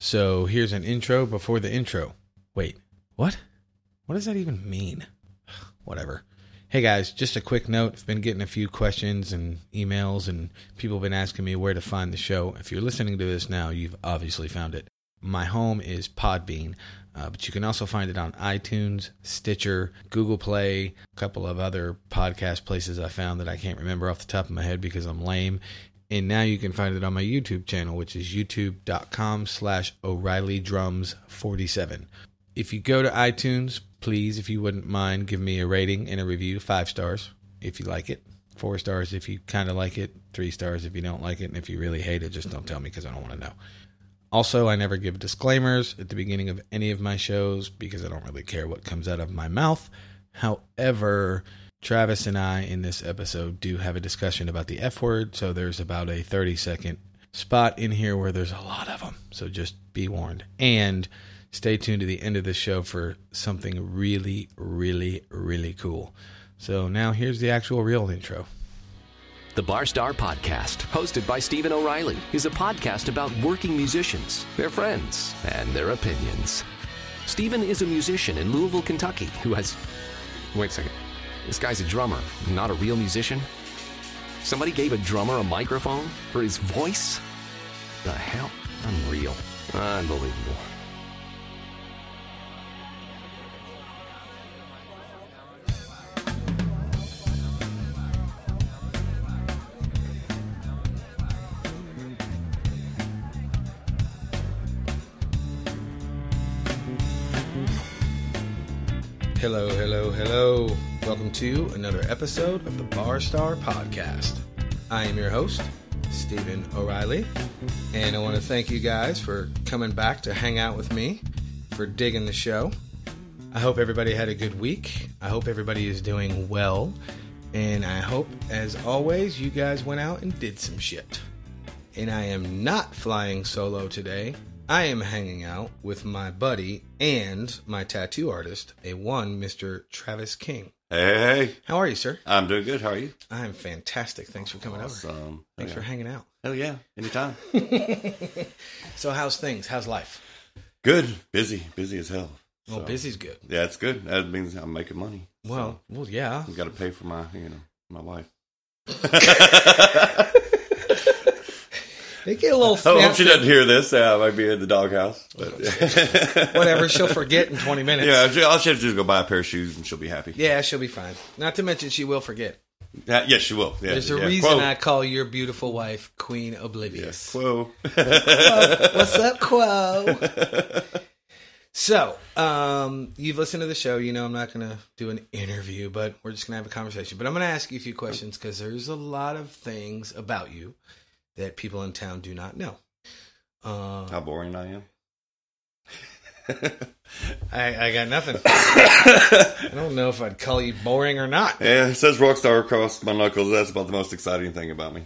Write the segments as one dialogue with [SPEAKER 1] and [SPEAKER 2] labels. [SPEAKER 1] So here's an intro before the intro. Wait, what? What does that even mean? Whatever. Hey guys, just a quick note. I've been getting a few questions and emails, and people have been asking me where to find the show. If you're listening to this now, you've obviously found it. My home is Podbean, uh, but you can also find it on iTunes, Stitcher, Google Play, a couple of other podcast places I found that I can't remember off the top of my head because I'm lame. And now you can find it on my YouTube channel, which is youtube.com slash O'Reilly Drums 47 if you go to iTunes, please, if you wouldn't mind, give me a rating and a review, five stars if you like it, four stars if you kind of like it, three stars if you don't like it, and if you really hate it, just don't tell me because I don't want to know. Also, I never give disclaimers at the beginning of any of my shows because I don't really care what comes out of my mouth. However, Travis and I in this episode do have a discussion about the F word, so there's about a 30 second spot in here where there's a lot of them. So just be warned. And stay tuned to the end of the show for something really, really, really cool. So now here's the actual real intro.
[SPEAKER 2] The Barstar Podcast, hosted by Stephen O'Reilly, is a podcast about working musicians, their friends, and their opinions. Stephen is a musician in Louisville, Kentucky, who has. Wait a second. This guy's a drummer, not a real musician? Somebody gave a drummer a microphone for his voice? The hell? Unreal. Unbelievable.
[SPEAKER 1] Hello, hello, hello. Welcome to another episode of the Barstar Podcast. I am your host, Stephen O'Reilly, and I want to thank you guys for coming back to hang out with me, for digging the show. I hope everybody had a good week. I hope everybody is doing well. And I hope, as always, you guys went out and did some shit. And I am not flying solo today. I am hanging out with my buddy and my tattoo artist, a one Mr. Travis King.
[SPEAKER 3] Hey, hey, hey.
[SPEAKER 1] How are you, sir?
[SPEAKER 3] I'm doing good. How are you?
[SPEAKER 1] I am fantastic. Thanks for coming over.
[SPEAKER 3] Awesome.
[SPEAKER 1] Thanks for hanging out.
[SPEAKER 3] Oh yeah, anytime.
[SPEAKER 1] So, how's things? How's life?
[SPEAKER 3] good. Busy. Busy as hell.
[SPEAKER 1] Well,
[SPEAKER 3] So,
[SPEAKER 1] busy's good.
[SPEAKER 3] Yeah, it's good. That means I'm making money.
[SPEAKER 1] Well, well, yeah.
[SPEAKER 3] I got to pay for my, you know, my life.
[SPEAKER 1] They get a little.
[SPEAKER 3] I hope she
[SPEAKER 1] snapsy.
[SPEAKER 3] doesn't hear this. Uh, I might be in the doghouse. But
[SPEAKER 1] Whatever. She'll forget in 20 minutes.
[SPEAKER 3] yeah, she- all she has to do is go buy a pair of shoes, and she'll be happy.
[SPEAKER 1] Yeah, she'll be fine. Not to mention, she will forget.
[SPEAKER 3] Uh, yes, she will. Yeah,
[SPEAKER 1] There's a
[SPEAKER 3] yeah.
[SPEAKER 1] reason
[SPEAKER 3] Quo.
[SPEAKER 1] I call your beautiful wife Queen Oblivious.
[SPEAKER 3] Quo.
[SPEAKER 1] Uh-huh. What's up, Quo? so, um, you've listened to the show. You know, I'm not going to do an interview, but we're just going to have a conversation. But I'm going to ask you a few questions because there's a lot of things about you that people in town do not know. Uh,
[SPEAKER 3] How boring I am.
[SPEAKER 1] I, I got nothing. I don't know if I'd call you boring or not.
[SPEAKER 3] Yeah, it says rock star across my knuckles. That's about the most exciting thing about me.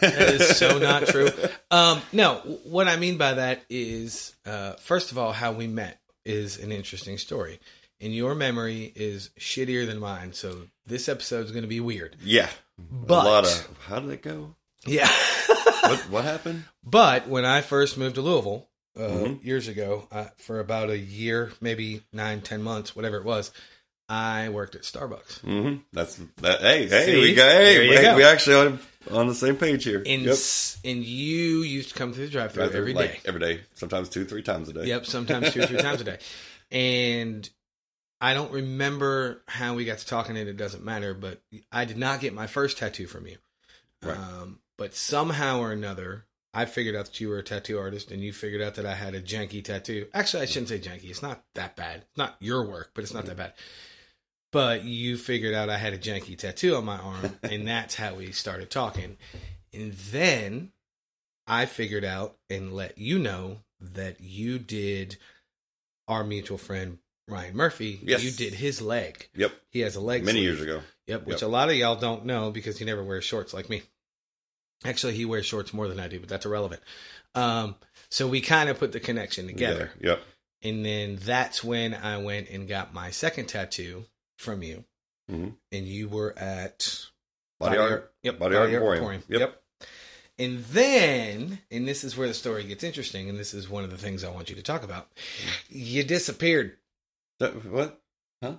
[SPEAKER 1] That is so not true. Um, no, what I mean by that is, uh, first of all, how we met is an interesting story. And your memory is shittier than mine. So this episode is going to be weird.
[SPEAKER 3] Yeah,
[SPEAKER 1] But-
[SPEAKER 3] a lot of how did it go?
[SPEAKER 1] Yeah.
[SPEAKER 3] What what happened?
[SPEAKER 1] but when I first moved to Louisville uh,
[SPEAKER 3] Mm-hmm.
[SPEAKER 1] years ago, uh, for about a year, maybe nine, ten months, whatever it was, I worked at Starbucks.
[SPEAKER 3] hmm That's that. Hey, hey,
[SPEAKER 1] See?
[SPEAKER 3] we got.
[SPEAKER 1] There
[SPEAKER 3] Hey,
[SPEAKER 1] you
[SPEAKER 3] we,
[SPEAKER 1] go.
[SPEAKER 3] we actually on, on the same page here.
[SPEAKER 1] And,
[SPEAKER 3] Yep.
[SPEAKER 1] s- and you used to come through the drive thru
[SPEAKER 3] Rather,
[SPEAKER 1] every day.
[SPEAKER 3] like, every day, sometimes two, three times a day.
[SPEAKER 1] Yep, sometimes two or three times a day. And I don't remember how we got to talking, and it doesn't matter. But I did not get my first tattoo from you.
[SPEAKER 3] Right.
[SPEAKER 1] Um, but somehow or another, I figured out that you were a tattoo artist, and you figured out that I had a janky tattoo. Actually, I shouldn't say janky. It's not that bad. It's not your work, but
[SPEAKER 3] Mm-hmm.
[SPEAKER 1] it's not that bad. But you figured out I had a janky tattoo on my arm, and that's how we started talking. And then I figured out and let you know that you did our mutual friend Ryan Murphy.
[SPEAKER 3] Yes.
[SPEAKER 1] You did his leg.
[SPEAKER 3] Yep.
[SPEAKER 1] He has a leg.
[SPEAKER 3] Many
[SPEAKER 1] sleeve.
[SPEAKER 3] years ago.
[SPEAKER 1] Yep, which
[SPEAKER 3] Yep.
[SPEAKER 1] a lot of y'all don't know because he never wears shorts like me. Actually, he wears shorts more than I do, but that's irrelevant. Um, so we kind of put the connection together.
[SPEAKER 3] Yeah, Yep.
[SPEAKER 1] And then that's when I went and got my second tattoo from you.
[SPEAKER 3] Mhm.
[SPEAKER 1] And you were at
[SPEAKER 3] Body, art.
[SPEAKER 1] Yep.
[SPEAKER 3] Body, art Emporium.
[SPEAKER 1] Yep.
[SPEAKER 3] Yep.
[SPEAKER 1] And then, and this is where the story gets interesting, and this is one of the things I want you to talk about. You disappeared.
[SPEAKER 3] That- what?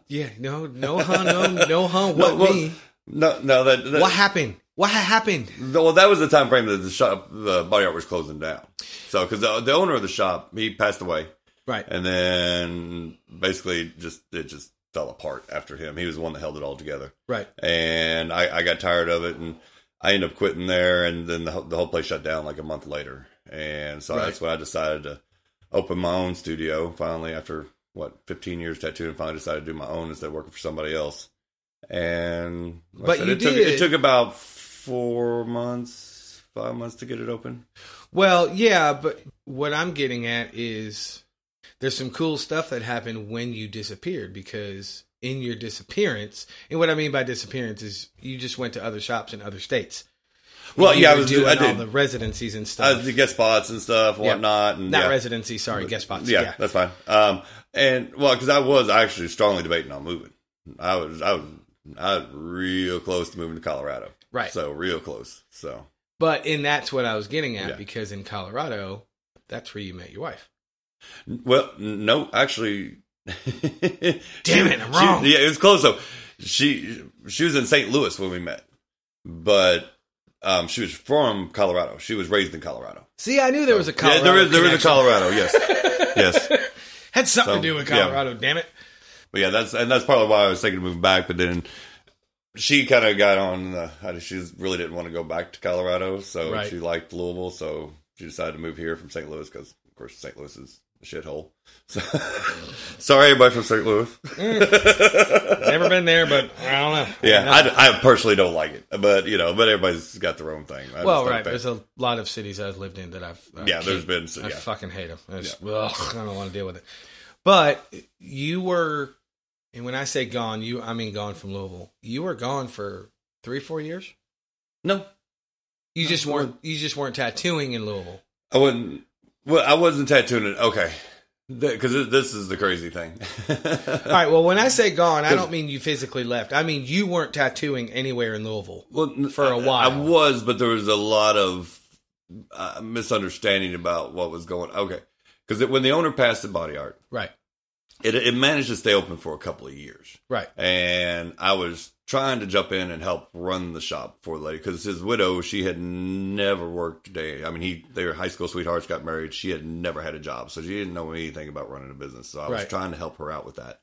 [SPEAKER 1] Yeah, no, no, huh, no, no, huh, what
[SPEAKER 3] No, well,
[SPEAKER 1] me?
[SPEAKER 3] No, no. That, that
[SPEAKER 1] What happened? What ha- happened?
[SPEAKER 3] well, that was the time frame that the shop, the body art was closing down. So, because the, the owner of the shop, he passed away,
[SPEAKER 1] Right.
[SPEAKER 3] and then basically just it just fell apart after him. He was the one that held it all together.
[SPEAKER 1] Right.
[SPEAKER 3] and I, I got tired of it and I ended up quitting there and then the, whole- the whole place shut down like a month later. And so
[SPEAKER 1] Right.
[SPEAKER 3] that's when I decided to open my own studio finally after what 15 years tattooing finally decided to do my own instead of working for somebody else. And like I
[SPEAKER 1] But
[SPEAKER 3] said,
[SPEAKER 1] you
[SPEAKER 3] it took
[SPEAKER 1] did.
[SPEAKER 3] it took about 4 months, 5 months to get it open.
[SPEAKER 1] Well, yeah, but what I'm getting at is there's some cool stuff that happened when you disappeared because in your disappearance, and what I mean by disappearance is you just went to other shops in other states.
[SPEAKER 3] Well,
[SPEAKER 1] You
[SPEAKER 3] yeah, I
[SPEAKER 1] were
[SPEAKER 3] was
[SPEAKER 1] doing
[SPEAKER 3] I
[SPEAKER 1] all
[SPEAKER 3] did
[SPEAKER 1] the residencies and
[SPEAKER 3] I
[SPEAKER 1] stuff.
[SPEAKER 3] did guest spots and stuff,
[SPEAKER 1] Yeah.
[SPEAKER 3] whatnot, and
[SPEAKER 1] Not
[SPEAKER 3] yeah.
[SPEAKER 1] residency, sorry, guest spots.
[SPEAKER 3] Yeah,
[SPEAKER 1] Yeah.
[SPEAKER 3] that's fine. Um, and well, because I was actually strongly debating on moving. I was, I was, I was real close to moving to Colorado.
[SPEAKER 1] Right.
[SPEAKER 3] So real close. So
[SPEAKER 1] But and that's what I was getting at
[SPEAKER 3] Yeah.
[SPEAKER 1] because in Colorado, that's where you met your wife.
[SPEAKER 3] well, n- no, actually.
[SPEAKER 1] Damn it, I'm wrong.
[SPEAKER 3] She, yeah, it was close though. She she was in St. Louis when we met, but um, she was from Colorado. She was raised in Colorado.
[SPEAKER 1] See, I knew there was a Colorado.
[SPEAKER 3] yeah, there is there is a
[SPEAKER 1] connection.
[SPEAKER 3] Colorado. Yes, yes.
[SPEAKER 1] Had something
[SPEAKER 3] So,
[SPEAKER 1] to do with
[SPEAKER 3] yeah.
[SPEAKER 1] Colorado. Damn it.
[SPEAKER 3] But yeah, that's and that's partly why I was thinking of moving back. But then she kind of got on. The, how did- she really didn't want to go back to Colorado, so
[SPEAKER 1] Right.
[SPEAKER 3] she liked Louisville, so she decided to move here from St. Louis because, of course, St. Louis is a shithole. So, sorry, everybody from St. Louis.
[SPEAKER 1] Mm. Never been there, but I don't know.
[SPEAKER 3] Yeah, I, I personally don't like it, but you know, but everybody's got their own thing. I
[SPEAKER 1] Well,
[SPEAKER 3] just don't
[SPEAKER 1] right.
[SPEAKER 3] think-
[SPEAKER 1] There's a lot of cities I've lived in that I've. I
[SPEAKER 3] Yeah, there's been-
[SPEAKER 1] I
[SPEAKER 3] yeah.
[SPEAKER 1] fucking hate them. I, just, ugh, I don't want to deal with it. But you were, and when I say gone, you I mean gone from Louisville. You were gone for three, four years.
[SPEAKER 3] no,
[SPEAKER 1] You just
[SPEAKER 3] I
[SPEAKER 1] weren't. You just weren't tattooing in Louisville.
[SPEAKER 3] I wasn't. Well, I wasn't tattooing it. Okay, because this is the crazy thing.
[SPEAKER 1] All right. Well, when I say gone, I don't mean you physically left. I mean you weren't tattooing anywhere in Louisville.
[SPEAKER 3] well, n-
[SPEAKER 1] for a
[SPEAKER 3] I-
[SPEAKER 1] while.
[SPEAKER 3] I was, but there was a lot of uh, misunderstanding about what was going. Okay, because when the owner passed the body art,
[SPEAKER 1] Right.
[SPEAKER 3] it it managed to stay open for a couple of years,
[SPEAKER 1] Right.
[SPEAKER 3] and I was trying to jump in and help run the shop for the lady because his widow she had never worked a day. I mean, he they were high school sweethearts, got married. She had never had a job, so she didn't know anything about running a business. So I was
[SPEAKER 1] Right.
[SPEAKER 3] trying to help her out with that.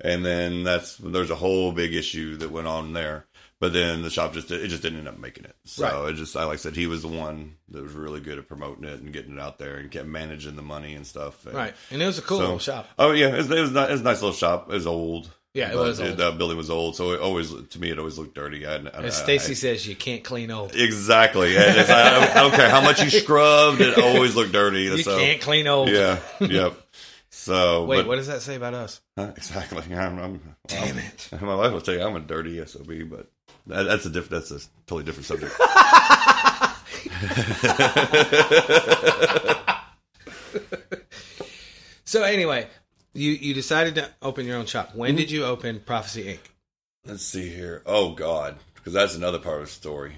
[SPEAKER 3] And then that's there's a whole big issue that went on there. But then the shop just it just didn't end up making it. So
[SPEAKER 1] Right.
[SPEAKER 3] it just I like I said he was the one that was really good at promoting it and getting it out there and kept managing the money and stuff. And
[SPEAKER 1] Right. And it was a cool
[SPEAKER 3] so-
[SPEAKER 1] little shop.
[SPEAKER 3] Oh yeah, it was, it was ni- it was a nice little shop. It was old.
[SPEAKER 1] Yeah, it
[SPEAKER 3] But
[SPEAKER 1] was old.
[SPEAKER 3] that building was old, so it always to me it always looked dirty. I, I,
[SPEAKER 1] As
[SPEAKER 3] I-
[SPEAKER 1] Stacy
[SPEAKER 3] uh, I-
[SPEAKER 1] says, you can't clean old.
[SPEAKER 3] exactly. And it's, I, don't- I don't care how much you scrubbed, it always looked dirty.
[SPEAKER 1] You
[SPEAKER 3] so,
[SPEAKER 1] can't clean old.
[SPEAKER 3] Yeah. Yep. So
[SPEAKER 1] Wait,
[SPEAKER 3] but-
[SPEAKER 1] what does that say about us?
[SPEAKER 3] Huh, exactly. I'm, I'm,
[SPEAKER 1] Damn
[SPEAKER 3] I'm-
[SPEAKER 1] it.
[SPEAKER 3] My wife will tell you I'm a dirty sob, but that, that's a diff- that's a totally different subject.
[SPEAKER 1] So anyway, you you decided to open your own shop. When did you open Prophecy Inc?
[SPEAKER 3] Let's see here. Oh God, because that's another part of the story.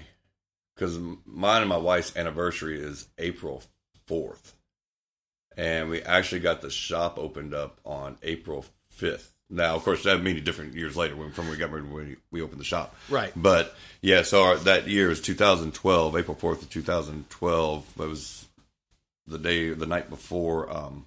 [SPEAKER 3] Because mine and my wife's anniversary is April fourth, and we actually got the shop opened up on April fifth. Now, of course, that many different years later when from when we got married, when we opened the shop,
[SPEAKER 1] Right.
[SPEAKER 3] But yeah, so our, that year was 2012, April fourth of 2012. That was the day, the night before um,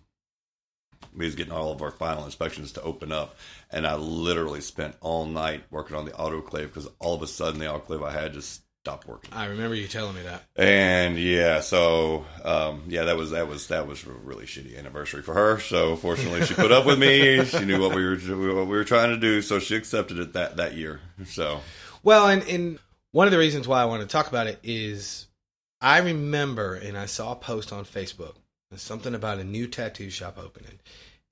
[SPEAKER 3] we was getting all of our final inspections to open up, and I literally spent all night working on the autoclave because all of a sudden the autoclave I had just stopped working.
[SPEAKER 1] I remember you telling me that.
[SPEAKER 3] And yeah, so um, yeah, that was that was that was a really shitty anniversary for her. So fortunately, she put up with me. She knew what we were what we were trying to do, so she accepted it that that year. So
[SPEAKER 1] Well, and, and one of the reasons why I want to talk about it is I remember and I saw a post on Facebook There's something about a new tattoo shop opening.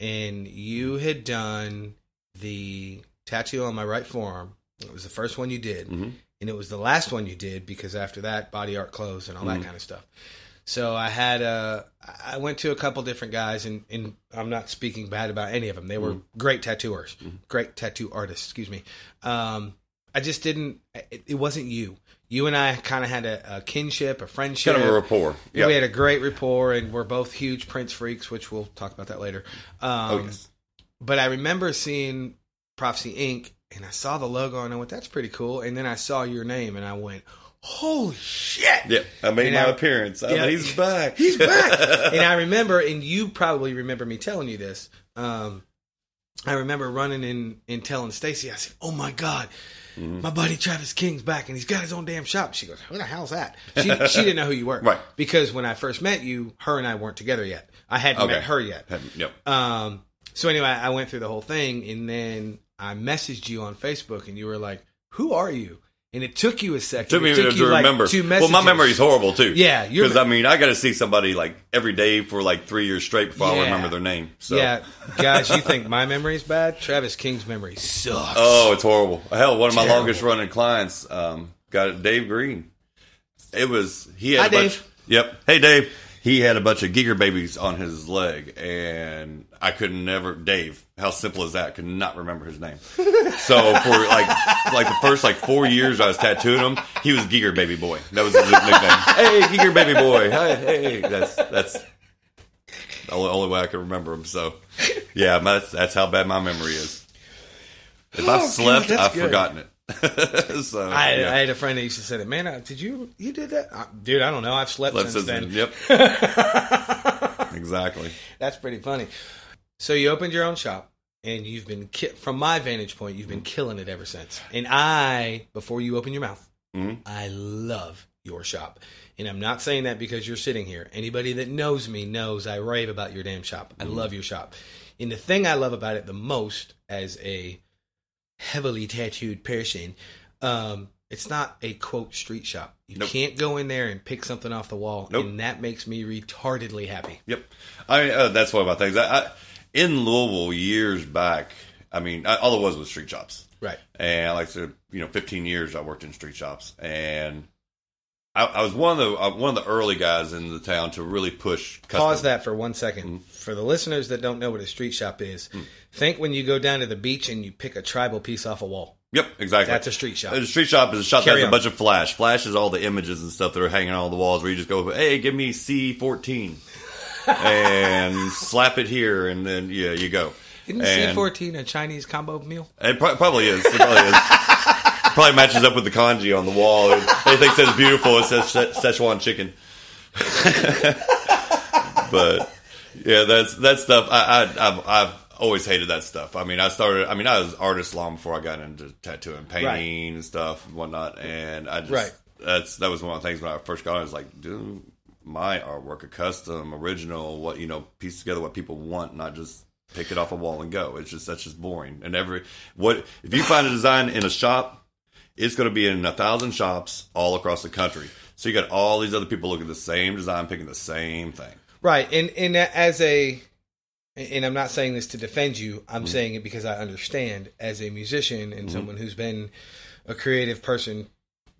[SPEAKER 1] And you had done the tattoo on my right forearm. It was the first one you did.
[SPEAKER 3] Mhm.
[SPEAKER 1] And it was the last one you did because after that, body art closed and all
[SPEAKER 3] Mm.
[SPEAKER 1] that kind of stuff. So I had a, I went to a couple different guys, and, and I'm not
[SPEAKER 3] Mm. Mm-hmm.
[SPEAKER 1] speaking bad about any of them. They were great tattooers, great tattoo artists, excuse me. Um, I just didn't. It, it wasn't you. You and I kind of had a, a kinship, a friendship,
[SPEAKER 3] Kind of a rapport. Yeah.
[SPEAKER 1] We had a great rapport, and we're both huge Prince freaks, which we'll talk about that later. Um,
[SPEAKER 3] oh, yes.
[SPEAKER 1] But I remember seeing Prophecy Inc. and I saw the logo, and I went, "That's pretty cool." And then I saw your name, and I went, "Holy shit!"
[SPEAKER 3] Yeah. I made
[SPEAKER 1] And
[SPEAKER 3] my
[SPEAKER 1] I-
[SPEAKER 3] appearance. I-
[SPEAKER 1] Yeah.
[SPEAKER 3] He's back.
[SPEAKER 1] He's back. and I remember, and you probably remember me telling you this. Um, I remember running in and telling Stacy, I said, "Oh my god,
[SPEAKER 3] Mm-hmm.
[SPEAKER 1] my buddy Travis King's back, and he's got his own damn shop." She goes, "Who the hell's that?" She she didn't know who you were,
[SPEAKER 3] Right.
[SPEAKER 1] Because when I first met you, her and I weren't together yet. I hadn't
[SPEAKER 3] Okay.
[SPEAKER 1] met her yet.
[SPEAKER 3] Hadn't- yep.
[SPEAKER 1] Um, so anyway, I went through the whole thing, and then I messaged you on Facebook, and you were like, "Who are you?" And it took you a second.
[SPEAKER 3] Took me
[SPEAKER 1] It took
[SPEAKER 3] to
[SPEAKER 1] you, like,
[SPEAKER 3] remember.
[SPEAKER 1] two
[SPEAKER 3] well, my
[SPEAKER 1] messages.
[SPEAKER 3] memory's horrible too.
[SPEAKER 1] Yeah, you're-
[SPEAKER 3] because I mean, I got to see somebody like every day for like three years straight before I
[SPEAKER 1] Yeah.
[SPEAKER 3] remember their name. So.
[SPEAKER 1] Yeah, guys, you think my memory's bad? Travis King's memory sucks.
[SPEAKER 3] Oh, it's horrible. Hell, one of my
[SPEAKER 1] Terrible.
[SPEAKER 3] longest running clients um, got it, Dave Green. It was he had
[SPEAKER 1] Hi,
[SPEAKER 3] a bunch.
[SPEAKER 1] Dave.
[SPEAKER 3] Yep. Hey, Dave. He had a bunch of Giger babies on his leg, and I could never. Dave, how simple is that? Could not remember his name. So for like like the first like four years I was tattooing him, he was Giger baby boy. That was his nickname. hey, Giger baby boy. Hi, hey, that's that's the only, only way I can remember him. So yeah, my, that's, that's how bad my memory is. If
[SPEAKER 1] Oh,
[SPEAKER 3] I've
[SPEAKER 1] God,
[SPEAKER 3] slept,
[SPEAKER 1] that's
[SPEAKER 3] I've
[SPEAKER 1] good.
[SPEAKER 3] forgotten it. so
[SPEAKER 1] I,
[SPEAKER 3] yeah.
[SPEAKER 1] I had a friend that used to say that. Man, I, did you you did that, I, dude? I don't know. I've slept
[SPEAKER 3] Let's
[SPEAKER 1] since
[SPEAKER 3] just-
[SPEAKER 1] then.
[SPEAKER 3] yep. exactly.
[SPEAKER 1] That's pretty funny. So you opened your own shop, and you've been ki- from my vantage point, you've been
[SPEAKER 3] Mm-hmm.
[SPEAKER 1] killing it ever since. And I, before you open your mouth,
[SPEAKER 3] Mhm.
[SPEAKER 1] I love your shop, and I'm not saying that because you're sitting here. Anybody that knows me knows I rave about your damn shop.
[SPEAKER 3] Mm-hmm.
[SPEAKER 1] I love your shop, and the thing I love about it the most, as a heavily tattooed person, um, it's not a quote street shop. You
[SPEAKER 3] Nope.
[SPEAKER 1] can't go in there and pick something off the wall,
[SPEAKER 3] Nope.
[SPEAKER 1] and that makes me retardedly happy.
[SPEAKER 3] Yep. I mean, uh, that's one of my things. I, I in Louisville years back. I mean, I, all it was was street shops.
[SPEAKER 1] Right.
[SPEAKER 3] and like I said, you know, 15 years I worked in street shops, and I, I was one of the uh, one of the early guys in the town to really push. Custom. Mm-hmm.
[SPEAKER 1] Pause that for one second. For the listeners that don't know what a street shop is,
[SPEAKER 3] Mm.
[SPEAKER 1] think when you go down to the beach and you pick a tribal piece off a wall.
[SPEAKER 3] Yep, exactly.
[SPEAKER 1] That's a street shop.
[SPEAKER 3] A street shop is a shop
[SPEAKER 1] Carry
[SPEAKER 3] that has
[SPEAKER 1] on.
[SPEAKER 3] a bunch of flash. Flash is all the images and stuff that are hanging on the walls where you just go, hey, give me C14 and slap it here, and then, yeah, you go.
[SPEAKER 1] Isn't
[SPEAKER 3] And-
[SPEAKER 1] C14 a Chinese combo meal?
[SPEAKER 3] It pro- probably is. It probably is. It probably matches up with the kanji on the wall. Anything says beautiful, it says Sech- Szechuan chicken. but yeah, that's that stuff. I, I I've, I've always hated that stuff. I mean, I started. I mean, I was an artist long before I got into tattooing, painting, and stuff and whatnot. And I just
[SPEAKER 1] Right.
[SPEAKER 3] that's that was one of the things when I first got on. It's like, dude, my artwork, a custom, original, what you know, piece together what people want, not just pick it off a wall and go. It's just that's just boring. And every what if you find a design in a shop, it's going to be in a thousand shops all across the country. So you got all these other people looking at the same design, picking the same thing.
[SPEAKER 1] Right. And and as a and I'm not saying this to defend you. I'm
[SPEAKER 3] Mm-hmm.
[SPEAKER 1] saying it because I understand as a musician and someone who's been a creative person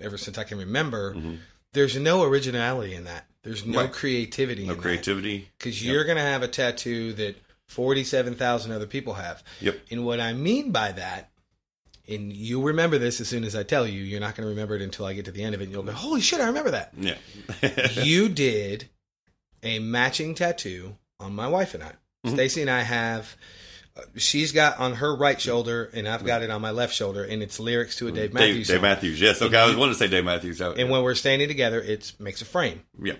[SPEAKER 1] ever since I can remember, there's no originality in that. There's no
[SPEAKER 3] Mm-hmm. Right.
[SPEAKER 1] creativity
[SPEAKER 3] No
[SPEAKER 1] in that.
[SPEAKER 3] creativity.
[SPEAKER 1] because you're going to have a tattoo that 47,000 other people have.
[SPEAKER 3] Yep.
[SPEAKER 1] And what I mean by that, and you'll remember this as soon as I tell you, you're not going to remember it until I get to the end of it, and you'll go, holy shit, I remember that.
[SPEAKER 3] Yeah.
[SPEAKER 1] you did a matching tattoo on my wife and I.
[SPEAKER 3] Mm-hmm.
[SPEAKER 1] Stacy and I have. uh, She's got on her right
[SPEAKER 3] Mm-hmm.
[SPEAKER 1] shoulder, and I've got it on my left shoulder, and it's lyrics to a Dave Matthews
[SPEAKER 3] Dave,
[SPEAKER 1] song.
[SPEAKER 3] Dave Matthews. Yes. Okay. I was wanting to say Dave Matthews. That-
[SPEAKER 1] and when we're standing together, it makes a frame.
[SPEAKER 3] yeah.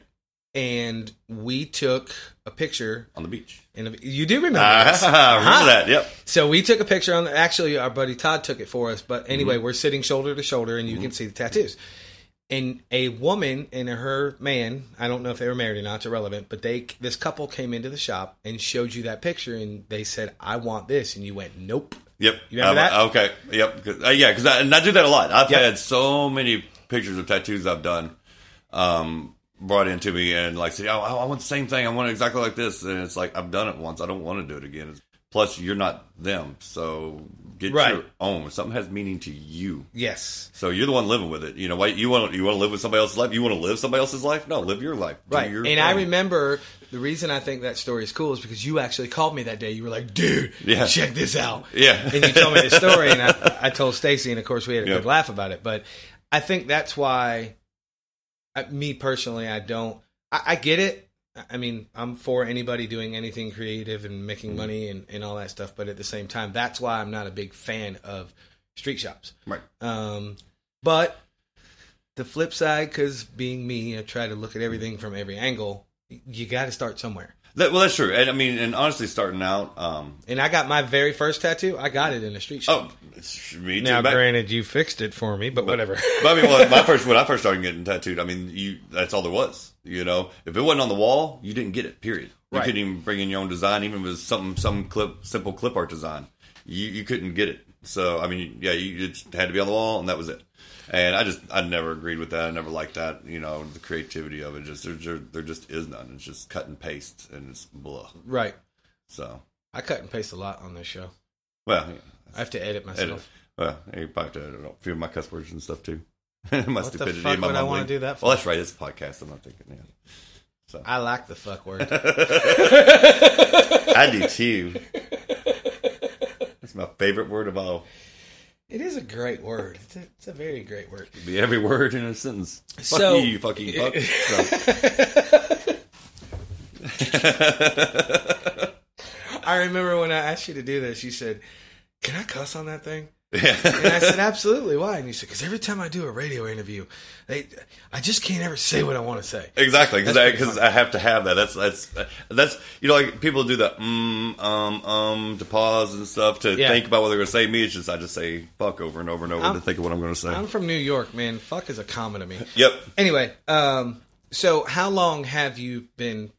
[SPEAKER 1] And we took a picture
[SPEAKER 3] On the beach.
[SPEAKER 1] and you do remember this. Uh-huh.
[SPEAKER 3] Ah, remember that? Yep.
[SPEAKER 1] So we took a picture on. The, actually, our buddy Todd took it for us. But
[SPEAKER 3] Mm-hmm.
[SPEAKER 1] anyway, we're sitting shoulder to shoulder, and you can see the tattoos. And a woman and her man. I don't know if they were married or not. It's irrelevant. But they this couple came into the shop and showed you that picture, and they said, "I want this," and you went, "Nope."
[SPEAKER 3] Yep.
[SPEAKER 1] You remember
[SPEAKER 3] Um,
[SPEAKER 1] that?
[SPEAKER 3] Okay. Yep. 'Cause- uh, yeah, because I, and I do that a lot. I've
[SPEAKER 1] Yep.
[SPEAKER 3] had so many pictures of tattoos I've done um, brought into me and like say, oh, I I want the same thing. I want it exactly like this. And it's like, I've done it once. I don't want to do it again. Plus, you're not them, so get
[SPEAKER 1] Right.
[SPEAKER 3] your own. Something has meaning to you.
[SPEAKER 1] Yes.
[SPEAKER 3] So you're the one living with it. You know, why you want you want to live with somebody else's life? You want to live somebody else's life? No, live your life. Do
[SPEAKER 1] Right.
[SPEAKER 3] your
[SPEAKER 1] And I
[SPEAKER 3] own.
[SPEAKER 1] remember the reason I think that story is cool is because you actually called me that day. You were like, dude,
[SPEAKER 3] Yeah.
[SPEAKER 1] check this out.
[SPEAKER 3] Yeah.
[SPEAKER 1] And you told me the story and I, I told Stacy and of course we had a
[SPEAKER 3] Yeah.
[SPEAKER 1] good laugh about it. But I think that's why I, me personally, I don't, I, I get it. I- I mean, I'm for anybody doing anything creative and
[SPEAKER 3] Mm-hmm.
[SPEAKER 1] making money and, and all that stuff. But at the same time, that's why I'm not a big fan of street shops.
[SPEAKER 3] Right.
[SPEAKER 1] Um, but the flip side, because being me, I try to look at everything from every angle. You got to start somewhere.
[SPEAKER 3] That, well, that's true. And I mean, and honestly, starting out, um,
[SPEAKER 1] And I got my very first tattoo. I got it in a street shop.
[SPEAKER 3] oh, it's me too.
[SPEAKER 1] now,
[SPEAKER 3] Back-
[SPEAKER 1] granted, you fixed it for me, but whatever.
[SPEAKER 3] But I mean, well, my first when I first started getting tattooed, I mean, you that's all there was. You know, if it wasn't on the wall, you didn't get it. Period. You
[SPEAKER 1] Right.
[SPEAKER 3] couldn't even bring in your own design, even if it was some some clip simple clip art design. You you couldn't get it. So I mean, yeah, you it had to be on the wall, and that was it. And I just I never agreed with that. I never liked that. You know, the creativity of it just there, there, there just is none. It's just cut and paste, and it's blah.
[SPEAKER 1] right.
[SPEAKER 3] So
[SPEAKER 1] I cut and paste a lot on this show.
[SPEAKER 3] well, yeah,
[SPEAKER 1] I have to edit myself.
[SPEAKER 3] edit. Well, you probably have to edit a few of my cuss words and stuff too. my
[SPEAKER 1] What the
[SPEAKER 3] stupidity,
[SPEAKER 1] fuck
[SPEAKER 3] my
[SPEAKER 1] would I want
[SPEAKER 3] mumbling.
[SPEAKER 1] to do that for?
[SPEAKER 3] Well, that's right. It's a podcast. I'm not thinking. Yeah.
[SPEAKER 1] I like the fuck word.
[SPEAKER 3] I do too. That's my favorite word of all.
[SPEAKER 1] it is a great word. It's a, it's a very great word.
[SPEAKER 3] It'd be every word in a sentence. Fuck
[SPEAKER 1] So-
[SPEAKER 3] you, you fucking fuck. So,
[SPEAKER 1] I remember when I asked you to do this, you said, Can I cuss on that thing?
[SPEAKER 3] yeah.
[SPEAKER 1] And I said, absolutely. Why? And you said, because every time I do a radio interview, they, I just can't ever say what I want to say.
[SPEAKER 3] Exactly, because I,
[SPEAKER 1] That's pretty
[SPEAKER 3] cause I have to have that. That's that's that's you know like people do the mm um um to pause and stuff to
[SPEAKER 1] Yeah.
[SPEAKER 3] think about what they're gonna say. Me, it's just I just say fuck over and over and over
[SPEAKER 1] I'm-
[SPEAKER 3] to think of what I'm gonna say.
[SPEAKER 1] I'm from New York, man. Fuck is a common to me.
[SPEAKER 3] yep,
[SPEAKER 1] Anyway, um, so how long have you been?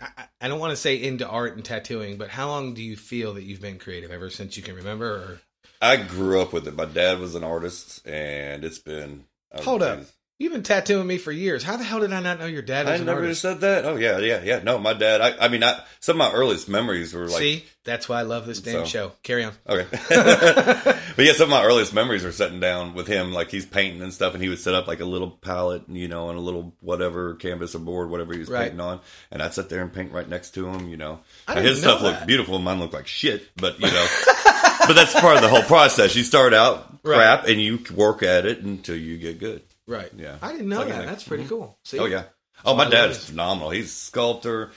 [SPEAKER 1] I, I- I don't want to say into art and tattooing, but how long do you feel that you've been creative ever since you can remember? Or
[SPEAKER 3] I grew up with it. My dad was an artist, and it's been I
[SPEAKER 1] hold up,
[SPEAKER 3] was-
[SPEAKER 1] you've been tattooing me for years. How the hell did I not know your dad
[SPEAKER 3] I
[SPEAKER 1] was an
[SPEAKER 3] never
[SPEAKER 1] artist?
[SPEAKER 3] said that. Oh yeah, yeah, yeah. No, my dad. I, I mean, I, some of my earliest memories were like
[SPEAKER 1] See, that's why I love this damn
[SPEAKER 3] So-
[SPEAKER 1] show. Carry on.
[SPEAKER 3] Okay. but yeah, some of my earliest memories are sitting down with him, like he's painting and stuff, and he would set up like a little palette, you know, and a little whatever canvas or board, whatever he was
[SPEAKER 1] Right.
[SPEAKER 3] painting on, and I'd sit there and paint right next to him, you know.
[SPEAKER 1] I
[SPEAKER 3] Now,
[SPEAKER 1] didn't
[SPEAKER 3] his
[SPEAKER 1] know
[SPEAKER 3] stuff looked
[SPEAKER 1] that.
[SPEAKER 3] beautiful, mine looked like shit, but you know. but that's part of the whole process. You start out
[SPEAKER 1] Right.
[SPEAKER 3] crap, and you work at it until you get good.
[SPEAKER 1] Right.
[SPEAKER 3] Yeah.
[SPEAKER 1] I didn't know
[SPEAKER 3] Second
[SPEAKER 1] that.
[SPEAKER 3] thing.
[SPEAKER 1] That's pretty cool. See.
[SPEAKER 3] Oh yeah. Oh, my
[SPEAKER 1] I
[SPEAKER 3] dad
[SPEAKER 1] love
[SPEAKER 3] is
[SPEAKER 1] it.
[SPEAKER 3] phenomenal. He's a sculptor.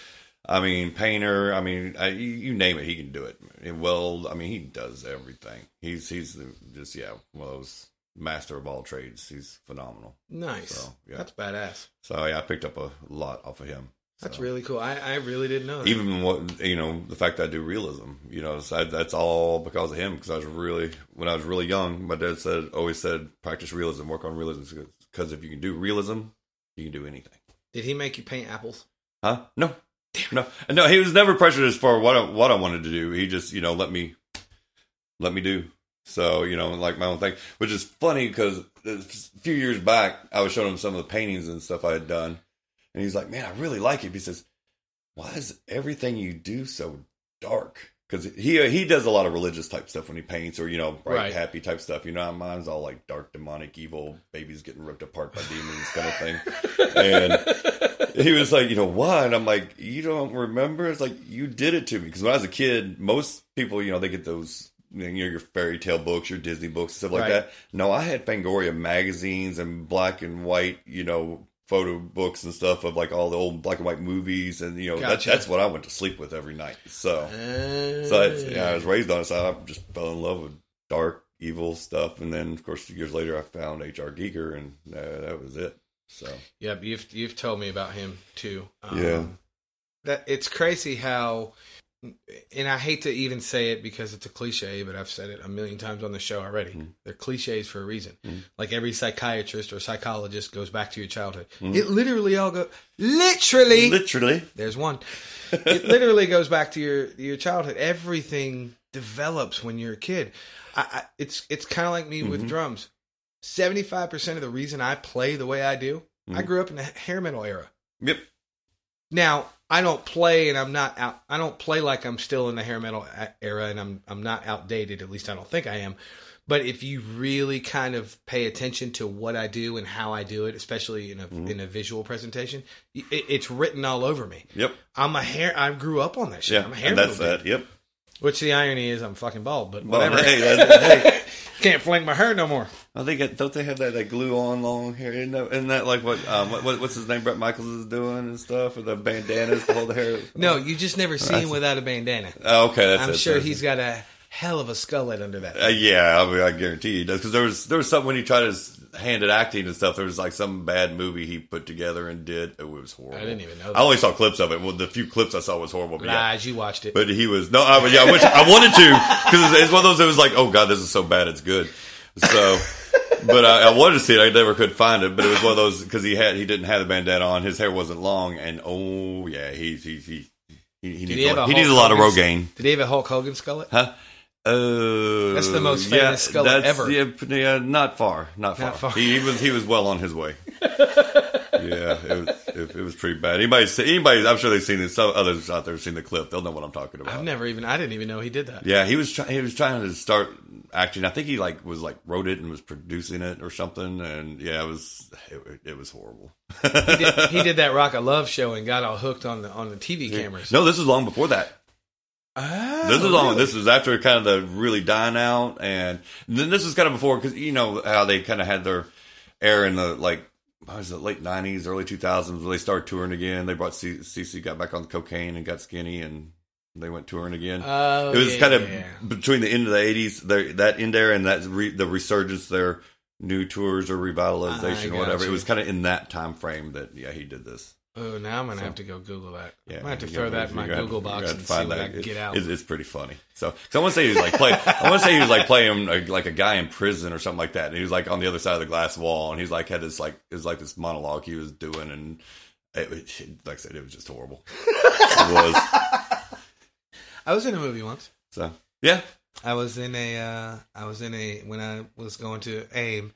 [SPEAKER 3] I mean, painter. I mean, I, you you name it, he can do it. And Weld. I mean, he does everything. He's he's the, just yeah one of those master of all trades. He's phenomenal.
[SPEAKER 1] Nice.
[SPEAKER 3] So, yeah.
[SPEAKER 1] That's badass.
[SPEAKER 3] So yeah, I picked up a lot off of him.
[SPEAKER 1] That's
[SPEAKER 3] So.
[SPEAKER 1] really cool. I, I really didn't know that.
[SPEAKER 3] Even what you know, the fact that I do realism, you know, so I, that's all because of him. Because I was really, when I was really young, my dad said, always said, practice realism, work on realism, because if you can do realism, you can do anything.
[SPEAKER 1] Did he make you paint apples?
[SPEAKER 3] Huh? No. No. No, he was never pressured as far what I, what I wanted to do. He just, you know, let me let me do. So, you know, like my own thing, which is funny cuz a few years back I was showing him some of the paintings and stuff I had done. And he's like, "Man, I really like it." He says, "Why is everything you do so dark?" Cuz he he does a lot of religious type stuff when he paints or, you know, bright
[SPEAKER 1] Right.
[SPEAKER 3] happy type stuff. You know, mine's all like dark demonic evil babies getting ripped apart by demons kind of thing. And he was like, you know, why? And I'm like, you don't remember? It's like you did it to me because when I was a kid, most people, you know, they get those, you know, your fairy tale books, your Disney books, stuff like
[SPEAKER 1] Right.
[SPEAKER 3] that. No, I had Fangoria magazines and black and white, you know, photo books and stuff of like all the old black and white movies, and you know, that's
[SPEAKER 1] Gotcha.
[SPEAKER 3] that's what I went to sleep with every night. So, Oh.
[SPEAKER 1] Uh,
[SPEAKER 3] so it's, yeah, I was raised on it. So I just fell in love with dark, evil stuff, and then of course years later, I found H.R. Giger, and uh, that was it. So.
[SPEAKER 1] Yep, you've you've told me about him too. Um,
[SPEAKER 3] Yeah.
[SPEAKER 1] that it's crazy how, and I hate to even say it because it's a cliche, but I've said it a million times on the show already.
[SPEAKER 3] Mm-hmm.
[SPEAKER 1] They're cliches for a reason. Like every psychiatrist or psychologist goes back to your childhood.
[SPEAKER 3] Mm-hmm.
[SPEAKER 1] It literally all go literally.
[SPEAKER 3] Literally,
[SPEAKER 1] there's one. it literally goes back to your your childhood. Everything develops when you're a kid. I, I, it's it's kind of like me with drums. Seventy five percent of the reason I play the way I do, I grew up in the hair metal era.
[SPEAKER 3] Yep.
[SPEAKER 1] Now I don't play and I'm not out. I don't play like I'm still in the hair metal a- era and I'm I'm not outdated. At least I don't think I am. But if you really kind of pay attention to what I do and how I do it, especially in a in a visual presentation, y- it, it's written all over me.
[SPEAKER 3] Yep.
[SPEAKER 1] I'm a hair. I grew up on that shit.
[SPEAKER 3] Yeah.
[SPEAKER 1] I'm a hair.
[SPEAKER 3] And that's
[SPEAKER 1] metal dude.
[SPEAKER 3] that. Yep.
[SPEAKER 1] Which the irony is, I'm fucking bald, but
[SPEAKER 3] Well,
[SPEAKER 1] whatever.
[SPEAKER 3] hey, that's- hey,
[SPEAKER 1] Can't fling my hair no more.
[SPEAKER 3] I think it- don't they have that, that glue on long hair? Isn't that, isn't that like what, um, what what's his name? Brett Michaels is doing and stuff with the bandanas to hold the hair.
[SPEAKER 1] No, you just never see him without a bandana.
[SPEAKER 3] Oh, okay, that's
[SPEAKER 1] I'm
[SPEAKER 3] it.
[SPEAKER 1] sure
[SPEAKER 3] That's
[SPEAKER 1] he's got a hell of a skullet under that.
[SPEAKER 3] Uh, yeah, I, mean, I guarantee he does. Because there was there was something when he tried his hand at acting and stuff. There was like some bad movie he put together and did. It was horrible.
[SPEAKER 1] I didn't even know
[SPEAKER 3] I
[SPEAKER 1] that.
[SPEAKER 3] only saw clips of it. Well, the few clips I saw was horrible. But yeah.
[SPEAKER 1] Lies, you watched it.
[SPEAKER 3] But he was no, I was- yeah, I wish I wanted to because it's, it's one of those. that was like, oh god, this is so bad, it's good. So, but I, I wanted to see it. I never could find it. But it was one of those because he had he didn't have the bandana on. His hair wasn't long, and oh yeah, he he he he, he, needs,
[SPEAKER 1] he have
[SPEAKER 3] a,
[SPEAKER 1] a
[SPEAKER 3] he needs a
[SPEAKER 1] Hulk
[SPEAKER 3] lot of
[SPEAKER 1] Hogan's-
[SPEAKER 3] Rogaine.
[SPEAKER 1] Did he have a Hulk Hogan skullet?
[SPEAKER 3] Huh? Uh,
[SPEAKER 1] That's the most famous skull ever.
[SPEAKER 3] Yeah, p- yeah, not far, not far.
[SPEAKER 1] Not far.
[SPEAKER 3] He, he was he was well on his way. yeah, it was it, it was pretty bad. Anybody, see- anybody, I'm sure they've seen this. Some others out there have seen the clip. They'll know what I'm talking about.
[SPEAKER 1] I've never even. I didn't even know he did that.
[SPEAKER 3] yeah, he was try- he was trying to start acting. I think he like was like wrote it and was producing it or something. And yeah, it was it, it was horrible.
[SPEAKER 1] He did, he did that Rock of Love show and got all hooked on the on the TV cameras.
[SPEAKER 3] No, this was long before that.
[SPEAKER 1] Oh,
[SPEAKER 3] This is all.
[SPEAKER 1] really?
[SPEAKER 3] This is after kind of the really dying out, and then this is kind of before because you know how they kind of had their air in the like what was it late nineties, early two thousands. They started touring again. They brought C- CC got back on cocaine and got skinny, and they went touring again.
[SPEAKER 1] Oh,
[SPEAKER 3] it was
[SPEAKER 1] yeah,
[SPEAKER 3] kind of
[SPEAKER 1] yeah, yeah.
[SPEAKER 3] between the end of the eighties, that end there, and that re, the resurgence there. New tours or
[SPEAKER 1] I
[SPEAKER 3] revitalization
[SPEAKER 1] got
[SPEAKER 3] or whatever. It
[SPEAKER 1] you.
[SPEAKER 3] was kind of in that time frame that yeah he did this.
[SPEAKER 1] Oh, now I'm gonna have to go Google that.
[SPEAKER 3] Yeah,
[SPEAKER 1] I'm gonna have to
[SPEAKER 3] you
[SPEAKER 1] throw
[SPEAKER 3] gotta-
[SPEAKER 1] that in
[SPEAKER 3] you
[SPEAKER 1] my
[SPEAKER 3] gotta-
[SPEAKER 1] Google
[SPEAKER 3] you
[SPEAKER 1] box
[SPEAKER 3] gotta
[SPEAKER 1] and see
[SPEAKER 3] find
[SPEAKER 1] what I
[SPEAKER 3] that.
[SPEAKER 1] can
[SPEAKER 3] It's-
[SPEAKER 1] get out.
[SPEAKER 3] It's, it's pretty funny. So, because I want to say he was like playing. I want to say he was like playing like, like a guy in prison or something like that. And he was like on the other side of the glass wall, and he's like had this like it was like this monologue he was doing, and it, it, like I said, it was just horrible. it was
[SPEAKER 1] I was in a movie once.
[SPEAKER 3] so yeah.
[SPEAKER 1] I was in a uh I was in a when I was going to AIM,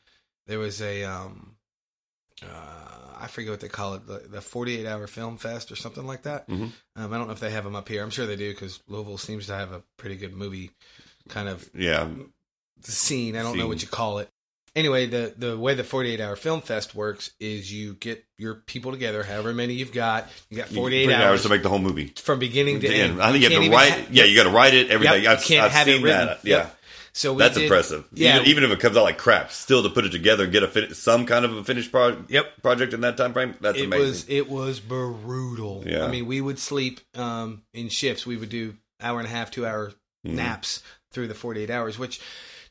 [SPEAKER 1] there was a um uh I forget what they call it, the, the 48 hour film fest or something like that.
[SPEAKER 3] Mhm.
[SPEAKER 1] Um, I don't know if they have them up here. I'm sure they do because Louisville seems to have a pretty good movie kind of
[SPEAKER 3] Yeah,
[SPEAKER 1] scene. I don't know what
[SPEAKER 3] Scene.
[SPEAKER 1] you call it. Anyway, the the way the 48 hour film fest works is you get your people together, however many you've got. You got
[SPEAKER 3] You-
[SPEAKER 1] 48
[SPEAKER 3] three
[SPEAKER 1] hours,
[SPEAKER 3] to make the whole movie.
[SPEAKER 1] from beginning to end.
[SPEAKER 3] And I think you have
[SPEAKER 1] can't
[SPEAKER 3] to
[SPEAKER 1] even
[SPEAKER 3] write.
[SPEAKER 1] ha-
[SPEAKER 3] yeah, you got to write it. Everything.
[SPEAKER 1] Yep,
[SPEAKER 3] I've,
[SPEAKER 1] you can't
[SPEAKER 3] I've
[SPEAKER 1] have it
[SPEAKER 3] seen
[SPEAKER 1] written.
[SPEAKER 3] that. Yeah,
[SPEAKER 1] Yep. So we
[SPEAKER 3] that's
[SPEAKER 1] did-
[SPEAKER 3] impressive.
[SPEAKER 1] Yeah,
[SPEAKER 3] even, even if it comes out like crap, still to put it together and get a fin- some kind of a finished pro-
[SPEAKER 1] Yep.
[SPEAKER 3] project in that time frame. That's
[SPEAKER 1] it
[SPEAKER 3] amazing.
[SPEAKER 1] was it was brutal.
[SPEAKER 3] Yeah.
[SPEAKER 1] I mean, we would sleep um, in shifts. We would do hour and a half, two hour
[SPEAKER 3] Mm-hmm.
[SPEAKER 1] naps through the forty eight hours, which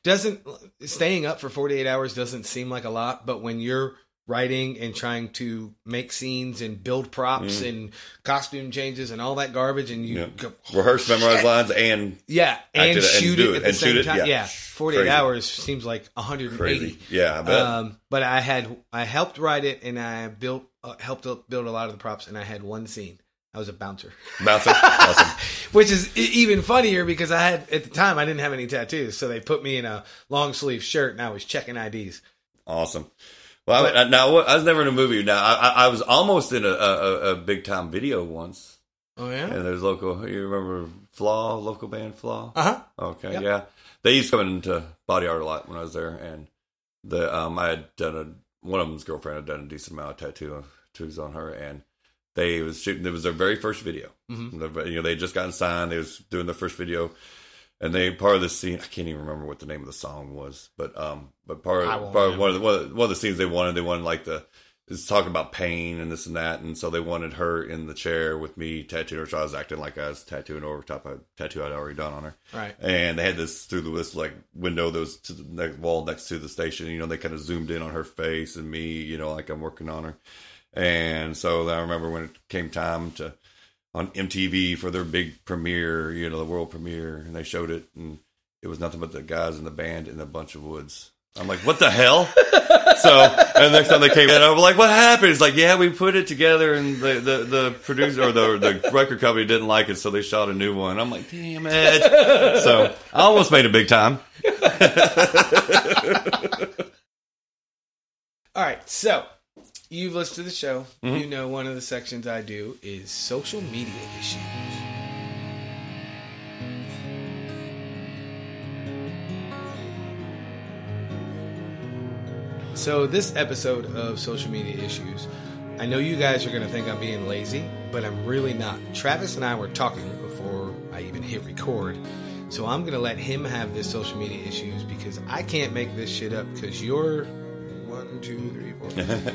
[SPEAKER 1] doesn't staying up for forty eight hours doesn't seem like a lot, but when you're writing and trying to make scenes and build props and costume changes and all that garbage, and you
[SPEAKER 3] Mm. Yeah.
[SPEAKER 1] go,
[SPEAKER 3] rehearse, memorize
[SPEAKER 1] Shit.
[SPEAKER 3] lines, and
[SPEAKER 1] yeah,
[SPEAKER 3] Act
[SPEAKER 1] and
[SPEAKER 3] it out and
[SPEAKER 1] shoot
[SPEAKER 3] do
[SPEAKER 1] it
[SPEAKER 3] it
[SPEAKER 1] at the
[SPEAKER 3] and shoot
[SPEAKER 1] same
[SPEAKER 3] it,
[SPEAKER 1] time.
[SPEAKER 3] yeah.
[SPEAKER 1] Yeah, forty eight
[SPEAKER 3] Crazy.
[SPEAKER 1] hours seems like one hundred and
[SPEAKER 3] crazy.
[SPEAKER 1] eighty.
[SPEAKER 3] Yeah, I bet.
[SPEAKER 1] Um, but I had I helped write it, and I built uh, helped up build a lot of the props, and I had one scene. I was a bouncer,
[SPEAKER 3] Bouncer, awesome.
[SPEAKER 1] which is e- even funnier because I had at the time I didn't have any tattoos, so they put me in a long sleeve shirt, and I was checking IDs.
[SPEAKER 3] Awesome. Well, I, I, now I was never in a movie. Now I, I, I was almost in a, a, a- a big time video once,
[SPEAKER 1] Oh yeah,
[SPEAKER 3] and there's local. You remember Flaw, local band Flaw?
[SPEAKER 1] uh huh.
[SPEAKER 3] Okay,
[SPEAKER 1] Yep.
[SPEAKER 3] yeah. They used to come into body art a lot when I was there, and the um, I had done a one of them's girlfriend had done a decent amount of tattoo tattoos on her, and they was shooting. It was their very first video.
[SPEAKER 1] Mm-hmm.
[SPEAKER 3] The- You know, they had just gotten signed. They was doing their first video, and they part of the scene. I can't even remember what the name of the song was, but um, but part
[SPEAKER 1] I won't
[SPEAKER 3] of, part of one of the one of the- one of the scenes they wanted. They wanted like the is talking about pain and this and that, and so they wanted her in the chair with me tattooing her. So I was acting like I was tattooing over top of a tattoo I'd already done on her
[SPEAKER 1] Right.
[SPEAKER 3] and they had this through the this like window that was to the next wall next to the station. You know, they kind of zoomed in on her face and me. You know, like I'm working on her. And so I remember when it came time to on MTV for their big premiere, you know, the world premiere, and they showed it, and it was nothing but the guys in the band in a bunch of woods. I'm like, what the hell? so, and the next time they came in, I'm like, what happened? It's like, yeah, we put it together, and the the, the producer or the the record company didn't like it, so they shot a new one. I'm like, damn it! So I almost made a big time.
[SPEAKER 1] All right, so you've listened to the show. You know one of the sections I do is social media issues. So this episode of social media issues, I know you guys are going to think I'm being lazy, but I'm really not. Travis and I were talking before I even hit record. So I'm going to let him have this social media issues because I can't make this shit up because you're one, two, three, four.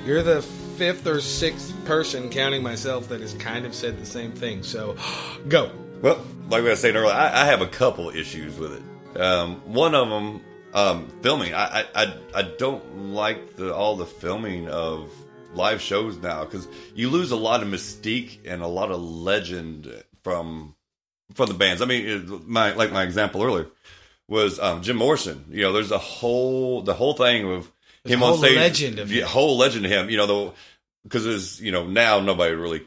[SPEAKER 1] You're the fifth or sixth person, counting myself, that has kind of said the same thing. So, go.
[SPEAKER 3] Well, like I was saying earlier, I, I have a couple issues with it. Um, one of them, um, filming. I, I, I, I don't like the, all the filming of live shows now because you lose a lot of mystique and a lot of legend from from the bands. I mean, it- my like my example earlier was um, Jim Morrison. You know, there's a whole the whole thing of
[SPEAKER 1] There's
[SPEAKER 3] him
[SPEAKER 1] a
[SPEAKER 3] on
[SPEAKER 1] whole
[SPEAKER 3] stage,
[SPEAKER 1] legend of
[SPEAKER 3] yeah,
[SPEAKER 1] him.
[SPEAKER 3] whole legend of him. You know, because it's you know now nobody really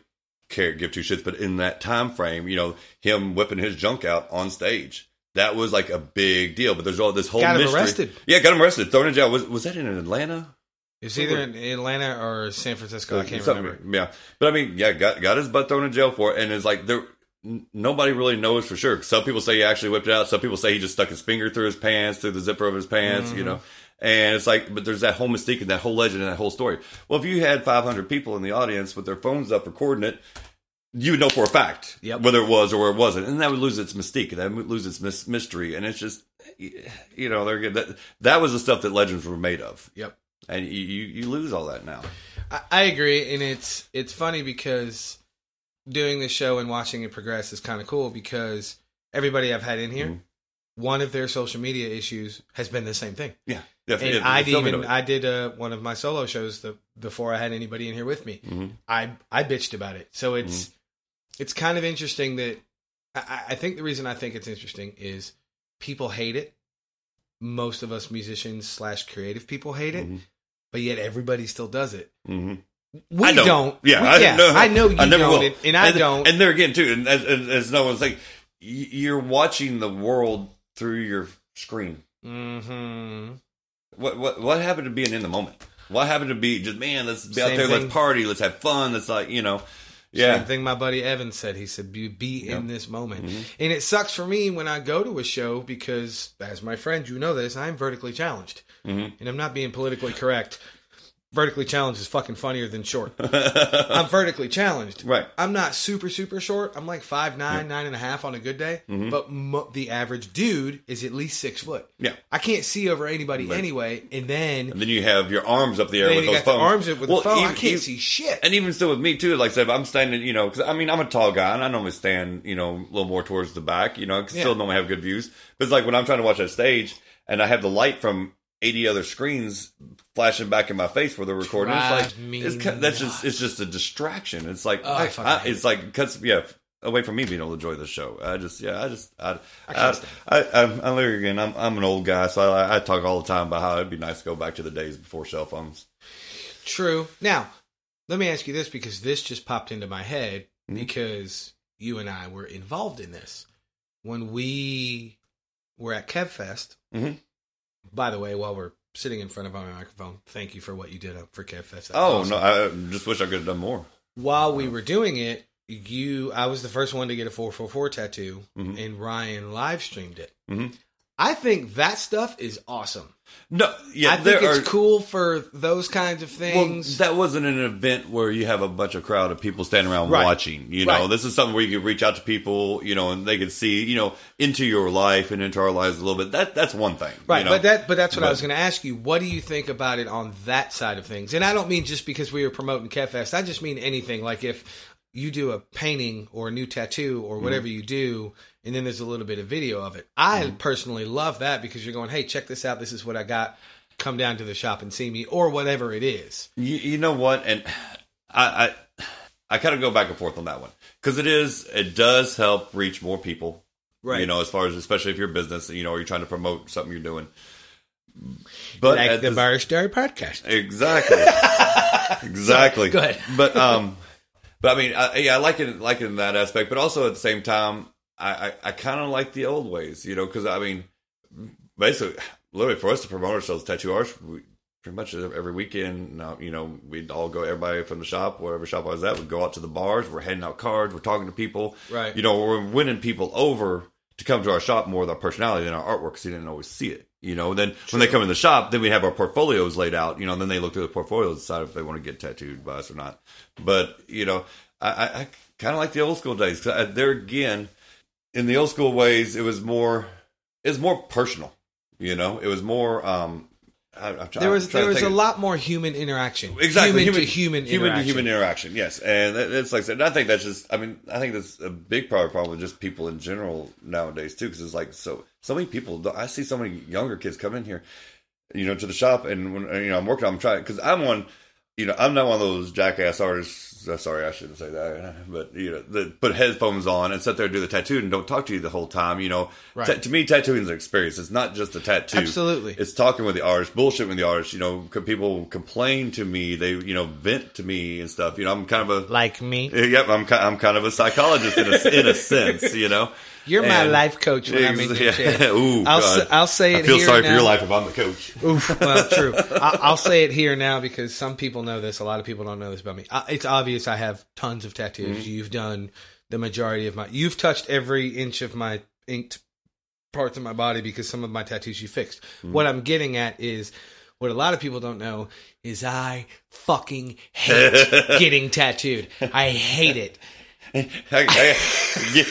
[SPEAKER 3] care give two shits, but in that time frame, you know, him whipping his junk out on stage. That was like a big deal, but there's all this whole
[SPEAKER 1] Got him
[SPEAKER 3] mystery.
[SPEAKER 1] arrested.
[SPEAKER 3] Yeah, got him arrested, thrown in jail. Was was that in Atlanta?
[SPEAKER 1] It's either in Atlanta or San Francisco. I can't
[SPEAKER 3] Something-
[SPEAKER 1] remember.
[SPEAKER 3] Yeah, but I mean, yeah, got got his butt thrown in jail for it, and it's like there, n- nobody really knows for sure. Some people say he actually whipped it out. Some people say he just stuck his finger through his pants, through the zipper of his pants.
[SPEAKER 1] Mm-hmm.
[SPEAKER 3] You know, and it's like, but there's that whole mystique and that whole legend and that whole story. Well, if you had 500 people in the audience with their phones up recording it. You would know for a fact
[SPEAKER 1] Yep.
[SPEAKER 3] whether it was or it wasn't, and that would lose its mystique, and that would lose its mys- mystery, and it's just, you know, they're good. That, that was the stuff that legends were made of,
[SPEAKER 1] Yep.
[SPEAKER 3] and you, you, you lose all that now.
[SPEAKER 1] I, I agree, and it's it's funny because doing the show and watching it progress is kind of cool because everybody I've had in here,
[SPEAKER 3] Mm-hmm.
[SPEAKER 1] one of their social media issues has been the same thing.
[SPEAKER 3] Yeah, yeah.
[SPEAKER 1] And
[SPEAKER 3] yeah,
[SPEAKER 1] I
[SPEAKER 3] the
[SPEAKER 1] did
[SPEAKER 3] filming
[SPEAKER 1] even
[SPEAKER 3] of it.
[SPEAKER 1] I did uh, one of my solo shows the, before I had anybody in here with me.
[SPEAKER 3] Mhm.
[SPEAKER 1] I I bitched about it, so it's
[SPEAKER 3] Mm-hmm.
[SPEAKER 1] it's kind of interesting that I- I, I think the reason I think it's interesting is people hate it. Most of us musicians slash creative people hate it,
[SPEAKER 3] mm-hmm,
[SPEAKER 1] but yet everybody still does it.
[SPEAKER 3] Mhm.
[SPEAKER 1] We
[SPEAKER 3] I
[SPEAKER 1] don't.
[SPEAKER 3] don't. Yeah,
[SPEAKER 1] We-
[SPEAKER 3] I know.
[SPEAKER 1] I know you
[SPEAKER 3] I never
[SPEAKER 1] don't,
[SPEAKER 3] will.
[SPEAKER 1] and- and I
[SPEAKER 3] and,
[SPEAKER 1] don't.
[SPEAKER 3] And there again, too, and as, as, as no one's like, y- you're watching the world through your screen.
[SPEAKER 1] hmm
[SPEAKER 3] What what what happened to being in the moment? What happened to be just man? Let's be
[SPEAKER 1] Same
[SPEAKER 3] out there.
[SPEAKER 1] thing.
[SPEAKER 3] Let's party. Let's have fun. Let's like you know, yeah.
[SPEAKER 1] Same thing my buddy Evan said. He said, "Be, be in
[SPEAKER 3] Yeah. Mm-hmm.
[SPEAKER 1] this moment," and it sucks for me when I go to a show because, as my friend, you know this, I'm vertically challenged,
[SPEAKER 3] Mhm.
[SPEAKER 1] and I'm not being politically correct. Vertically challenged is fucking funnier than short. I'm vertically challenged.
[SPEAKER 3] Right.
[SPEAKER 1] I'm not super super short. I'm like five nine, nine and a half on a good day.
[SPEAKER 3] Mm-hmm.
[SPEAKER 1] But mo- the average dude is at least six foot.
[SPEAKER 3] Yeah.
[SPEAKER 1] I can't see over anybody anyway. And then
[SPEAKER 3] And then you have your arms up the air
[SPEAKER 1] Then
[SPEAKER 3] with
[SPEAKER 1] you
[SPEAKER 3] those
[SPEAKER 1] got the
[SPEAKER 3] phones.
[SPEAKER 1] arms up with the phone. I
[SPEAKER 3] even-
[SPEAKER 1] can't
[SPEAKER 3] even-
[SPEAKER 1] see shit.
[SPEAKER 3] And even still with me too, like I said, if I'm standing, you know, because I mean I'm a tall guy and I normally stand, you know, a little more towards the back. You know, I can
[SPEAKER 1] Yeah.
[SPEAKER 3] still normally have good views. But it's like when I'm trying to watch that stage and I have the light from 80 other screens flashing back in my face where they're recording.
[SPEAKER 1] Drives
[SPEAKER 3] it's
[SPEAKER 1] me
[SPEAKER 3] like it's, ki- that's just it's just a distraction. It's like
[SPEAKER 1] Oh, I
[SPEAKER 3] I,
[SPEAKER 1] fucking
[SPEAKER 3] I-
[SPEAKER 1] hate
[SPEAKER 3] it's like cuts yeah away from me being able to enjoy the show. I just yeah I just I I
[SPEAKER 1] can't
[SPEAKER 3] I, I, I'm, I'm there again. I'm I'm an old guy, so I, I talk all the time about how it'd be nice to go back to the days before cell phones.
[SPEAKER 1] True. Now, let me ask you this because this just popped into my head
[SPEAKER 3] Mhm.
[SPEAKER 1] because you and I were involved in this. When we were at KevFest,
[SPEAKER 3] Mhm.
[SPEAKER 1] by the way, while we're sitting in front of our microphone, thank you for what you did up for KevFest. That was
[SPEAKER 3] Oh
[SPEAKER 1] awesome.
[SPEAKER 3] no, I just wish I could have done more.
[SPEAKER 1] While we were doing it, you I was the first one to get a 444 tattoo
[SPEAKER 3] Mhm.
[SPEAKER 1] and Ryan live streamed it.
[SPEAKER 3] Mhm.
[SPEAKER 1] I think that stuff is awesome.
[SPEAKER 3] No, yeah,
[SPEAKER 1] I think
[SPEAKER 3] there
[SPEAKER 1] it's
[SPEAKER 3] are.
[SPEAKER 1] cool for those kinds of things.
[SPEAKER 3] Well, that wasn't an event where you have a bunch of crowd of people standing around
[SPEAKER 1] Right.
[SPEAKER 3] watching. You know,
[SPEAKER 1] Right.
[SPEAKER 3] this is something where you can reach out to people. You know, and they can see you know into your life and into our lives a little bit. That that's one thing,
[SPEAKER 1] Right,
[SPEAKER 3] you know.
[SPEAKER 1] but that but that's what I
[SPEAKER 3] But-
[SPEAKER 1] was going to ask you. What do you think about it on that side of things? And I don't mean just because we were promoting Catfest. I just mean anything like if you do a painting or a new tattoo or whatever
[SPEAKER 3] Mm-hmm.
[SPEAKER 1] you do and then there's a little bit of video of it. I personally love that because you're going, "Hey, check this out. This is what I got. Come down to the shop and see me or whatever it is."
[SPEAKER 3] You, you know what? And I, I, I kind of go back and forth on that one because it is, it does help reach more people.
[SPEAKER 1] Right.
[SPEAKER 3] You know, as far as especially if you're a business, you know, or you're trying to promote something you're doing. But
[SPEAKER 1] like
[SPEAKER 3] at
[SPEAKER 1] the
[SPEAKER 3] the-
[SPEAKER 1] Bar Star podcast.
[SPEAKER 3] Exactly. exactly.
[SPEAKER 1] Go ahead.
[SPEAKER 3] But um, but I mean, I, yeah, I like it, like it in that aspect. But also at the same time, I I, I kind of like the old ways, you know, because I mean, basically, literally for us to promote ourselves, tattoo arts, we, pretty much every weekend. Now, you know, we'd all go. Everybody from the shop, wherever shop I was at, would go out to the bars. We're handing out cards. We're talking to people.
[SPEAKER 1] Right.
[SPEAKER 3] You know, we're winning people over to come to our shop more with our personality than our artwork because you didn't always see it. You know, then when they come in the shop, then we have our portfolios laid out. You know, and then they look through the portfolios, decide if they want to get tattooed by us or not. But you know, I, I, I kind of like the old school days. 'cause I- there again, in the old school ways, it was more, it was more personal. You know, it was more. um I, I'm try-
[SPEAKER 1] There
[SPEAKER 3] I'm
[SPEAKER 1] was
[SPEAKER 3] trying
[SPEAKER 1] there
[SPEAKER 3] to
[SPEAKER 1] was
[SPEAKER 3] think
[SPEAKER 1] a
[SPEAKER 3] of-
[SPEAKER 1] lot more human interaction.
[SPEAKER 3] exactly
[SPEAKER 1] human, to human,
[SPEAKER 3] human
[SPEAKER 1] interaction.
[SPEAKER 3] to human interaction. Yes, and that, that's like I said. I think that's just. I mean, I think that's a big part of the problem with just people in general nowadays too, because it's like so so many people. I see so many younger kids come in here, you know, to the shop, and when you know I'm working, I'm trying because I'm one. You know, I'm not one of those jackass artists. uh, Sorry, I shouldn't say that, but you know, that put headphones on and sit there and do the tattoo and don't talk to you the whole time. You know,
[SPEAKER 1] Right.
[SPEAKER 3] Ta- to me, tattooing is an experience. It's not just a tattoo.
[SPEAKER 1] Absolutely.
[SPEAKER 3] It's talking with the artist, bullshit with the artist. You know, c- people complain to me. They, you know, vent to me and stuff. You know, I'm kind of a.
[SPEAKER 1] Like me,
[SPEAKER 3] Yep, I'm ki- I'm kind of a psychologist in a, in a sense, you know.
[SPEAKER 1] you're my
[SPEAKER 3] And-
[SPEAKER 1] life coach when I'm in your
[SPEAKER 3] Yeah.
[SPEAKER 1] chair.
[SPEAKER 3] Ooh,
[SPEAKER 1] I'll
[SPEAKER 3] God.
[SPEAKER 1] s- I'll say
[SPEAKER 3] I
[SPEAKER 1] it
[SPEAKER 3] feel
[SPEAKER 1] here
[SPEAKER 3] sorry
[SPEAKER 1] and
[SPEAKER 3] for your
[SPEAKER 1] now.
[SPEAKER 3] life if I'm the coach.
[SPEAKER 1] Oof. Well, true. I, I'll say it here now because some people know this. A lot of people don't know this about me. I, it's obvious I have tons of tattoos.
[SPEAKER 3] Mm-hmm.
[SPEAKER 1] You've done the majority of my. You've touched every inch of my inked parts of my body because some of my tattoos you fixed.
[SPEAKER 3] Mm-hmm.
[SPEAKER 1] What I'm getting at is. What a lot of people don't know is I fucking hate getting tattooed. I hate it.
[SPEAKER 3] I, I, yeah.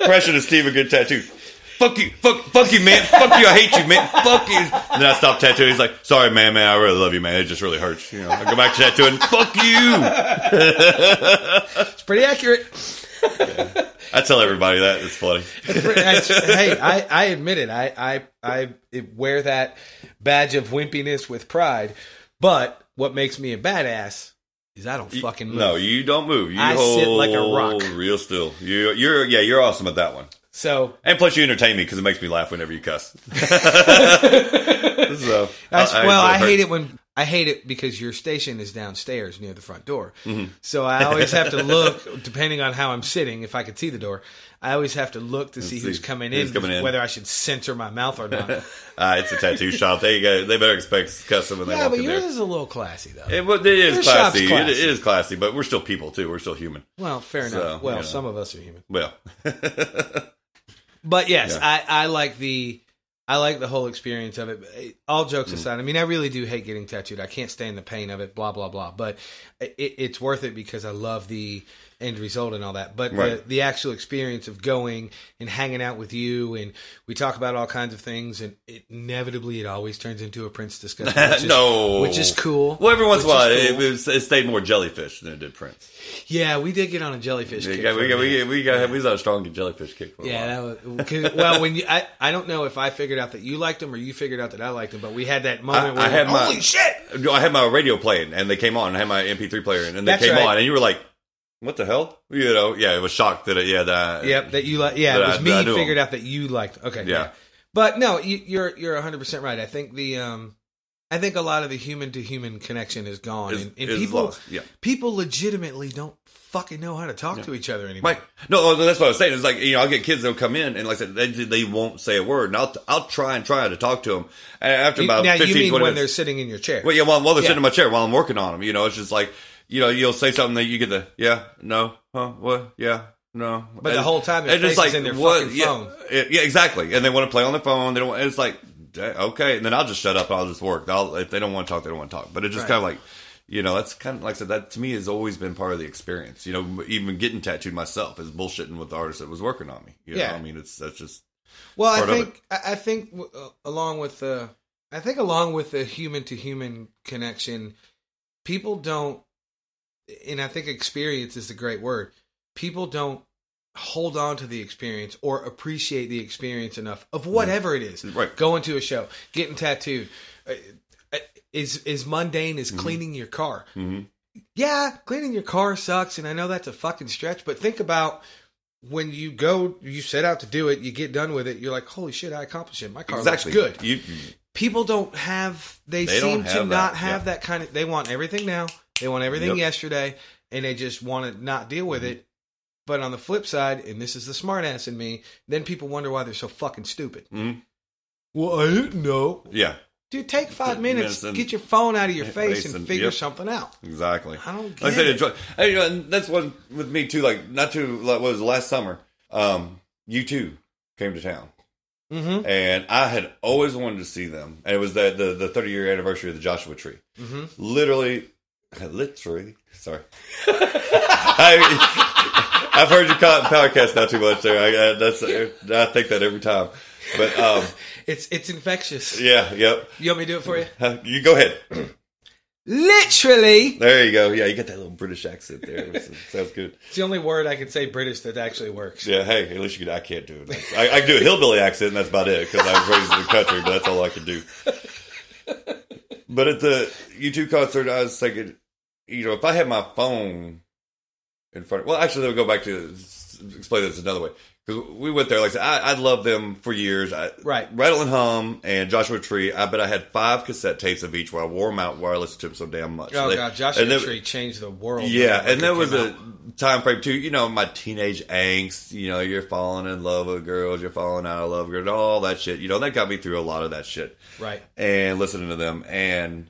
[SPEAKER 3] Pressure to Steve a good tattoo. Fuck you, fuck, fuck you, man. Fuck you, I hate you, man. Fuck you. And then I stop tattooing. He's like, "Sorry, man, man. I really love you, man. It just really hurts." You know, I go back to tattooing. Fuck you.
[SPEAKER 1] It's pretty accurate.
[SPEAKER 3] I tell everybody that. It's funny.
[SPEAKER 1] That's- hey, I, I admit it. I, I I wear that badge of wimpiness with pride. But what makes me a badass is I don't fucking move.
[SPEAKER 3] No, you don't move. You
[SPEAKER 1] I sit like a
[SPEAKER 3] hold
[SPEAKER 1] rock.
[SPEAKER 3] real still. You, you're yeah, you're awesome at that one.
[SPEAKER 1] So
[SPEAKER 3] And plus, you entertain me because it makes me laugh whenever you cuss. so,
[SPEAKER 1] that's, well, I hate
[SPEAKER 3] hurt.
[SPEAKER 1] it when I hate it because your station is downstairs near the front door.
[SPEAKER 3] Mm-hmm.
[SPEAKER 1] So I always have to look, depending on how I'm sitting, if I could see the door. I always have to look to see,
[SPEAKER 3] see
[SPEAKER 1] who's coming
[SPEAKER 3] who's
[SPEAKER 1] in,
[SPEAKER 3] coming in.
[SPEAKER 1] whether I should censor my mouth or not.
[SPEAKER 3] Ah, it's a tattoo shop. They got, they better expect cussing when they
[SPEAKER 1] yeah,
[SPEAKER 3] walk
[SPEAKER 1] but
[SPEAKER 3] in
[SPEAKER 1] yours
[SPEAKER 3] there.
[SPEAKER 1] is a little classy though.
[SPEAKER 3] It, well, it is
[SPEAKER 1] Your shop's
[SPEAKER 3] classy. It-
[SPEAKER 1] classy.
[SPEAKER 3] it is classy, but we're still people too. We're still human.
[SPEAKER 1] well, fair
[SPEAKER 3] So,
[SPEAKER 1] enough. Well,
[SPEAKER 3] you know.
[SPEAKER 1] some of us are human.
[SPEAKER 3] Well,
[SPEAKER 1] But yes,
[SPEAKER 3] Yeah.
[SPEAKER 1] I, I like the I like the whole experience of it. All
[SPEAKER 3] Mm.
[SPEAKER 1] jokes aside, I mean, I really do hate getting tattooed. I can't stand the pain of it. Blah blah blah. But it, it's worth it because I love the end result and all that. But
[SPEAKER 3] Right.
[SPEAKER 1] the, the actual experience of going and hanging out with you and we talk about all kinds of things and it, inevitably it always turns into a prince discussion. Which is,
[SPEAKER 3] no,
[SPEAKER 1] which is cool.
[SPEAKER 3] Well, every once in a
[SPEAKER 1] Which
[SPEAKER 3] while,
[SPEAKER 1] is
[SPEAKER 3] it,
[SPEAKER 1] cool.
[SPEAKER 3] it, was- it stayed more jellyfish than it did Prince.
[SPEAKER 1] yeah, we did get on a jellyfish.
[SPEAKER 3] We
[SPEAKER 1] kick
[SPEAKER 3] got,
[SPEAKER 1] for
[SPEAKER 3] we
[SPEAKER 1] a
[SPEAKER 3] got,
[SPEAKER 1] minute.
[SPEAKER 3] we got, we got, we saw a strong jellyfish kick. For a while.
[SPEAKER 1] Yeah, that was 'cause- well. When you, I, I don't know if I figured out that you liked him or you figured out that I liked him, but we had that moment. where
[SPEAKER 3] I
[SPEAKER 1] we
[SPEAKER 3] had
[SPEAKER 1] went,
[SPEAKER 3] my-
[SPEAKER 1] holy shit!
[SPEAKER 3] No, I had my radio playing, and they came on. I had my MP3 player, in, and they
[SPEAKER 1] That's
[SPEAKER 3] came
[SPEAKER 1] right.
[SPEAKER 3] on, and you were like, "What the hell?" You know? Yeah, it was shocked that it. Yeah, that.
[SPEAKER 1] Yep, that you like. Yeah,
[SPEAKER 3] Uh, That
[SPEAKER 1] it
[SPEAKER 3] I-
[SPEAKER 1] was
[SPEAKER 3] that I
[SPEAKER 1] me
[SPEAKER 3] knew
[SPEAKER 1] figured
[SPEAKER 3] him.
[SPEAKER 1] out that you liked. Okay,
[SPEAKER 3] Yeah.
[SPEAKER 1] But no, you, you're you're 100 percent right. I think the um, I think a lot of the human to human connection is gone,
[SPEAKER 3] Is-
[SPEAKER 1] and, and
[SPEAKER 3] is
[SPEAKER 1] people
[SPEAKER 3] lost, yeah.
[SPEAKER 1] people legitimately don't fucking know how to talk to each other anymore.
[SPEAKER 3] Right. No, no, that's what I was saying. It's like you know, I'll get kids that'll come in, and like I said, they they won't say a word, and I'll I'll try and try to talk to them. And after
[SPEAKER 1] You-
[SPEAKER 3] about
[SPEAKER 1] now
[SPEAKER 3] 15,
[SPEAKER 1] you mean
[SPEAKER 3] 20
[SPEAKER 1] when
[SPEAKER 3] minutes,
[SPEAKER 1] they're sitting in your chair?
[SPEAKER 3] Well, yeah, while, while they're sitting
[SPEAKER 1] Yeah.
[SPEAKER 3] in my chair while I'm working on them, you know, it's just like, you know, you'll say something that you get the yeah, no, huh, what, yeah, no.
[SPEAKER 1] But the whole time their
[SPEAKER 3] it's
[SPEAKER 1] face is in their fucking
[SPEAKER 3] yeah,
[SPEAKER 1] phone.
[SPEAKER 3] Yeah, yeah, exactly. And they want to play on their phone. They don't. want- It's like da- okay, and then I'll just shut up. and I'll just work. I'll, if they don't want to talk, they don't want to talk. But it's just
[SPEAKER 1] Right.
[SPEAKER 3] kind of like. You know, that's kind of like I said. That to me has always been part of the experience. You know, even getting tattooed myself is bullshitting with the artist that was working on me. You know,
[SPEAKER 1] Yeah.
[SPEAKER 3] I mean, it's that's just
[SPEAKER 1] Well, I
[SPEAKER 3] part of
[SPEAKER 1] think I I think w- uh, along with the I think along with the human to human connection, people don't, and I think experience is the great word. People don't hold on to the experience or appreciate the experience enough of whatever it is.
[SPEAKER 3] Right.
[SPEAKER 1] Going to a show, getting tattooed, uh, uh, is is mundane as
[SPEAKER 3] Mm-hmm.
[SPEAKER 1] cleaning your car
[SPEAKER 3] mhm.
[SPEAKER 1] yeah, cleaning your car sucks, and I know that's a fucking stretch, but think about when you go, you set out to do it, you get done with it, you're like, holy shit, I accomplished it. My car
[SPEAKER 3] exactly
[SPEAKER 1] looks good.
[SPEAKER 3] You,
[SPEAKER 1] People don't have, they,
[SPEAKER 3] They don't
[SPEAKER 1] seem to
[SPEAKER 3] have that,
[SPEAKER 1] not have
[SPEAKER 3] yeah.
[SPEAKER 1] that kind of, they want everything now, they want everything
[SPEAKER 3] Yep. Mm-hmm.
[SPEAKER 1] yesterday, and they just want to not deal with it. But on the flip side, and this is the smartass in me, then people wonder why they're so fucking stupid.
[SPEAKER 3] Mhm.
[SPEAKER 1] Well, I didn't know.
[SPEAKER 3] yeah,
[SPEAKER 1] Dude, take five
[SPEAKER 3] Ten
[SPEAKER 1] minutes,
[SPEAKER 3] minutes and-
[SPEAKER 1] get your phone out of your face,
[SPEAKER 3] face
[SPEAKER 1] and,
[SPEAKER 3] and-
[SPEAKER 1] figure
[SPEAKER 3] yep.
[SPEAKER 1] something out.
[SPEAKER 3] Exactly.
[SPEAKER 1] I don't
[SPEAKER 3] like I
[SPEAKER 1] get
[SPEAKER 3] said,
[SPEAKER 1] it.
[SPEAKER 3] enjoy. Hey, you know, and that's one with me too. Like not too. Like what was it, last summer? Um, you two came to town,
[SPEAKER 1] Mm-hmm.
[SPEAKER 3] and I had always wanted to see them. And it was that the the 30 year anniversary of the Joshua Tree.
[SPEAKER 1] Mm-hmm.
[SPEAKER 3] Literally, literally. Sorry. I, I've heard you call it podcast not too much there. I, I, that's I think that every time. But um,
[SPEAKER 1] It's it's infectious.
[SPEAKER 3] yeah, yep.
[SPEAKER 1] You want me to do it for you?
[SPEAKER 3] You go ahead.
[SPEAKER 1] Literally,
[SPEAKER 3] There you go. Yeah, you got that little British accent there. Sounds good.
[SPEAKER 1] it's the only word I can say British that actually works.
[SPEAKER 3] Yeah, hey, at least you could. I can't do it. I, I can do a hillbilly accent, and that's about it because I was raised in the country, but that's all I can do. But at the U2 concert, I was thinking, you know, if I had my phone in front, well, actually, let me go back to explain this another way because we went there. Like I said, I, I loved them for years. I,
[SPEAKER 1] Right.
[SPEAKER 3] Rattle and Hum and Joshua Tree. I bet I had five cassette tapes of each where I wore them out where I listened to them so damn much.
[SPEAKER 1] Oh
[SPEAKER 3] They-
[SPEAKER 1] god, Joshua
[SPEAKER 3] and they-
[SPEAKER 1] Tree changed the world.
[SPEAKER 3] yeah,
[SPEAKER 1] when
[SPEAKER 3] and there
[SPEAKER 1] record
[SPEAKER 3] was
[SPEAKER 1] came
[SPEAKER 3] a
[SPEAKER 1] out.
[SPEAKER 3] time frame too. You know, my teenage angst. You know, you're falling in love with girls, you're falling out of love with girls, all that shit. You know, that got me through a lot of that shit.
[SPEAKER 1] right.
[SPEAKER 3] And listening to them, and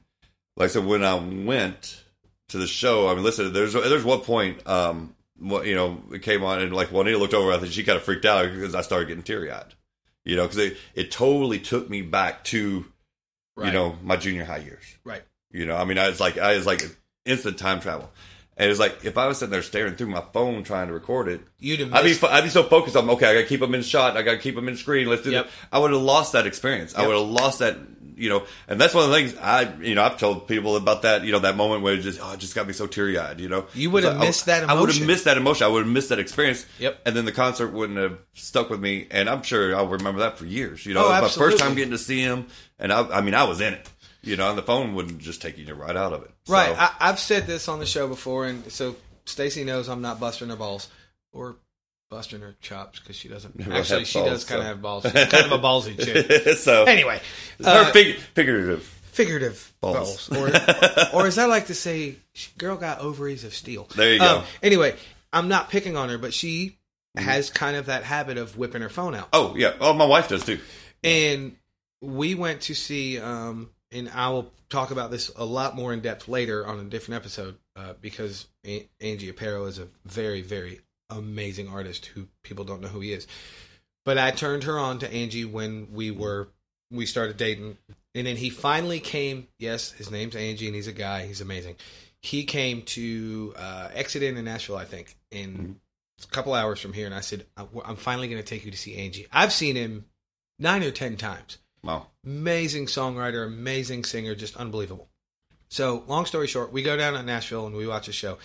[SPEAKER 3] like I said, when I went to the show, I mean, listen, there's there's one point, um, what you know, it came on, and like Juanita looked over, I think she kind of freaked out because I started getting teary eyed. You know, because it it totally took me back to
[SPEAKER 1] Right.
[SPEAKER 3] you know my junior high years.
[SPEAKER 1] Right.
[SPEAKER 3] You know, I mean, I was like, I was like instant time travel. And it's like if I was sitting there staring through my phone trying to record it,
[SPEAKER 1] You'd have
[SPEAKER 3] I'd be
[SPEAKER 1] missed,
[SPEAKER 3] fo- I'd be so focused on okay, I got to keep them in shot, I got to keep them in screen. Let's do
[SPEAKER 1] Yep.
[SPEAKER 3] that. I would have lost that experience. I
[SPEAKER 1] Yep.
[SPEAKER 3] would have lost that, you know. And that's one of the things I, you know, I've told people about that, you know, that moment where it just oh, it just got me so teary eyed, you know.
[SPEAKER 1] You would
[SPEAKER 3] It's
[SPEAKER 1] have
[SPEAKER 3] I-
[SPEAKER 1] missed that
[SPEAKER 3] I would
[SPEAKER 1] emotion.
[SPEAKER 3] have missed that emotion. I would have missed that experience.
[SPEAKER 1] Yep.
[SPEAKER 3] And then the concert wouldn't have stuck with me, and I'm sure I'll remember that for years. You know,
[SPEAKER 1] Oh,
[SPEAKER 3] it was my
[SPEAKER 1] absolutely.
[SPEAKER 3] first time getting to see him, and I, I mean, I was in it. You know, and the phone wouldn't just take you right out of it. So-
[SPEAKER 1] right. I, I've said this on the show before, and so Stacy knows I'm not busting her balls or busting her chops because she doesn't.
[SPEAKER 3] Never
[SPEAKER 1] actually,
[SPEAKER 3] had
[SPEAKER 1] she
[SPEAKER 3] balls,
[SPEAKER 1] does kind of
[SPEAKER 3] so.
[SPEAKER 1] have balls. She's kind of a ballsy chick.
[SPEAKER 3] so
[SPEAKER 1] Anyway,
[SPEAKER 3] her
[SPEAKER 1] uh,
[SPEAKER 3] fig- figurative.
[SPEAKER 1] figurative balls,
[SPEAKER 3] Balls.
[SPEAKER 1] or, or as I like to say, she- girl got ovaries of steel.
[SPEAKER 3] There you
[SPEAKER 1] Um,
[SPEAKER 3] go. Mm-hmm.
[SPEAKER 1] Anyway, I'm not picking on her, but she has kind of that habit of whipping her phone out.
[SPEAKER 3] Oh yeah. Oh, my wife does too.
[SPEAKER 1] And we went to see, um, and I will talk about this a lot more in depth later on a different episode uh, because a- Angie Aparo is a very, very amazing artist who people don't know who he is. But I turned her on to Angie when we were we started dating, and then he finally came. Yes, his name's Angie, and he's a guy. He's amazing. He came to uh, Exit Inn in Nashville, I think, in a couple hours from here, and I said, "I- "I'm finally going to take you to see Angie." I've seen him nine or ten times.
[SPEAKER 3] Wow.
[SPEAKER 1] Amazing songwriter, amazing singer, just unbelievable. So, long story short, we go down to Nashville and we watch a show,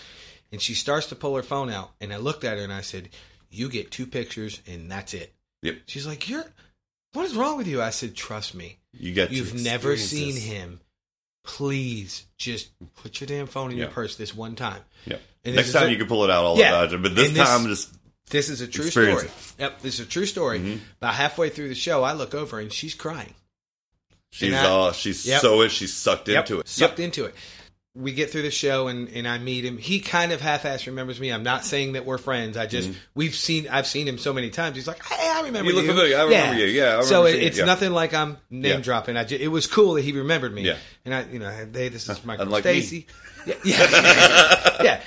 [SPEAKER 1] and she starts to pull her phone out, and I looked at her and I said, "You get two pictures, and that's it."
[SPEAKER 3] Yep.
[SPEAKER 1] She's like, "You're, what is wrong with you?" I said, "Trust me,
[SPEAKER 3] You got. to
[SPEAKER 1] you've never
[SPEAKER 3] experience
[SPEAKER 1] seen
[SPEAKER 3] this.
[SPEAKER 1] him. Please, just put your damn phone in your
[SPEAKER 3] Yeah.
[SPEAKER 1] purse this one time."
[SPEAKER 3] Yep.
[SPEAKER 1] And
[SPEAKER 3] Next
[SPEAKER 1] this is
[SPEAKER 3] time
[SPEAKER 1] a-
[SPEAKER 3] you can pull it out all
[SPEAKER 1] Yeah.
[SPEAKER 3] about it, but this
[SPEAKER 1] And this-
[SPEAKER 3] time just
[SPEAKER 1] This is a true
[SPEAKER 3] Experience Mm-hmm.
[SPEAKER 1] story. Yep, this is a true story. About halfway through the show, I look over and she's crying.
[SPEAKER 3] she's
[SPEAKER 1] and I-
[SPEAKER 3] uh she's
[SPEAKER 1] Yep.
[SPEAKER 3] so she's sucked into it.
[SPEAKER 1] Sucked into it. We get through the show and, and I meet him. He kind of half ass remembers me. I'm not saying that we're friends. I just we've seen I've seen him so many times. He's like, hey, I remember
[SPEAKER 3] Mm-hmm. You look familiar. I remember you. Yeah, I remember
[SPEAKER 1] so it,
[SPEAKER 3] seeing you.
[SPEAKER 1] it's
[SPEAKER 3] Yeah.
[SPEAKER 1] nothing like I'm name
[SPEAKER 3] Yeah.
[SPEAKER 1] dropping. I ju- it was cool that he remembered me.
[SPEAKER 3] Yeah.
[SPEAKER 1] and I you know hey this is my
[SPEAKER 3] Unlike me.
[SPEAKER 1] Stacy. Yeah, yeah, yeah.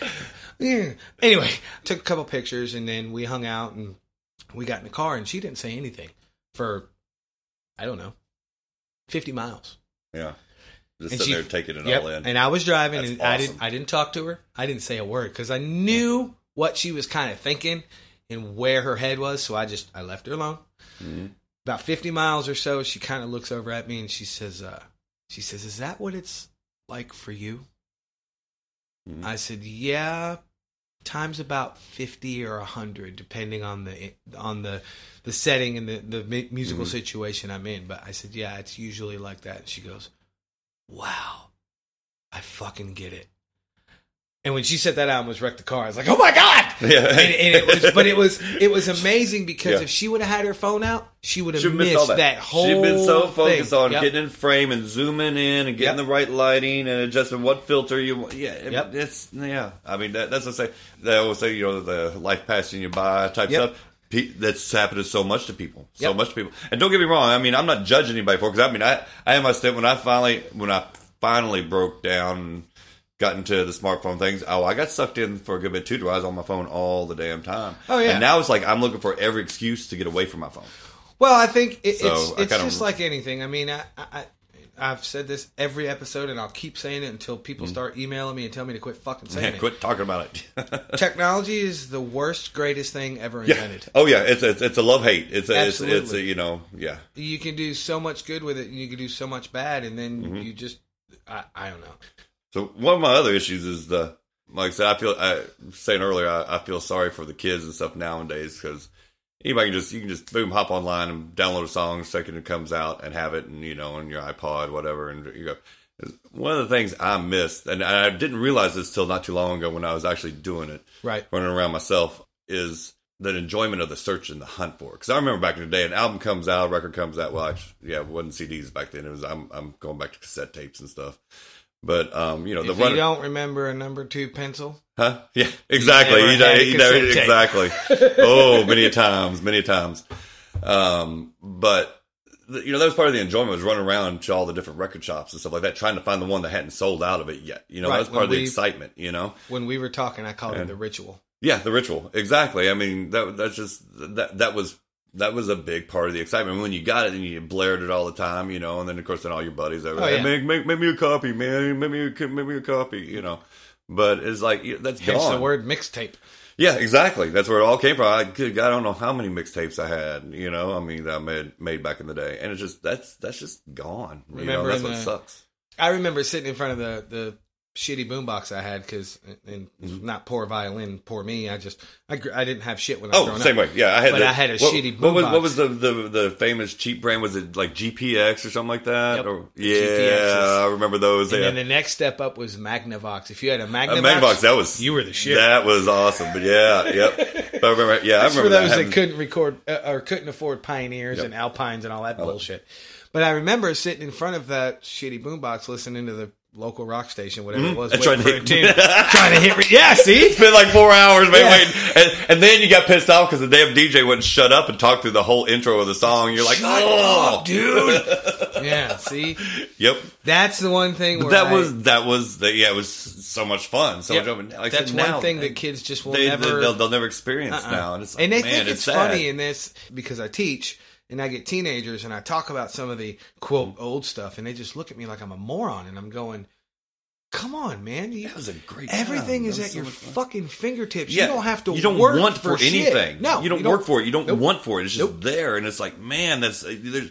[SPEAKER 1] Yeah. Anyway, took a couple pictures and then we hung out and we got in the car and she didn't say anything for I don't know fifty miles
[SPEAKER 3] Yeah.
[SPEAKER 1] And
[SPEAKER 3] Just sitting
[SPEAKER 1] she-
[SPEAKER 3] there taking it
[SPEAKER 1] yep.
[SPEAKER 3] all in.
[SPEAKER 1] And I was driving,
[SPEAKER 3] That's
[SPEAKER 1] and I didn't.
[SPEAKER 3] awesome.
[SPEAKER 1] I didn't talk to her. I didn't say a word because I knew what she was kind of thinking and where her head was. So I just I left her alone.
[SPEAKER 3] Mm-hmm.
[SPEAKER 1] About fifty miles or so, she kind of looks over at me and she says, uh, "She says, is that what it's like for you?"
[SPEAKER 3] Mhm.
[SPEAKER 1] I said, "Yeah." Times about fifty or hundred, depending on the on the the setting and the the mu-
[SPEAKER 3] Mm-hmm.
[SPEAKER 1] musical situation I'm in. But I said, "Yeah, it's usually like that." And she goes, "Wow." I fucking get it. And when she said that out and was wrecked the car, I was like, oh my god!
[SPEAKER 3] Yeah.
[SPEAKER 1] And, and it was, but it was it was amazing because
[SPEAKER 3] Yeah.
[SPEAKER 1] if she would have had her phone out, she would have
[SPEAKER 3] She
[SPEAKER 1] missed,
[SPEAKER 3] missed all
[SPEAKER 1] that.
[SPEAKER 3] that.
[SPEAKER 1] whole.
[SPEAKER 3] She'd been so focused
[SPEAKER 1] thing.
[SPEAKER 3] on
[SPEAKER 1] Yep.
[SPEAKER 3] getting in frame and zooming in and
[SPEAKER 1] Yep.
[SPEAKER 3] getting the right lighting and adjusting what filter you want. Yeah, it-
[SPEAKER 1] Yep.
[SPEAKER 3] it's yeah. I mean that, that's what I say. They always say you know the life passing you by type
[SPEAKER 1] Yep.
[SPEAKER 3] stuff. Pe- that's happened so much to people, so
[SPEAKER 1] Yep.
[SPEAKER 3] much to people. And don't get me wrong. I mean, I'm not judging anybody for because I mean, I I had my step when I finally when I finally broke down, and got into the smartphone things. Oh, I got sucked in for a good bit too. Do I was on my phone all the damn time?
[SPEAKER 1] Oh, yeah.
[SPEAKER 3] And now it's like I'm looking for every excuse to get away from my phone.
[SPEAKER 1] Well, I think it,
[SPEAKER 3] So,
[SPEAKER 1] it's
[SPEAKER 3] I
[SPEAKER 1] it's
[SPEAKER 3] kinda-
[SPEAKER 1] just like anything. I mean, I, I I- I've said this every episode, and I'll keep saying it until people start emailing me and tell me to quit fucking saying it.
[SPEAKER 3] Mm-hmm. Quit talking about it.
[SPEAKER 1] Technology is the worst, greatest thing ever
[SPEAKER 3] yeah.
[SPEAKER 1] invented.
[SPEAKER 3] Oh yeah. It's it's, it's a love hate. It's a, it's it's a
[SPEAKER 1] Absolutely.
[SPEAKER 3] you know yeah.
[SPEAKER 1] You can do so much good with it, and you can do so much bad, and then
[SPEAKER 3] Mm-hmm.
[SPEAKER 1] you just I, I don't know.
[SPEAKER 3] So one of my other issues is the like I said, I feel I saying earlier, I, I feel sorry for the kids and stuff nowadays because anybody can just you can just boom hop online and download a song, second it comes out and have it, and you know on your iPod whatever, and you go. One of the things I missed, and I didn't realize this till not too long ago when I was actually doing it,
[SPEAKER 1] Right.
[SPEAKER 3] running around myself is that enjoyment of the search and the hunt for. Because I remember back in the day, an album comes out, a record comes out. Well, actually, yeah, it wasn't CDs back then. It was I'm I'm going back to cassette tapes and stuff. But um, you know, the
[SPEAKER 1] if
[SPEAKER 3] run,
[SPEAKER 1] you don't remember a number two pencil,
[SPEAKER 3] huh? Yeah, exactly.
[SPEAKER 1] never
[SPEAKER 3] You
[SPEAKER 1] had
[SPEAKER 3] know,
[SPEAKER 1] a
[SPEAKER 3] you know,
[SPEAKER 1] cassette tape.
[SPEAKER 3] exactly. oh, many a times, many a times. Um, but the, you know, that was part of the enjoyment was running around to all the different record shops and stuff like that, trying to find the one that hadn't sold out of it yet. You know,
[SPEAKER 1] Right,
[SPEAKER 3] that was part
[SPEAKER 1] when
[SPEAKER 3] of the
[SPEAKER 1] we-
[SPEAKER 3] excitement. You know,
[SPEAKER 1] when we were talking, I called it
[SPEAKER 3] And-
[SPEAKER 1] the ritual.
[SPEAKER 3] yeah, the ritual. Exactly. I mean, that that's just that that was that was a big part of the excitement. When you got it and you blared it all the time, you know, and then of course then all your buddies over
[SPEAKER 1] Oh,
[SPEAKER 3] there,
[SPEAKER 1] yeah.
[SPEAKER 3] make, make make me a copy, man. Make me a, make me a copy, you know. But it's like yeah, that's
[SPEAKER 1] Hence
[SPEAKER 3] gone.
[SPEAKER 1] the word mixtape.
[SPEAKER 3] Yeah, exactly. That's where it all came from. I good God, I don't know how many mixtapes I had, you know, I mean that I made made back in the day. And it's just that's that's just gone. You know,
[SPEAKER 1] Remember
[SPEAKER 3] that's
[SPEAKER 1] in
[SPEAKER 3] what
[SPEAKER 1] the-
[SPEAKER 3] sucks.
[SPEAKER 1] I remember sitting in front of the the shitty boombox I had because and
[SPEAKER 3] Mm-hmm.
[SPEAKER 1] not poor violin, poor me. I just I gr- I didn't have shit when I was
[SPEAKER 3] Oh,
[SPEAKER 1] growing
[SPEAKER 3] same
[SPEAKER 1] up.
[SPEAKER 3] way. Yeah, I had.
[SPEAKER 1] But
[SPEAKER 3] the-
[SPEAKER 1] I had a
[SPEAKER 3] what,
[SPEAKER 1] shitty
[SPEAKER 3] What was
[SPEAKER 1] boombox.
[SPEAKER 3] what was the, the the famous cheap brand? Was it like GPX or something like that?
[SPEAKER 1] Yep.
[SPEAKER 3] Or,
[SPEAKER 1] The
[SPEAKER 3] yeah,
[SPEAKER 1] GPXs.
[SPEAKER 3] I remember those.
[SPEAKER 1] And
[SPEAKER 3] yeah.
[SPEAKER 1] then the next step up was Magnavox. If you had a
[SPEAKER 3] Uh,
[SPEAKER 1] Magnavox,
[SPEAKER 3] Magnavox, that was
[SPEAKER 1] you were the shit.
[SPEAKER 3] That was awesome. But yeah, yep. But I remember. Yeah,
[SPEAKER 1] That's
[SPEAKER 3] I remember
[SPEAKER 1] for those that,
[SPEAKER 3] having-
[SPEAKER 1] couldn't record uh, or couldn't afford Pioneers and Alpines and all that bullshit. But I remember sitting in front of that shitty boombox, listening to the local rock station, whatever it was,
[SPEAKER 3] Mm-hmm. And
[SPEAKER 1] waiting for
[SPEAKER 3] trying
[SPEAKER 1] a
[SPEAKER 3] to
[SPEAKER 1] tune,
[SPEAKER 3] hit-
[SPEAKER 1] trying to hit. Re- yeah, see,
[SPEAKER 3] It's been like four hours, man.
[SPEAKER 1] Yeah.
[SPEAKER 3] Waiting. And, and then you got pissed off because the damn DJ wouldn't shut up and talk through the whole intro of the song. You're like, oh, dude.
[SPEAKER 1] yeah, see.
[SPEAKER 3] yep.
[SPEAKER 1] That's the one thing. Where
[SPEAKER 3] That
[SPEAKER 1] I-
[SPEAKER 3] was that was the, yeah. It was so much fun. So
[SPEAKER 1] Yeah,
[SPEAKER 3] much open. Like I
[SPEAKER 1] that's
[SPEAKER 3] said,
[SPEAKER 1] one
[SPEAKER 3] now,
[SPEAKER 1] thing that kids just will
[SPEAKER 3] they,
[SPEAKER 1] never.
[SPEAKER 3] they, will they'll never experience
[SPEAKER 1] uh-uh.
[SPEAKER 3] now. And it's like,
[SPEAKER 1] they
[SPEAKER 3] man,
[SPEAKER 1] think
[SPEAKER 3] it's,
[SPEAKER 1] it's,
[SPEAKER 3] sad.
[SPEAKER 1] funny in this because I teach and I get teenagers and I talk about some of the quote old stuff and they just look at me like I'm a moron and I'm going, "Come on, man! You,
[SPEAKER 3] That was a great.
[SPEAKER 1] everything
[SPEAKER 3] time.
[SPEAKER 1] is
[SPEAKER 3] That was
[SPEAKER 1] at
[SPEAKER 3] so
[SPEAKER 1] your
[SPEAKER 3] much fun.
[SPEAKER 1] fucking fingertips.
[SPEAKER 3] Yeah.
[SPEAKER 1] You don't have to.
[SPEAKER 3] You don't
[SPEAKER 1] work
[SPEAKER 3] want
[SPEAKER 1] for,
[SPEAKER 3] for,
[SPEAKER 1] shit.
[SPEAKER 3] anything.
[SPEAKER 1] No,
[SPEAKER 3] you don't, work for it. You don't
[SPEAKER 1] Nope.
[SPEAKER 3] want for it. It's just
[SPEAKER 1] Nope.
[SPEAKER 3] there, and it's like, man, that's uh, there's.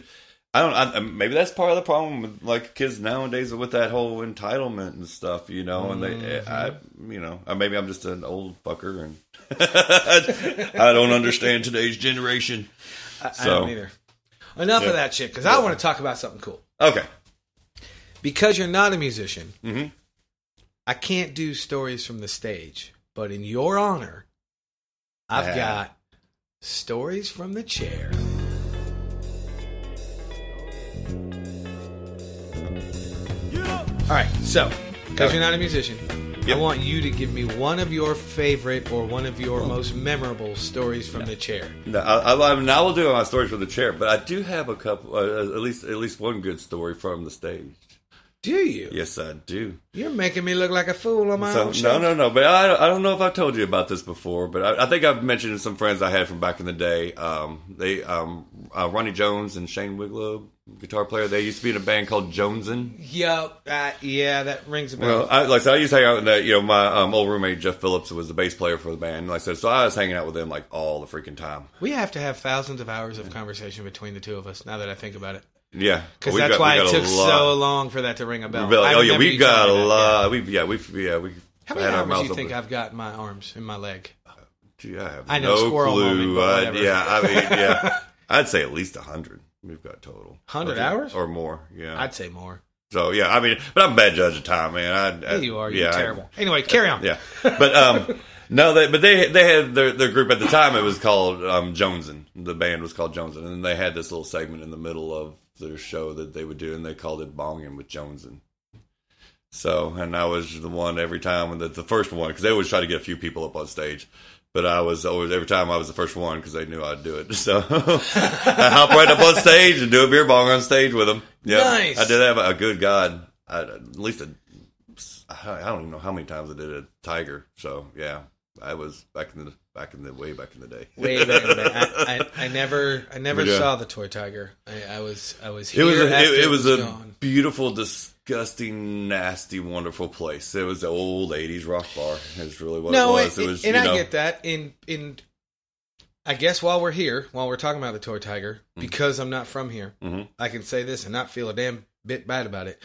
[SPEAKER 3] I don't. I, um, maybe that's part of the problem with like kids nowadays with that whole entitlement and stuff, you know. And they, eh, I,
[SPEAKER 1] Mm-hmm.
[SPEAKER 3] you know, or maybe I'm just an old fucker and I don't understand today's generation.
[SPEAKER 1] I, I
[SPEAKER 3] So.
[SPEAKER 1] don't either. Enough
[SPEAKER 3] Yeah.
[SPEAKER 1] of that shit because I want to talk about something cool.
[SPEAKER 3] Okay,
[SPEAKER 1] Because you're not a musician,
[SPEAKER 3] Mm-hmm.
[SPEAKER 1] I can't do stories from the stage. But in your honor, I've
[SPEAKER 3] Yeah.
[SPEAKER 1] got stories from the chair. All right, so because you're not a musician,
[SPEAKER 3] Yep.
[SPEAKER 1] I want you to give me one of your favorite or one of
[SPEAKER 3] Oh.
[SPEAKER 1] your most memorable stories from the chair.
[SPEAKER 3] No, I, I, I, mean, I will do my stories from the chair, but I do have a couple, uh, at least at least one good story from the stage.
[SPEAKER 1] Do you?
[SPEAKER 3] Yes, I do.
[SPEAKER 1] You're making me look like a fool on my
[SPEAKER 3] So,
[SPEAKER 1] own show.
[SPEAKER 3] no, no, no. But I, I don't know if I've told you about this before, but I, I think I've mentioned to some friends I had from back in the day. Um, they, um, uh, Ronnie Jones and Shane Wiglow, guitar player. They used to be in a band called Jonesin.
[SPEAKER 1] Yep. Uh, yeah, that rings a bell.
[SPEAKER 3] Well, I, like I said, I used to hang out with that. You know, my um, old roommate Jeff Phillips was the bass player for the band. Like I said, so I was hanging out with them like all the freaking time.
[SPEAKER 1] We have to have thousands of hours of conversation between the two of us. Now that I think about it,
[SPEAKER 3] Yeah,
[SPEAKER 1] because
[SPEAKER 3] We
[SPEAKER 1] that's
[SPEAKER 3] Oh, got- we
[SPEAKER 1] why it
[SPEAKER 3] got a
[SPEAKER 1] took
[SPEAKER 3] lot.
[SPEAKER 1] so long for that to ring a bell.
[SPEAKER 3] We got-
[SPEAKER 1] I
[SPEAKER 3] oh yeah,
[SPEAKER 1] remember
[SPEAKER 3] we
[SPEAKER 1] you
[SPEAKER 3] got a
[SPEAKER 1] telling me that, yeah.
[SPEAKER 3] lot. We yeah we yeah we.
[SPEAKER 1] How many
[SPEAKER 3] had our
[SPEAKER 1] hours
[SPEAKER 3] mouths
[SPEAKER 1] do you
[SPEAKER 3] open.
[SPEAKER 1] think I've got in my arms and my leg?
[SPEAKER 3] Gee, I have
[SPEAKER 1] I know,
[SPEAKER 3] no
[SPEAKER 1] squirrel moment,
[SPEAKER 3] clue.
[SPEAKER 1] but
[SPEAKER 3] I,
[SPEAKER 1] whatever.
[SPEAKER 3] yeah, I mean, yeah, I'd say at least hundred. We've got total
[SPEAKER 1] 100
[SPEAKER 3] Okay.
[SPEAKER 1] hours?
[SPEAKER 3] or more. Yeah.
[SPEAKER 1] I'd say more.
[SPEAKER 3] so yeah, I mean, but I'm a bad judge of time, man. I, I,
[SPEAKER 1] Yeah, you are. You're
[SPEAKER 3] Uh, yeah, I-
[SPEAKER 1] terrible. Anyway, carry on.
[SPEAKER 3] yeah, but um, no, they but they they had their their group at the time. It was called um Jonesin. The band was called Jonesin, and they had this little segment in the middle of their show that they would do, and they called it Bonging with Jonesin. So, and I was the one every time, when the, the first one, because they always try to get a few people up on stage. But I was always every time I was the first one because they knew I'd do it. So I hop right up on stage and do a beer bong on stage with them. Yeah,
[SPEAKER 1] Nice.
[SPEAKER 3] I did have a good god. I, at least a, I don't even know how many times I did a tiger. So yeah, I was back in the back in the way back in the day.
[SPEAKER 1] Way back in the day. I, I, I never I never
[SPEAKER 3] But, yeah.
[SPEAKER 1] saw the toy tiger. I, I was I was
[SPEAKER 3] It
[SPEAKER 1] here.
[SPEAKER 3] was a,
[SPEAKER 1] after
[SPEAKER 3] it, it was a
[SPEAKER 1] gone.
[SPEAKER 3] beautiful, disgusting, nasty, wonderful place. It was the old ladies rock bar. Is really what
[SPEAKER 1] no,
[SPEAKER 3] it was. It, was
[SPEAKER 1] and
[SPEAKER 3] you
[SPEAKER 1] I
[SPEAKER 3] know,
[SPEAKER 1] get that. In in, I guess while we're here, while we're talking about the toy tiger,
[SPEAKER 3] Mm-hmm.
[SPEAKER 1] because I'm not from here,
[SPEAKER 3] Mhm.
[SPEAKER 1] I can say this and not feel a damn bit bad about it.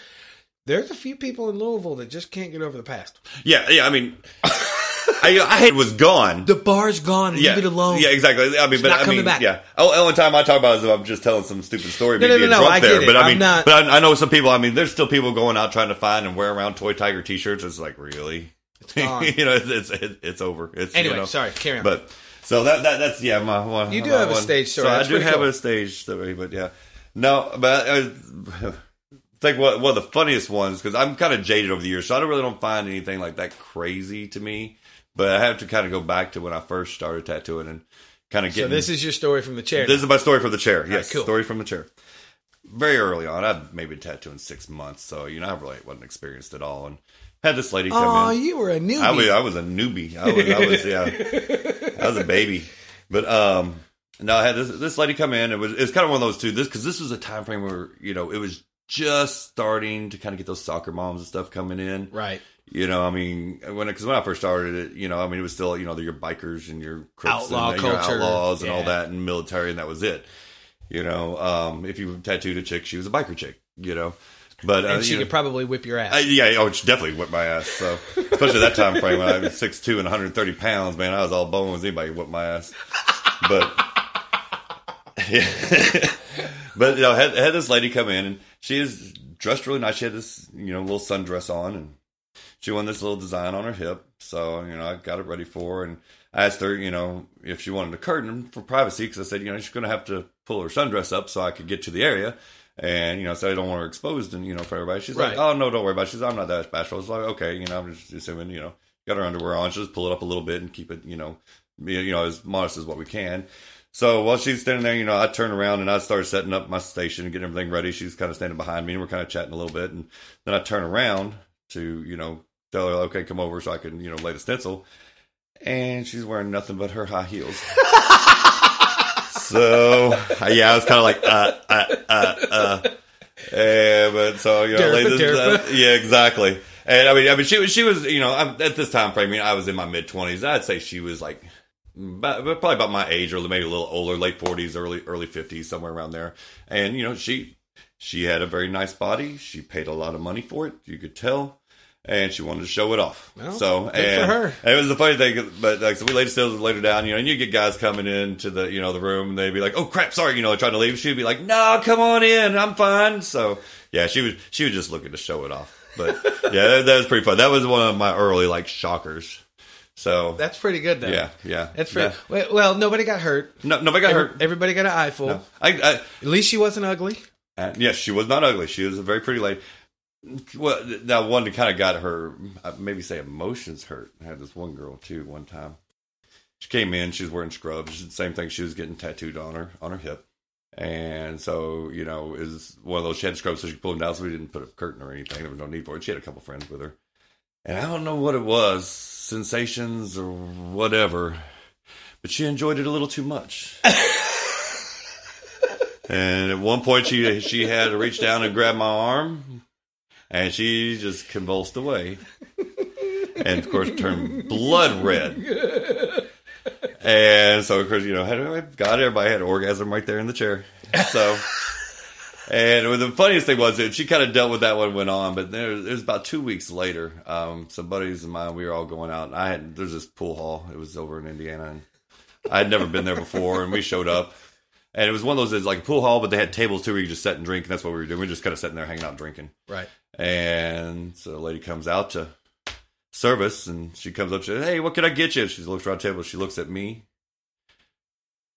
[SPEAKER 1] There's a few people in Louisville that just can't get over the past.
[SPEAKER 3] yeah, yeah. I mean, I I had was gone.
[SPEAKER 4] The bar's gone.
[SPEAKER 3] yeah,
[SPEAKER 4] Leave it alone.
[SPEAKER 3] Yeah, exactly. I mean, but
[SPEAKER 4] not
[SPEAKER 3] I
[SPEAKER 4] coming
[SPEAKER 3] mean,
[SPEAKER 4] back.
[SPEAKER 3] yeah. Oh, only time I talk about is if I'm just telling some stupid story,
[SPEAKER 1] No,
[SPEAKER 3] me
[SPEAKER 1] no, no,
[SPEAKER 3] being
[SPEAKER 1] no,
[SPEAKER 3] drunk
[SPEAKER 1] I get
[SPEAKER 3] there.
[SPEAKER 1] it.
[SPEAKER 3] But I
[SPEAKER 1] I'm
[SPEAKER 3] mean,
[SPEAKER 1] not-
[SPEAKER 3] but I, I know some people. I mean, there's still people going out trying to find and wear around toy tiger T-shirts. It's like really,
[SPEAKER 1] gone.
[SPEAKER 3] you know, it's it's, it's over. It's
[SPEAKER 1] Anyway,
[SPEAKER 3] you know.
[SPEAKER 1] sorry, carry on.
[SPEAKER 3] But so that, that that's yeah, my one.
[SPEAKER 1] You do
[SPEAKER 3] my
[SPEAKER 1] have a
[SPEAKER 3] one.
[SPEAKER 1] stage story.
[SPEAKER 3] So I
[SPEAKER 1] That's
[SPEAKER 3] do
[SPEAKER 1] pretty
[SPEAKER 3] have
[SPEAKER 1] cool.
[SPEAKER 3] a stage story, but yeah, no, but I, I think one one of the funniest ones because I'm kind of jaded over the years, so I don't really don't find anything like that crazy to me. But I have to kind of go back to when I first started tattooing and kind of
[SPEAKER 1] so
[SPEAKER 3] getting.
[SPEAKER 1] this is your story from the chair.
[SPEAKER 3] This is my story from the chair. Yes,
[SPEAKER 1] cool.
[SPEAKER 3] story from the chair. Very early on, I've maybe been tattooing six months, so you know I really wasn't experienced at all, and had this lady come
[SPEAKER 1] oh,
[SPEAKER 3] in.
[SPEAKER 1] you were a newbie.
[SPEAKER 3] I was I was a newbie. I was, I was yeah, I was a baby. But um, no, I had this this lady come in. It was it's kind of one of those two. This because this was a time frame where you know it was just starting to kind of get those soccer moms and stuff coming in.
[SPEAKER 1] right.
[SPEAKER 3] You know, I mean, when because when I first started it, you know, I mean, it was still you know your bikers and your Crips
[SPEAKER 1] Outlaw
[SPEAKER 3] and your
[SPEAKER 1] culture,
[SPEAKER 3] outlaws and all
[SPEAKER 1] yeah.
[SPEAKER 3] that and military and that was it. You know, um, if you tattooed a chick, she was a biker chick. You know, but uh,
[SPEAKER 1] And she
[SPEAKER 3] you know-
[SPEAKER 1] could probably whip your ass.
[SPEAKER 3] I, yeah, oh, it definitely whipped my ass. So, especially that time frame when I was six two and 130 pounds, man, I was all bones. Anybody whipped my ass, but but you know, had, had this lady come in and she is dressed really nice. She had this you know little sundress on and she won this little design on her hip. So you know, I got it ready for her and I asked her you know if she wanted a curtain for privacy because I said you know she's going to have to pull her sundress up so I could get to the area. And you know, so I don't want her exposed, and you know, for everybody. She's
[SPEAKER 1] Right.
[SPEAKER 3] like, "Oh no, don't worry about." it. She's, "I'm not that bashful." It's like, okay, you know, I'm just assuming, you know, got her underwear on. She'll just pull it up a little bit and keep it, you know, you you know, as modest as what we can. So while she's standing there, you know, I turn around and I start setting up my station and getting everything ready. She's kind of standing behind me and we're kind of chatting a little bit. And then I turn around to, you know, tell her, okay, come over so I can, you know, lay the stencil. And she's wearing nothing but her high heels. so yeah, I was kind of like, uh, uh, uh, uh. Yeah, but so you know,
[SPEAKER 1] Derpa,
[SPEAKER 3] laid this-
[SPEAKER 1] derpa.
[SPEAKER 3] yeah, exactly. And I mean, I mean, she was, she was, you know, I'm, at this time frame, I mean, I was in my mid twenties. I'd say she was like about, but probably about my age or maybe a little older, late forties, early early fifties, somewhere around there. And you know, she she had a very nice body. She paid a lot of money for it. You could tell. And she wanted to show it off.
[SPEAKER 1] Well,
[SPEAKER 3] so
[SPEAKER 1] good for
[SPEAKER 3] and,
[SPEAKER 1] her.
[SPEAKER 3] and it was a funny thing, but like so we laid stills later down, you know, and you get guys coming into the you know the room and they'd be like, Oh crap, sorry, you know, trying to leave. She'd be like, No, come on in, I'm fine. So yeah, she was she was just looking to show it off. But yeah, that, that was pretty fun. That was one of my early like shockers. So
[SPEAKER 1] That's pretty good, though.
[SPEAKER 3] yeah, yeah.
[SPEAKER 1] That's pretty. Well, well, nobody got hurt.
[SPEAKER 3] No, nobody got hurt.
[SPEAKER 1] Everybody got an eyeful.
[SPEAKER 3] I,
[SPEAKER 1] At least she wasn't ugly.
[SPEAKER 3] I, uh, yes, she was not ugly. She was a very pretty lady. Well, th- now one that kind of got her, uh, maybe say emotions hurt. I had this one girl too one time. She came in. She was wearing scrubs. Same thing. She was getting tattooed on her on her hip, and so you know is one of those. She had scrubs, so she pulled them down. So we didn't put a curtain or anything. There was no need for it. She had a couple friends with her, and I don't know what it was, sensations or whatever, but she enjoyed it a little too much. And at one point, she she had to reach down and grab my arm, and she just convulsed away, and of course turned blood red. And so, of course, you know, had, God, everybody had an orgasm right there in the chair. So, and the funniest thing was that she kind of dealt with that one went on, but there it was about two weeks later. Um, some buddies of mine, we were all going out, and I had there's this pool hall. It was over in Indiana, and I had never been there before, and we showed up. And it was one of those, it's like a pool hall, but they had tables too where you just sat and drink. And that's what we were doing. We were just kind of sitting there hanging out and drinking.
[SPEAKER 1] Right.
[SPEAKER 3] And so a lady comes out to service and she comes up, she says, Hey, what can I get you? She looks around the table. She looks at me.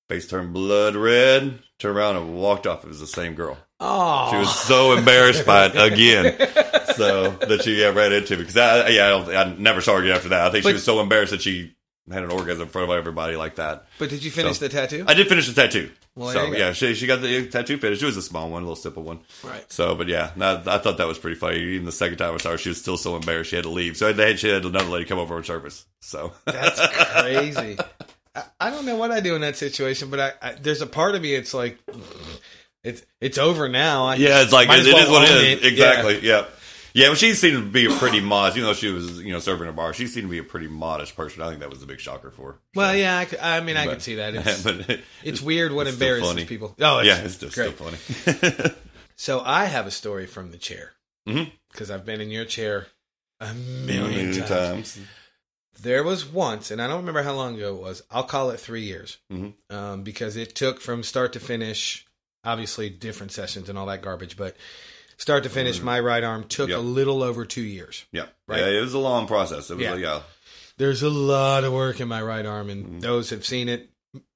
[SPEAKER 3] Face turned blood red, turned around and walked off. It was the same girl.
[SPEAKER 1] Oh,
[SPEAKER 3] She was so embarrassed by it again. So that she yeah, ran into me. Because I, yeah, I, don't, I never saw her again after that. I think
[SPEAKER 1] But-
[SPEAKER 3] she was so embarrassed that she and had an orgasm in front of everybody like that.
[SPEAKER 1] But did you finish
[SPEAKER 3] So-
[SPEAKER 1] the tattoo?
[SPEAKER 3] I did finish the tattoo.
[SPEAKER 1] Well, there
[SPEAKER 3] so
[SPEAKER 1] you go.
[SPEAKER 3] yeah, she she got the tattoo finished. It was a small one, a little simple one.
[SPEAKER 1] Right.
[SPEAKER 3] So, but yeah, no, I thought that was pretty funny. Even the second time I saw her, she was still so embarrassed she had to leave. So they had, she had another lady come over and service. So
[SPEAKER 1] That's crazy. I, I don't know what I do in that situation, but I, I there's a part of me. It's like it's it's over now. I,
[SPEAKER 3] yeah, it's like
[SPEAKER 1] Might
[SPEAKER 3] it,
[SPEAKER 1] as
[SPEAKER 3] it
[SPEAKER 1] well
[SPEAKER 3] is what
[SPEAKER 1] own
[SPEAKER 3] it is.
[SPEAKER 1] it.
[SPEAKER 3] Exactly. Yeah. yeah. but she seemed to be a pretty modest, you know, she was, you know, serving a bar. She seemed to be a pretty modest person. I think that was a big shocker for her.
[SPEAKER 1] Well, yeah. I, c- I mean, I
[SPEAKER 3] But-
[SPEAKER 1] can see that. It's,
[SPEAKER 3] but it-
[SPEAKER 1] it's weird what
[SPEAKER 3] it's still
[SPEAKER 1] embarrasses
[SPEAKER 3] funny.
[SPEAKER 1] people. Oh, it's,
[SPEAKER 3] yeah, it's still, still
[SPEAKER 1] great.
[SPEAKER 3] funny.
[SPEAKER 1] So I have a story from the chair
[SPEAKER 3] Mhm.
[SPEAKER 1] because I've been in your chair a million,
[SPEAKER 3] Million
[SPEAKER 1] times.
[SPEAKER 3] times.
[SPEAKER 1] There was once, and I don't remember how long ago it was. I'll call it three years
[SPEAKER 3] Mhm.
[SPEAKER 1] um, because it took from start to finish. Obviously, different sessions and all that garbage, but start to finish, my right arm took
[SPEAKER 3] Mm-hmm. Yep.
[SPEAKER 1] a little over two years.
[SPEAKER 3] Yeah.
[SPEAKER 1] Right.
[SPEAKER 3] Yeah, it was a long process. It was
[SPEAKER 1] Yeah.
[SPEAKER 3] like, yeah.
[SPEAKER 1] There's a lot of work in my right arm, and those have seen it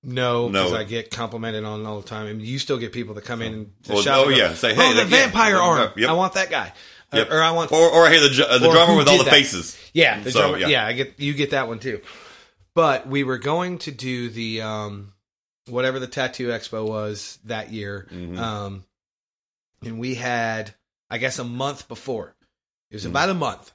[SPEAKER 1] know
[SPEAKER 3] Mm-hmm. No.
[SPEAKER 1] because I get complimented on it all the time. And you still get people that come in and
[SPEAKER 3] Well,
[SPEAKER 1] shout,
[SPEAKER 3] oh,
[SPEAKER 1] and go,
[SPEAKER 3] yeah, say, hey,
[SPEAKER 1] oh, the
[SPEAKER 3] that- yeah,
[SPEAKER 1] vampire
[SPEAKER 3] that-
[SPEAKER 1] arm!
[SPEAKER 3] yep.
[SPEAKER 1] I want that guy, Or-
[SPEAKER 3] Yep.
[SPEAKER 1] or, I want
[SPEAKER 3] Or, or I hear the, ju- uh, the
[SPEAKER 1] Or
[SPEAKER 3] drummer
[SPEAKER 1] who
[SPEAKER 3] with all
[SPEAKER 1] did
[SPEAKER 3] the
[SPEAKER 1] that?
[SPEAKER 3] faces.
[SPEAKER 1] yeah, the
[SPEAKER 3] So,
[SPEAKER 1] drummer- yeah.
[SPEAKER 3] yeah.
[SPEAKER 1] I get you get that one too. But we were going to do the um, whatever the tattoo expo was that year,
[SPEAKER 3] Mhm.
[SPEAKER 1] um, and we had I guess a month before. It
[SPEAKER 3] Mm-hmm.
[SPEAKER 1] was about a month.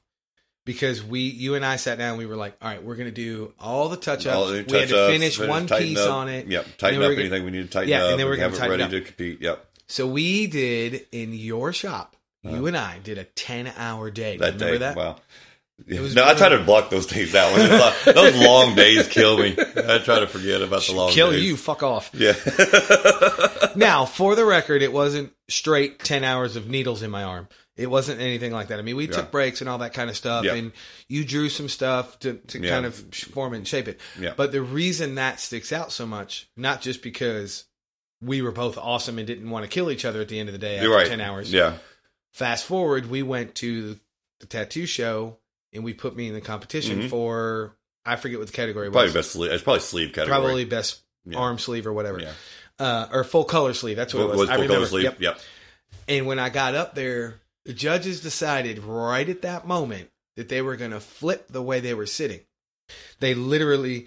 [SPEAKER 1] Because we, you and I sat down, we were like, "All right, we're going to do all the touch ups.
[SPEAKER 3] All the
[SPEAKER 1] We had to
[SPEAKER 3] touch-ups,
[SPEAKER 1] finish one
[SPEAKER 3] tighten
[SPEAKER 1] piece
[SPEAKER 3] up.
[SPEAKER 1] on it.
[SPEAKER 3] Yep.
[SPEAKER 1] then
[SPEAKER 3] Tighten
[SPEAKER 1] we're
[SPEAKER 3] up
[SPEAKER 1] gonna-
[SPEAKER 3] anything we need to tighten
[SPEAKER 1] Yeah,
[SPEAKER 3] up.
[SPEAKER 1] and then we're gonna
[SPEAKER 3] have it
[SPEAKER 1] tighten
[SPEAKER 3] ready
[SPEAKER 1] up.
[SPEAKER 3] to compete. Yep.
[SPEAKER 1] So we did in your shop. You
[SPEAKER 3] Uh-huh.
[SPEAKER 1] and I did a ten-hour day. Do you
[SPEAKER 3] That
[SPEAKER 1] remember
[SPEAKER 3] day.
[SPEAKER 1] that?
[SPEAKER 3] Wow.
[SPEAKER 1] was
[SPEAKER 3] no, I try
[SPEAKER 1] brutal.
[SPEAKER 3] to block those days out. It's like- those long days kill me. I try to forget about the long
[SPEAKER 1] Kill
[SPEAKER 3] days.
[SPEAKER 1] you, fuck off.
[SPEAKER 3] Yeah.
[SPEAKER 1] now, for the record, it wasn't straight ten hours of needles in my arm. It wasn't anything like that. I mean, we
[SPEAKER 3] Yeah.
[SPEAKER 1] took breaks and all that kind of stuff,
[SPEAKER 3] Yeah.
[SPEAKER 1] and you drew some stuff to, to
[SPEAKER 3] Yeah.
[SPEAKER 1] kind of sh- form and shape it.
[SPEAKER 3] Yeah.
[SPEAKER 1] But the reason that sticks out so much, not just because we were both awesome and didn't want to kill each other at the end of the day after
[SPEAKER 3] You're right.
[SPEAKER 1] ten hours.
[SPEAKER 3] Yeah.
[SPEAKER 1] Fast forward, we went to the tattoo show and we put me in the competition
[SPEAKER 3] Mhm.
[SPEAKER 1] for I forget what the category was.
[SPEAKER 3] Probably best sleeve. It's probably sleeve category.
[SPEAKER 1] Probably best
[SPEAKER 3] Yeah.
[SPEAKER 1] arm sleeve or whatever.
[SPEAKER 3] Yeah.
[SPEAKER 1] Uh, or full color sleeve. That's what it was.
[SPEAKER 3] Was
[SPEAKER 1] I
[SPEAKER 3] full color
[SPEAKER 1] remember.
[SPEAKER 3] sleeve.
[SPEAKER 1] Yep.
[SPEAKER 3] Yep.
[SPEAKER 1] And when I got up there, the judges decided right at that moment that they were going to flip the way they were sitting. They literally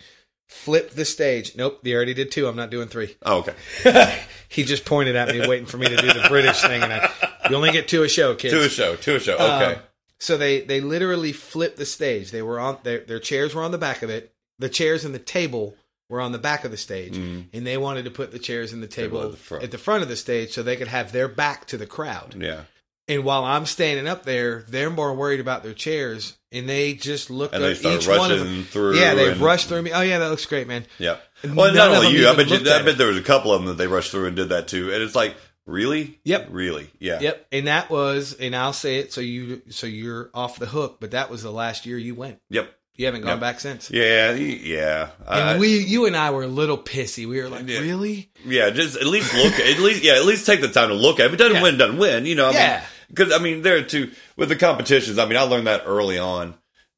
[SPEAKER 1] flipped the stage. Nope, they already did two. I'm not doing three.
[SPEAKER 3] Oh, okay.
[SPEAKER 1] he just pointed at me, waiting for me to do the British thing. And I, you only get two a show, kids.
[SPEAKER 3] To a show. To a show. Okay.
[SPEAKER 1] Um, so they they literally flipped the stage. They were on their their chairs were on the back of it. The chairs and the table were on the back of the stage, and they wanted to put the chairs and the table
[SPEAKER 3] Mm. at the front.
[SPEAKER 1] at the front of the stage so they could have their back to the crowd.
[SPEAKER 3] yeah.
[SPEAKER 1] And while I'm standing up there, they're more worried about their chairs, and they just looked
[SPEAKER 3] And
[SPEAKER 1] at
[SPEAKER 3] they started
[SPEAKER 1] each one of
[SPEAKER 3] rushing
[SPEAKER 1] them.
[SPEAKER 3] through
[SPEAKER 1] Yeah, they
[SPEAKER 3] and-
[SPEAKER 1] rushed through me. Oh yeah, that looks great, man.
[SPEAKER 3] Yeah.
[SPEAKER 1] And
[SPEAKER 3] Well,
[SPEAKER 1] none
[SPEAKER 3] not
[SPEAKER 1] of
[SPEAKER 3] only
[SPEAKER 1] them
[SPEAKER 3] you. I
[SPEAKER 1] even
[SPEAKER 3] bet. You,
[SPEAKER 1] looked at
[SPEAKER 3] I
[SPEAKER 1] it.
[SPEAKER 3] bet there was a couple of them that they rushed through and did that too. And it's like, really?
[SPEAKER 1] Yep.
[SPEAKER 3] Really? Yeah.
[SPEAKER 1] Yep, and that was, and I'll say it so you so you're off the hook. But that was the last year you went.
[SPEAKER 3] Yep.
[SPEAKER 1] You haven't gone
[SPEAKER 3] Yep.
[SPEAKER 1] back since.
[SPEAKER 3] Yeah. Yeah. I-
[SPEAKER 1] And we, you and I were a little pissy. We were like,
[SPEAKER 3] Yeah.
[SPEAKER 1] really?
[SPEAKER 3] Yeah, just at least look. at least yeah, at least take the time to look at. it. If it doesn't
[SPEAKER 1] Yeah.
[SPEAKER 3] win, doesn't win. You know, I
[SPEAKER 1] Yeah.
[SPEAKER 3] Because I mean, there are two with the competitions. I mean, I learned that early on.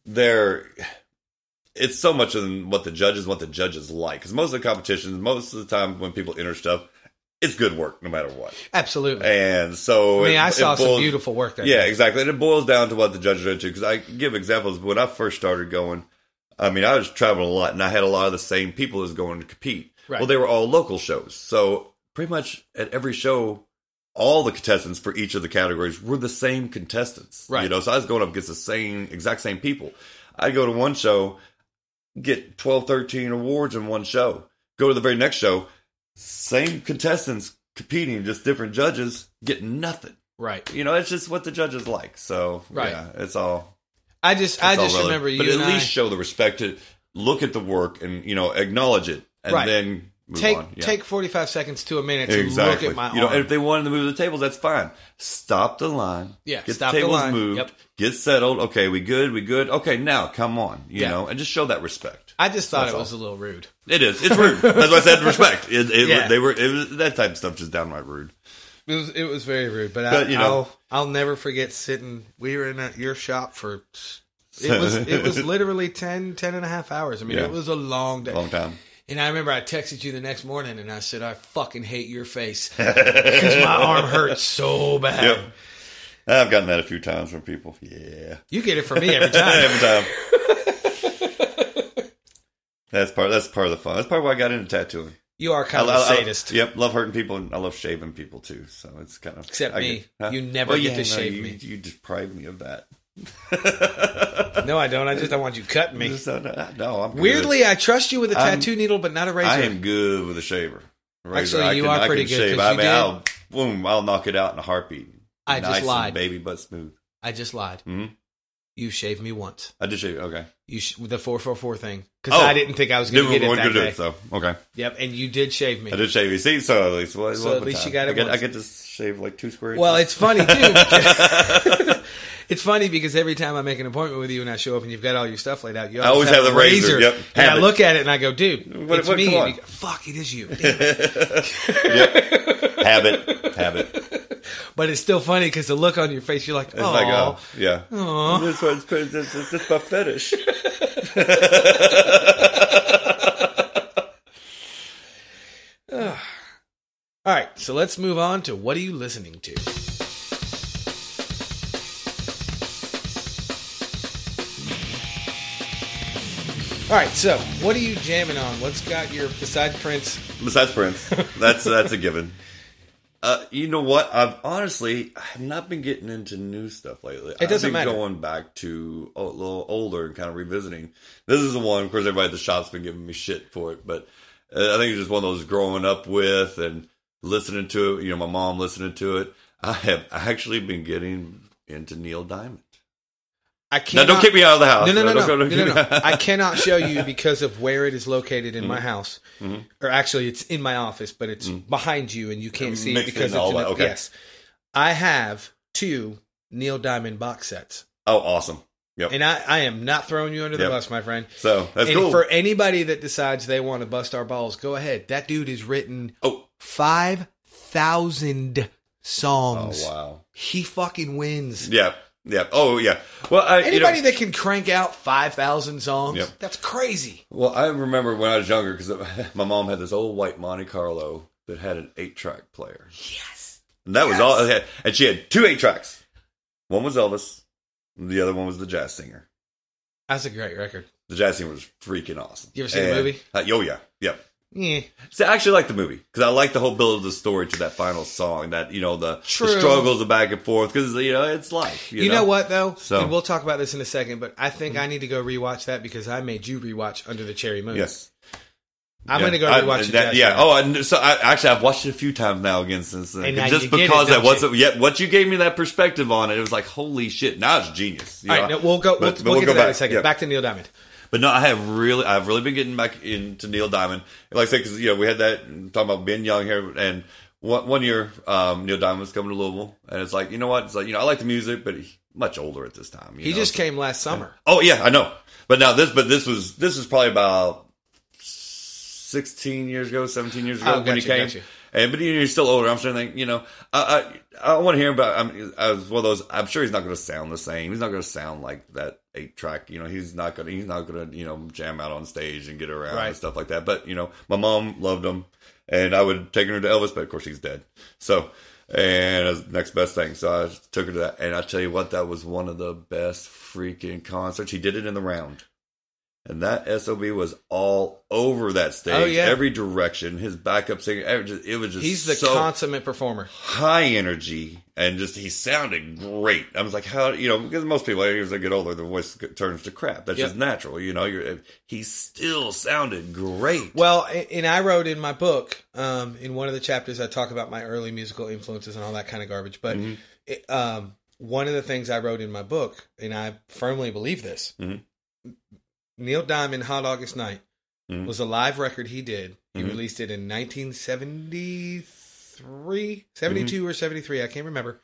[SPEAKER 3] There, it's so much in what the judges what the judges like. Because most of the competitions, most of the time when people enter stuff, it's good work no matter what.
[SPEAKER 1] Absolutely.
[SPEAKER 3] And so
[SPEAKER 1] I mean,
[SPEAKER 3] it-
[SPEAKER 1] I
[SPEAKER 3] it
[SPEAKER 1] saw some
[SPEAKER 3] boils-
[SPEAKER 1] beautiful work there.
[SPEAKER 3] yeah, exactly. And it boils down to what the judges are into. Because I give examples. When I first started going, I mean, I was traveling a lot, and I had a lot of the same people as going to compete.
[SPEAKER 1] Right.
[SPEAKER 3] Well, they were all local shows, so pretty much at every show, all the contestants for each of the categories were the same contestants.
[SPEAKER 1] Right.
[SPEAKER 3] You know, so I was going up against the same exact same people. I'd go to one show, get 12, 13 awards in one show. Go to the very next show, same contestants competing, just different judges, get nothing
[SPEAKER 1] Right.
[SPEAKER 3] you know, it's just what the judges like. So
[SPEAKER 1] Right.
[SPEAKER 3] yeah, it's all.
[SPEAKER 1] I just,
[SPEAKER 3] It's
[SPEAKER 1] I
[SPEAKER 3] all
[SPEAKER 1] just
[SPEAKER 3] relative.
[SPEAKER 1] remember you
[SPEAKER 3] but
[SPEAKER 1] and
[SPEAKER 3] at least
[SPEAKER 1] I
[SPEAKER 3] show the respect to look at the work and you know acknowledge it, and
[SPEAKER 1] Right.
[SPEAKER 3] then move
[SPEAKER 1] take
[SPEAKER 3] on. Yeah.
[SPEAKER 1] take 45 seconds to a minute to
[SPEAKER 3] exactly.
[SPEAKER 1] look at my
[SPEAKER 3] you know,
[SPEAKER 1] arm.
[SPEAKER 3] and if they wanted to move the tables, that's fine. Stop the line.
[SPEAKER 1] Yeah,
[SPEAKER 3] get
[SPEAKER 1] stop the
[SPEAKER 3] the tables
[SPEAKER 1] line.
[SPEAKER 3] moved.
[SPEAKER 1] Yep.
[SPEAKER 3] Get settled. Okay, we good. We good. Okay, now come on. You
[SPEAKER 1] Yeah.
[SPEAKER 3] know, and just show that respect.
[SPEAKER 1] I just thought
[SPEAKER 3] That's
[SPEAKER 1] it
[SPEAKER 3] all.
[SPEAKER 1] was a little rude.
[SPEAKER 3] It is. It's rude. that's why I said respect. It, it,
[SPEAKER 1] Yeah.
[SPEAKER 3] They were it was, that type of stuff just downright rude.
[SPEAKER 1] It was, it was very rude. But, I,
[SPEAKER 3] But, you know-
[SPEAKER 1] I'll, I'll never forget sitting. We were in a, your shop for. It was it was literally 10, 10 and a half hours. I mean,
[SPEAKER 3] Yeah.
[SPEAKER 1] it was a long day.
[SPEAKER 3] Long time.
[SPEAKER 1] And I remember I texted you the next morning and I said, I fucking hate your face because my arm hurts so bad.
[SPEAKER 3] Yep. I've gotten that a few times from people. Yeah.
[SPEAKER 1] You get it from me every time.
[SPEAKER 3] Every time. That's part. That's part of the fun. That's part of why I got into tattooing.
[SPEAKER 1] You are kind
[SPEAKER 3] I-
[SPEAKER 1] of a
[SPEAKER 3] I- I-
[SPEAKER 1] sadist.
[SPEAKER 3] yep, love hurting people, and I love shaving people too. So it's kind of
[SPEAKER 1] Except
[SPEAKER 3] I
[SPEAKER 1] me.
[SPEAKER 3] get- huh?
[SPEAKER 1] You never get to shave
[SPEAKER 3] you,
[SPEAKER 1] me.
[SPEAKER 3] You deprive me of that.
[SPEAKER 1] No, I don't. I just don't want you cutting me.
[SPEAKER 3] Just, uh, no, no, I'm good.
[SPEAKER 1] Weirdly, I trust you with a
[SPEAKER 3] I'm-
[SPEAKER 1] tattoo needle, but not a razor.
[SPEAKER 3] I am good with a shaver. A
[SPEAKER 1] Actually, you are pretty good 'cause
[SPEAKER 3] I
[SPEAKER 1] you
[SPEAKER 3] mean,
[SPEAKER 1] did-
[SPEAKER 3] I'll boom, I'll knock it out in a heartbeat.
[SPEAKER 1] I just
[SPEAKER 3] Nice and
[SPEAKER 1] lied.
[SPEAKER 3] baby butt smooth.
[SPEAKER 1] I just lied.
[SPEAKER 3] hmm
[SPEAKER 1] You shaved me once.
[SPEAKER 3] I did shave. Okay,
[SPEAKER 1] You sh- the four four four thing because
[SPEAKER 3] Oh.
[SPEAKER 1] I didn't think I was going
[SPEAKER 3] Did-
[SPEAKER 1] to get
[SPEAKER 3] we're
[SPEAKER 1] it
[SPEAKER 3] gonna
[SPEAKER 1] that
[SPEAKER 3] do
[SPEAKER 1] day.
[SPEAKER 3] it. So okay,
[SPEAKER 1] Yep, and you did shave me.
[SPEAKER 3] I did shave you. See, so at least well,
[SPEAKER 1] So
[SPEAKER 3] well,
[SPEAKER 1] at least
[SPEAKER 3] time.
[SPEAKER 1] you got it
[SPEAKER 3] I get,
[SPEAKER 1] once.
[SPEAKER 3] I get to shave like two square.
[SPEAKER 1] Well,
[SPEAKER 3] inches.
[SPEAKER 1] it's funny too. it's funny because every time I make an appointment with you and I show up and you've got all your stuff laid out, you
[SPEAKER 3] I
[SPEAKER 1] always, have, the razor.
[SPEAKER 3] Yep.
[SPEAKER 1] And
[SPEAKER 3] Have
[SPEAKER 1] I
[SPEAKER 3] it.
[SPEAKER 1] look at it and I go, dude,
[SPEAKER 3] What-
[SPEAKER 1] it's
[SPEAKER 3] what-
[SPEAKER 1] me.
[SPEAKER 3] come
[SPEAKER 1] And
[SPEAKER 3] on.
[SPEAKER 1] you go, Fuck, it is you. Damn.
[SPEAKER 3] habit, habit.
[SPEAKER 1] but it's still funny because the look on your face, you're like,
[SPEAKER 3] It's like uh,
[SPEAKER 1] oh,
[SPEAKER 3] a, yeah.
[SPEAKER 1] Aw.
[SPEAKER 3] This one's this, this, this is my fetish.
[SPEAKER 1] All right, so let's move on to what are you listening to? All right, so what are you jamming on? What's got your besides Prince?
[SPEAKER 3] Besides Prince, that's that's a given. Uh, you know what? I've honestly I've not been getting into new stuff lately. It
[SPEAKER 1] doesn't
[SPEAKER 3] I've been
[SPEAKER 1] matter.
[SPEAKER 3] Going back to a little older and kind of revisiting. This is the one. Of course, everybody at the shop's been giving me shit for it, but uh, I think it's just one of those growing up with and listening to it. You know, my mom listening to it. I have actually been getting into Neil Diamond.
[SPEAKER 1] I can't.
[SPEAKER 3] Now, don't kick me out of the house.
[SPEAKER 1] No, no, no, no,
[SPEAKER 3] Don't-
[SPEAKER 1] no,
[SPEAKER 3] don't
[SPEAKER 1] no,
[SPEAKER 3] kick me
[SPEAKER 1] no.
[SPEAKER 3] out. Mm-hmm.
[SPEAKER 1] I cannot show you because of where it is located in my house, or actually, it's in my office, but it's behind you, and you can't see it
[SPEAKER 3] Mm. Mixed in
[SPEAKER 1] because it's
[SPEAKER 3] all
[SPEAKER 1] in
[SPEAKER 3] that,
[SPEAKER 1] the-
[SPEAKER 3] okay.
[SPEAKER 1] yes. I have two Neil Diamond box sets,
[SPEAKER 3] Oh, awesome. Yep.
[SPEAKER 1] and I, I am not throwing you under the
[SPEAKER 3] Yep.
[SPEAKER 1] bus, my friend.
[SPEAKER 3] so that's
[SPEAKER 1] and
[SPEAKER 3] cool.
[SPEAKER 1] for anybody that decides they want to bust our balls, go ahead. That dude has written
[SPEAKER 3] oh,
[SPEAKER 1] five thousand
[SPEAKER 3] oh,
[SPEAKER 1] songs.
[SPEAKER 3] wow.
[SPEAKER 1] He fucking wins.
[SPEAKER 3] Yeah, yeah. Oh, yeah. Well, I, you know-
[SPEAKER 1] Anybody that can crank out five thousand songs,
[SPEAKER 3] Yep.
[SPEAKER 1] that's crazy.
[SPEAKER 3] well, I remember when I was younger because my mom had this old white Monte Carlo that had an eight-track player. Yes, and that was all. It had. And she had two eight tracks. One was Elvis, and the other one was the jazz singer.
[SPEAKER 1] That's a great record.
[SPEAKER 3] The jazz singer was freaking awesome.
[SPEAKER 1] You ever seen the
[SPEAKER 3] And-
[SPEAKER 1] movie?
[SPEAKER 3] Uh, oh yeah, yeah.
[SPEAKER 1] Yeah.
[SPEAKER 3] See, I actually like the movie because I like the whole build of the story to that final song. That you know the, the
[SPEAKER 1] True.
[SPEAKER 3] struggles, the back and forth because you know it's life.
[SPEAKER 1] You, know? what though?
[SPEAKER 3] So- Mm-hmm.
[SPEAKER 1] And we'll talk about this in a second, but I think I need to go rewatch that because I made you rewatch Under the Cherry Moon.
[SPEAKER 3] Yes.
[SPEAKER 1] I'm
[SPEAKER 3] Yeah.
[SPEAKER 1] gonna go
[SPEAKER 3] I-
[SPEAKER 1] rewatch it.
[SPEAKER 3] that- Yeah. Oh, and so I, actually, I've watched it a few times now again since then.
[SPEAKER 1] And now
[SPEAKER 3] just
[SPEAKER 1] you get it,
[SPEAKER 3] because
[SPEAKER 1] don't
[SPEAKER 3] that wasn't. Yeah, what you gave me that perspective on it, it was like, holy shit! Now it's genius. you
[SPEAKER 1] All right,
[SPEAKER 3] know?
[SPEAKER 1] no, we'll go. we'll,
[SPEAKER 3] But- but
[SPEAKER 1] we'll, get
[SPEAKER 3] go
[SPEAKER 1] to that in a
[SPEAKER 3] back.
[SPEAKER 1] second.
[SPEAKER 3] Yeah.
[SPEAKER 1] Back to Neil Diamond.
[SPEAKER 3] But no, I have really, I've really been getting back into Neil Diamond. Like I said, because you know we had that talking about Ben Young here, and one, one year um, Neil Diamond was coming to Louisville, and it's like, you know what? It's like, you know, I like the music, but he's much older at this time. You
[SPEAKER 1] He
[SPEAKER 3] know?
[SPEAKER 1] just came last summer.
[SPEAKER 3] Oh yeah, I know. But now this, but this was this was probably about sixteen years ago, seventeen years ago
[SPEAKER 1] Oh,
[SPEAKER 3] when he
[SPEAKER 1] gotcha,
[SPEAKER 3] came.
[SPEAKER 1] gotcha.
[SPEAKER 3] And but you're still older. I'm sure. Like, you know, I I, I want to hear about. I'm as one of those. I'm sure he's not going to sound the same. He's not going to sound like that eight track. You know, he's not going. to He's not going to you know jam out on stage and get around
[SPEAKER 1] Right.
[SPEAKER 3] and stuff like that. But you know, my mom loved him, and I would take her to Elvis, but of course he's dead. So. And as next best thing, so I took her to that, and I tell you what, that was one of the best freaking concerts. He did it in the round. And that sob was all over that stage,
[SPEAKER 1] Oh, yeah.
[SPEAKER 3] every direction. His backup singer, it was just, it was just
[SPEAKER 1] He's the
[SPEAKER 3] so
[SPEAKER 1] consummate performer.
[SPEAKER 3] high energy, and just he sounded great. I was like, how you know? Because most people, as they get older, their voice turns to crap. That's
[SPEAKER 1] Yep.
[SPEAKER 3] just natural, you know. You're, he still sounded great.
[SPEAKER 1] Well, a- and I wrote in my book, um, in one of the chapters, I talk about my early musical influences and all that kind of garbage.
[SPEAKER 3] Mm-hmm.
[SPEAKER 1] But it, um, one of the things I wrote in my book, and I firmly believe this
[SPEAKER 3] Mhm.
[SPEAKER 1] Neil Diamond, Hot August Night,
[SPEAKER 3] Mhm.
[SPEAKER 1] was a live record he did. He
[SPEAKER 3] Mhm.
[SPEAKER 1] released it in 1973, 72 or 73, I can't remember.